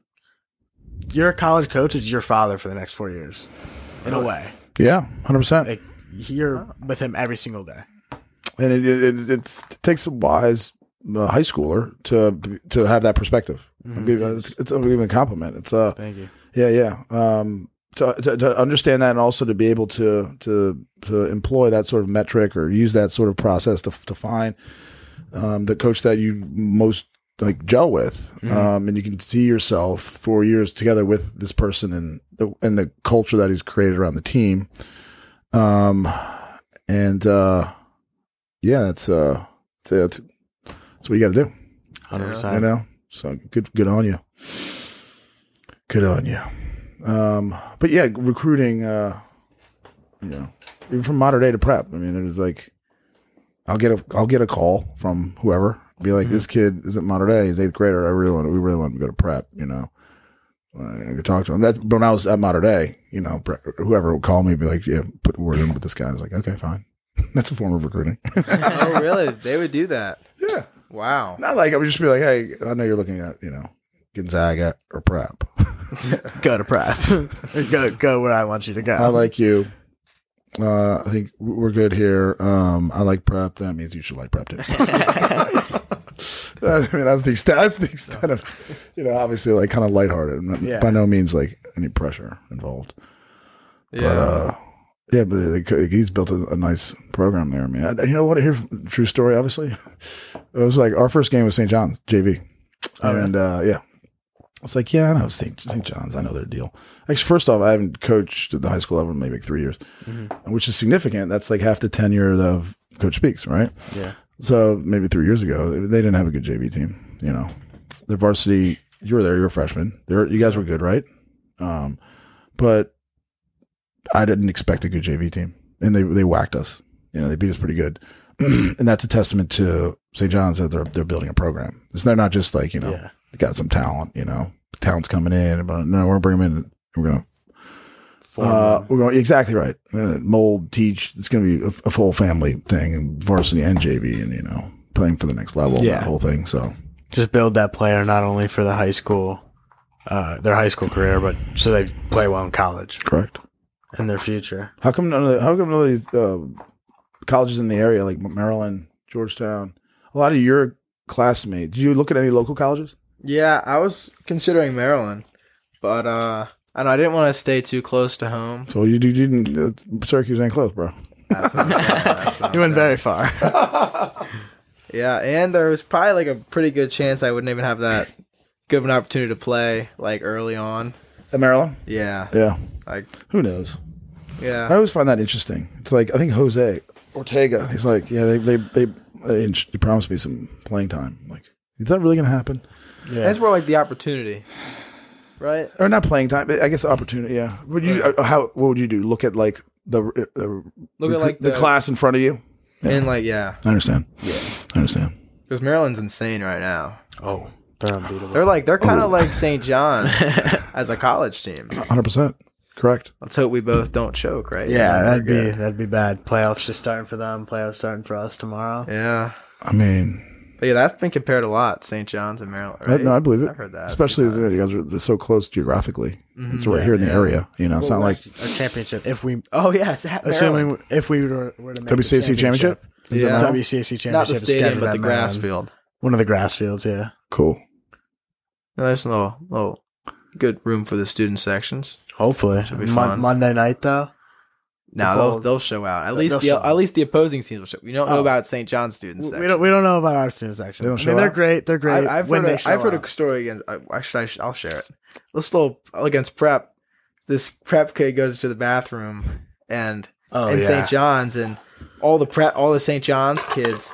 your college coach is your father for the next four years, in a way.
Yeah, hundred percent.
Like you're with him every single day.
And it it, it, it's, it takes a wise uh, high schooler to to have that perspective. I'm giving it's, it's I'm giving a compliment. It's uh
Thank you.
yeah yeah um to, to to understand that and also to be able to to to employ that sort of metric or use that sort of process to to find um, the coach that you most like gel with, um, and you can see yourself for years together with this person and the and the culture that he's created around the team. Um, and uh, yeah, it's uh, it's, it's, it's what you got to do,
Hundred
you
percent.
know. So good, good on you, good on you. Um, but yeah, recruiting, uh, you know, even from modern day to prep. I mean, there's like, I'll get a I'll get a call from whoever, be like, this kid isn't modern day, he's eighth grader. I really want we really want him to go to prep, you know. And I could talk to him. That's but when I was at modern day, you know, pre- whoever would call me, be like, yeah, put a word in with this guy. I was like, okay, fine. That's a form of recruiting.
oh really? They would do that.
yeah.
Wow.
Not like I would just be like, hey, I know you're looking at, you know, Gonzaga or prep.
Go to prep. Or go go where I want you to go.
I like you. Uh, I think w- we're good here. Um, I like prep. That means you should like prep too. I mean, that's the extent. That's the extent of, you know, obviously like kind of lighthearted. and
Yeah.
By no means like any pressure involved.
Yeah.
But, uh, yeah, but they, could- he's built a, a nice program there, man. I, you know what? I hear true story. Obviously, it was like our first game was St. John's JV, and uh, yeah, it's like yeah, I know St. St. John's. I know their deal. Actually, first off, I haven't coached at the high school level in maybe like three years, which is significant. That's like half the tenure of Coach Speaks, right?
Yeah.
So maybe three years ago, they they didn't have a good JV team. You know, their varsity. You were there. You're a freshman. They were- you guys were good, right? Um, but I didn't expect a good JV team, and they they whacked us. You know, they beat us pretty good, and that's a testament to St. John's that they're they're building a program. It's, they're not just like you know
Yeah.
got some talent. You know, talent's coming in, but no, we're gonna bring them in. We're gonna uh, we're going exactly right. We're gonna mold, teach. It's going to be a, a full family thing, and varsity and JV, and you know, playing for the next level. and
Yeah.
that whole thing. So
Just build that player not only for the high school, uh, their high school career, but so they play well in college
correct.
and their future.
How come none of the, how come none of these uh, colleges in the area like Maryland, Georgetown, a lot of your classmates? Do you look at any local colleges?
yeah, I was considering Maryland, but uh, I don't know I didn't want to stay too close to home.
So you, you didn't. Uh, Syracuse ain't close, bro.
That's what I'm saying, that's what I'm
You went
saying.
very far.
Yeah, and there was probably like a pretty good chance I wouldn't even have that good of an opportunity to play like early on.
At Uh, Maryland,
Yeah,
yeah.
like
Who knows? I
yeah,
always find that interesting. It's like I think Jose Ortega. He's like, yeah, they they they, they, they promised me some playing time. I'm Like, is that really going to happen?
that's more like the opportunity, right?
or not playing time, but I guess opportunity. Yeah. Would you uh, how what would you do? Look at like the uh,
Look at like
the,
the,
class in front of you.
and like yeah,
I understand. Yeah, I understand.
because Maryland's insane right now.
Oh, they're unbeatable.
They're like they're kind of like St. John's as a college team.
Hundred percent correct.
Let's hope we both don't choke, right?
Yeah,
we're
that'd be
good.
that'd be bad. Playoffs just starting for them. Playoffs starting for us tomorrow.
yeah.
I mean,
But yeah, that's been compared a lot, St. John's and Maryland.
I-
Right?
no, I believe it.
I've heard that. Mm-hmm. a few
Especially
times.
there, you guys are they're so close geographically. It's right here in the area. You know, it's not like
a championship if we
Oh yeah, it's at Maryland.
assuming if we were, were to make
WCAC
the
championship.
Is it
Yeah.
WCAC championship
not the
is
stadium,
scheduled
but
at
the grass
Maryland.
field.
One of the grass fields, yeah.
Cool.
No, there's a little, little good room for the student sections.
Hopefully,
Should be
Mon-
fun.
Monday night though.
No,
Football-
they'll, they'll show out. At
They'll
least the
show out.
at least the opposing teams will show. We don't know
Oh.
about St. John's student
We-
section.
We don't. We don't know about our students actually.
They don't
I
show
mean, they're
up?
great. They're great.
I, I've
when
heard
they
a, I've
show
heard
up.
a story against. I, actually, I sh- I'll share it. This little against prep. This prep kid goes to the bathroom and
Oh,
in
yeah.
St. John's, and all the prep, all the St. John's kids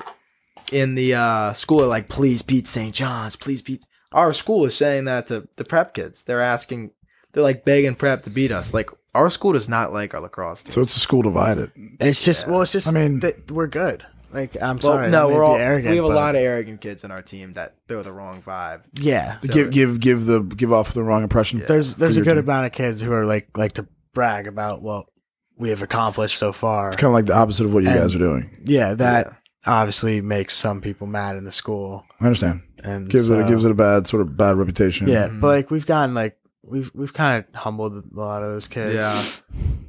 in the uh, school are like, "Please beat St. John's, please beat." Our school is saying that to the prep kids. They're asking, they're like begging prep to beat us. Like our school does not like our lacrosse team.
So it's a school divided.
It's just. Well, it's just.
I
I
mean-
mean, we're good. Like I'm
Well,
sorry. that
no,
may
we're
be
all
arrogant.
we have a
but-
lot of arrogant kids in our team that throw the wrong vibe.
Yeah.
So
give
it-
give give the give off the wrong impression.
There's
for
there's a
your
good
team.
amount of kids who are like like to brag about what we have accomplished so far.
It's kind of like the opposite of what you
And-
guys are doing.
Yeah, that obviously makes some people mad in the school,
I understand.
and
Gives it
so-
gives it a bad sort of bad reputation.
Yeah, but like we've gotten like we've we've kind of humbled a lot of those kids.
Yeah,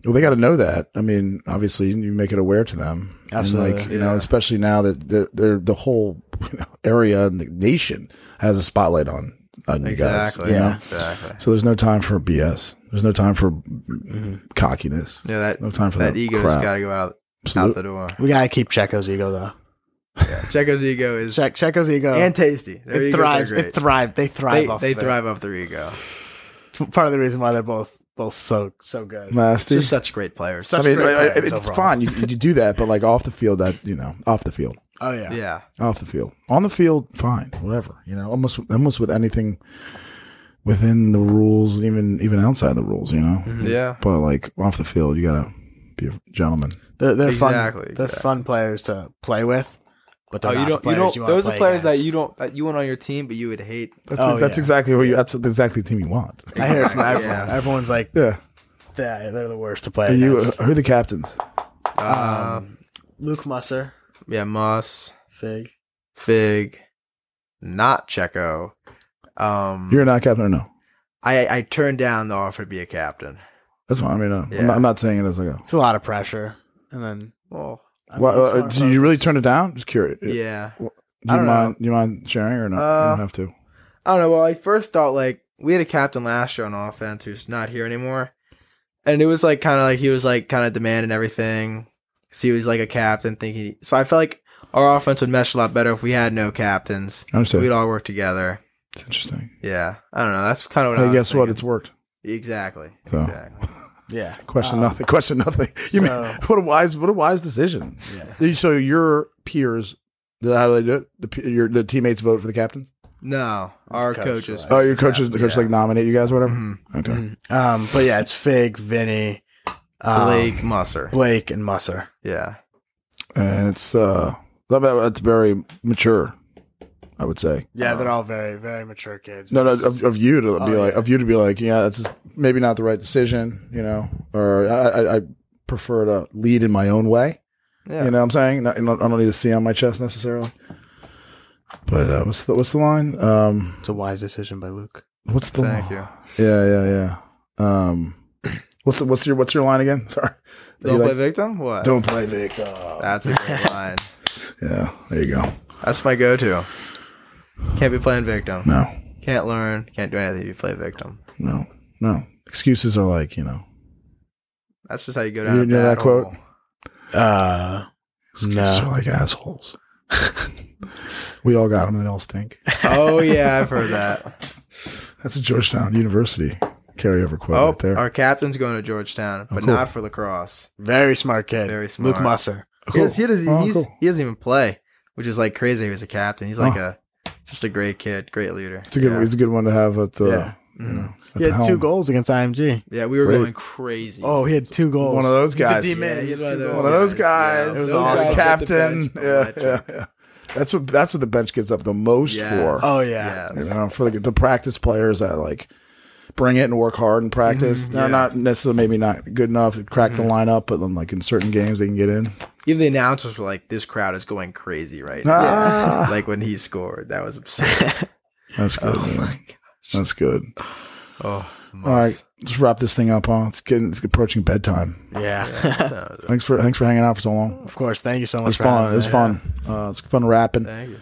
Well, they got to know that. I mean, obviously, you make it aware to them. And,
Absolutely,
like you know, especially now that they're, they're the whole you know, area and the nation has a spotlight on on you
exactly.
guys. You know?
exactly.
So there's no time for BS. There's no time for
Mm-hmm.
cockiness.
Yeah, that
No time for that,
that ego's
crap.
got to go out out
Absolute-
the door.
We gotta keep Checo's ego though.
Checo's ego is
Check Checo's ego.
and tasty. Their
it
egos are
thrives.
great.
It thrives. They
They,
thrive. off
they
of it.
thrive off their ego.
It's part of the reason why they're both both so so good.
nasty.
Just such great players.
I
Such
mean,
great
I- I-
players
it's
overall.
fine. You, you do that, but like off the field, that you know, off the field,
Oh yeah.
yeah.
off the field, on the field, fine, whatever. You know, almost almost with anything within the rules, even even outside the rules. You know,
Mm-hmm.
Yeah.
but like off the field, you gotta be a gentleman.
They're, they're
Exactly,
fun. They're
exactly.
fun players to play with, but they're
Oh,
not
you
the
don't. You
players you,
don't.
want
those
to
are
play
players that
against.
you don't. That you want on your team, but you would hate.
That's
Oh,
that's
yeah.
exactly who you. That's exactly the team you want.
I hear it from everyone.
Yeah.
Everyone's like,
Yeah,
yeah, they're the worst to play
Are you
against. Um,
who are the captains?
Hmm.
Uh,
Luke Musser,
yeah, Moss,
Fig.
Fig, not Checo. Um,
You're not captain or no?
I I turned down the offer to be a captain.
That's fine. I mean, uh,
Yeah.
I'm, not, I'm not saying it as I go.
It's a lot of pressure, and then.
Well,
I
Well,
mean,
uh,
it's
do
one
you
of
really
those-
turn it down? Just curious.
yeah.
Do
I
you
don't
mind? Do you mind sharing or not? you
Uh,
don't have to.
I don't know. Well, I first thought like we had a captain last year on offense who's not here anymore, and it was like kind of like he was like kind of demanding everything. 'cause he was like a captain, thinking. So I felt like our offense would mesh a lot better if we had no captains.
I understand.
We'd all work together.
It's interesting.
Yeah, I don't know. That's kind of what. I
Hey,
was
guess what?
thinking.
It's worked.
Exactly.
So.
Exactly.
Yeah.
Question
Uh,
Um,
nothing. Question nothing. You mean
so-
what a wise what a wise decision. You- So your peers, the- how do they do it? The, pe- your the teammates vote for the captains.
No, our
coach,
coaches.
right.
Oh, your coaches the coach like nominate you guys or whatever.
Mhm.
Okay.
Um, but yeah, it's Fig, Vinny, um,
Blake Musser.
Blake, and Musser.
Yeah. Mm-hmm.
and it's uh that- that- that's very mature i would say
Yeah, they're all very, very mature kids.
Uh-huh. no no of, of you to be
Oh,
like
yeah.
of you to be like yeah that's just maybe not the right decision you know or i i, I prefer to lead in my own way
Yeah.
you know what i'm saying not, i don't need to see on my chest necessarily but uh, what's the what's the line um
It's a wise decision by Luke.
what's the
Thank
line?
you.
yeah yeah yeah um what's the, what's your what's your line again sorry That you
Don't play Ah.
like-
victim. What?
don't play victim
That's a great line.
yeah there you go
That's my go-to. Can't be playing victim.
no
Can't learn. Can't do anything if you play victim.
no no excuses are like you know
That's just how you go down.
You
a
know
bad
that quote?
hole.
Uh,
Excuses are like assholes. we all got them and they all stink.
Oh yeah, I've heard that.
That's a Georgetown University carryover quote
oh,
right there.
our captain's going to Georgetown, but
cool.
not for lacrosse.
Very smart kid.
Very
Luke
smart.
Musser.
Cool.
He, does, he, does,
Oh,
he's,
cool.
he doesn't even play, which is like crazy. He was a captain. He's like
Oh.
a just a great kid, great leader.
It's a good.
Yeah.
It's a good one to have at the.
Yeah. Mm-hmm.
You know, at
He
the
had two
helm.
goals against IMG.
Yeah, we were
Great.
going crazy.
Oh, he had two goals.
One of those
He's a
guys.
D-man.
Yeah,
He had
he's one
two
of those.
One
goals.
of those
Yeah,
guys.
it was
Those guys
awesome.
Captain.
Hit the
Yeah,
bench.
yeah, yeah. That's what. That's what the bench gets up the most
Yes.
for.
Oh, yeah.
You
Yes.
know, for the, the practice players that like bring it and work hard and practice.
Mm-hmm.
They're not necessarily maybe not good enough to crack the lineup, but then like in certain games they can get in.
Even the announcers were like, "This crowd is going crazy right now."
Ah,
Like when he scored, that was absurd.
that's good. man. That's good.
oh,
All right, let's wrap this thing up. Huh? It's getting it's approaching bedtime.
Yeah.
Thanks for thanks for hanging out for so long.
of course. Thank you so much.
It's
for
fun.
having
It's
me.
fun. Uh, it's fun rapping.
Thank you.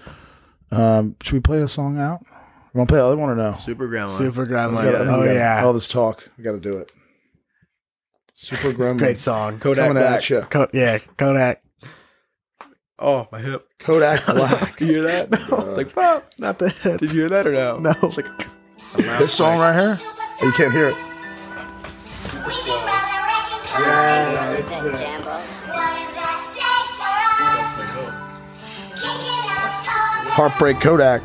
Um, should we play a song out? You want to play the other one or no?
Super grandma.
Super grandma.
We gotta-
Oh
we gotta-
yeah.
all this talk. We got to do it. Super Gremlin.
Great song.
Kodak
coming
Black.
at you.
Co- yeah. Kodak.
Oh, my hip.
Kodak Black.
You hear that? it's like, wow.
Not the head.
Did you hear that or no?
No.
It's like
this song right here. Oh, You can't hear it. Heartbreak Kodak.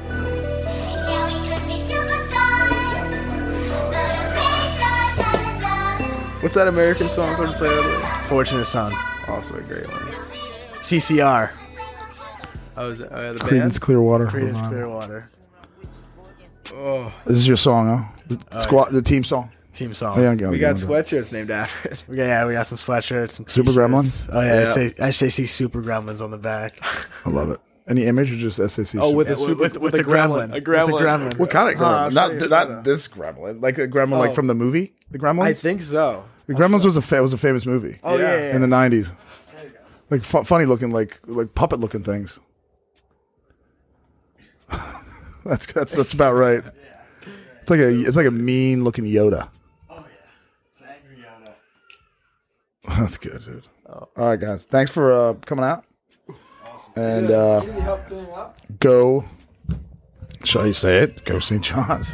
What's that American song I'm play over?
Fortunate son.
Also a great one.
CCR.
Oh, is it, oh, yeah, the
Creedence
band?
Clearwater.
Creedence
Revival.
Clearwater.
Oh,
This is your song, huh? The squad, the team song.
Team song.
Oh, yeah, go,
we
go,
got
go.
sweatshirts named after it.
We got, yeah, we got some sweatshirts, some
Super
t-shirts.
Gremlin?
Oh yeah,
Yeah.
I say I say see super gremlins on the back.
I love it. Any image or just SAC?
Oh, with a
Super-
super,
with- with the gremlin.
A
With the
gremlin.
gremlin.
what kind of
Huh,
gremlin?
I'm
not
sure
not
you saw that.
this gremlin, like the gremlin, like
Oh.
from the movie, the Gremlins.
I think so.
the Gremlins was a fa- was a famous movie
Oh yeah.
yeah.
in the nineties. Like fu- funny looking, like like puppet looking things. that's that's that's about right. It's like a it's like a mean looking Yoda. That's good, dude. All right, guys. Thanks for uh, coming out. And uh, go. Shall you say it? Go St. John's.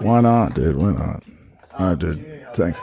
Why not, dude? Why not? All right, dude. Thanks.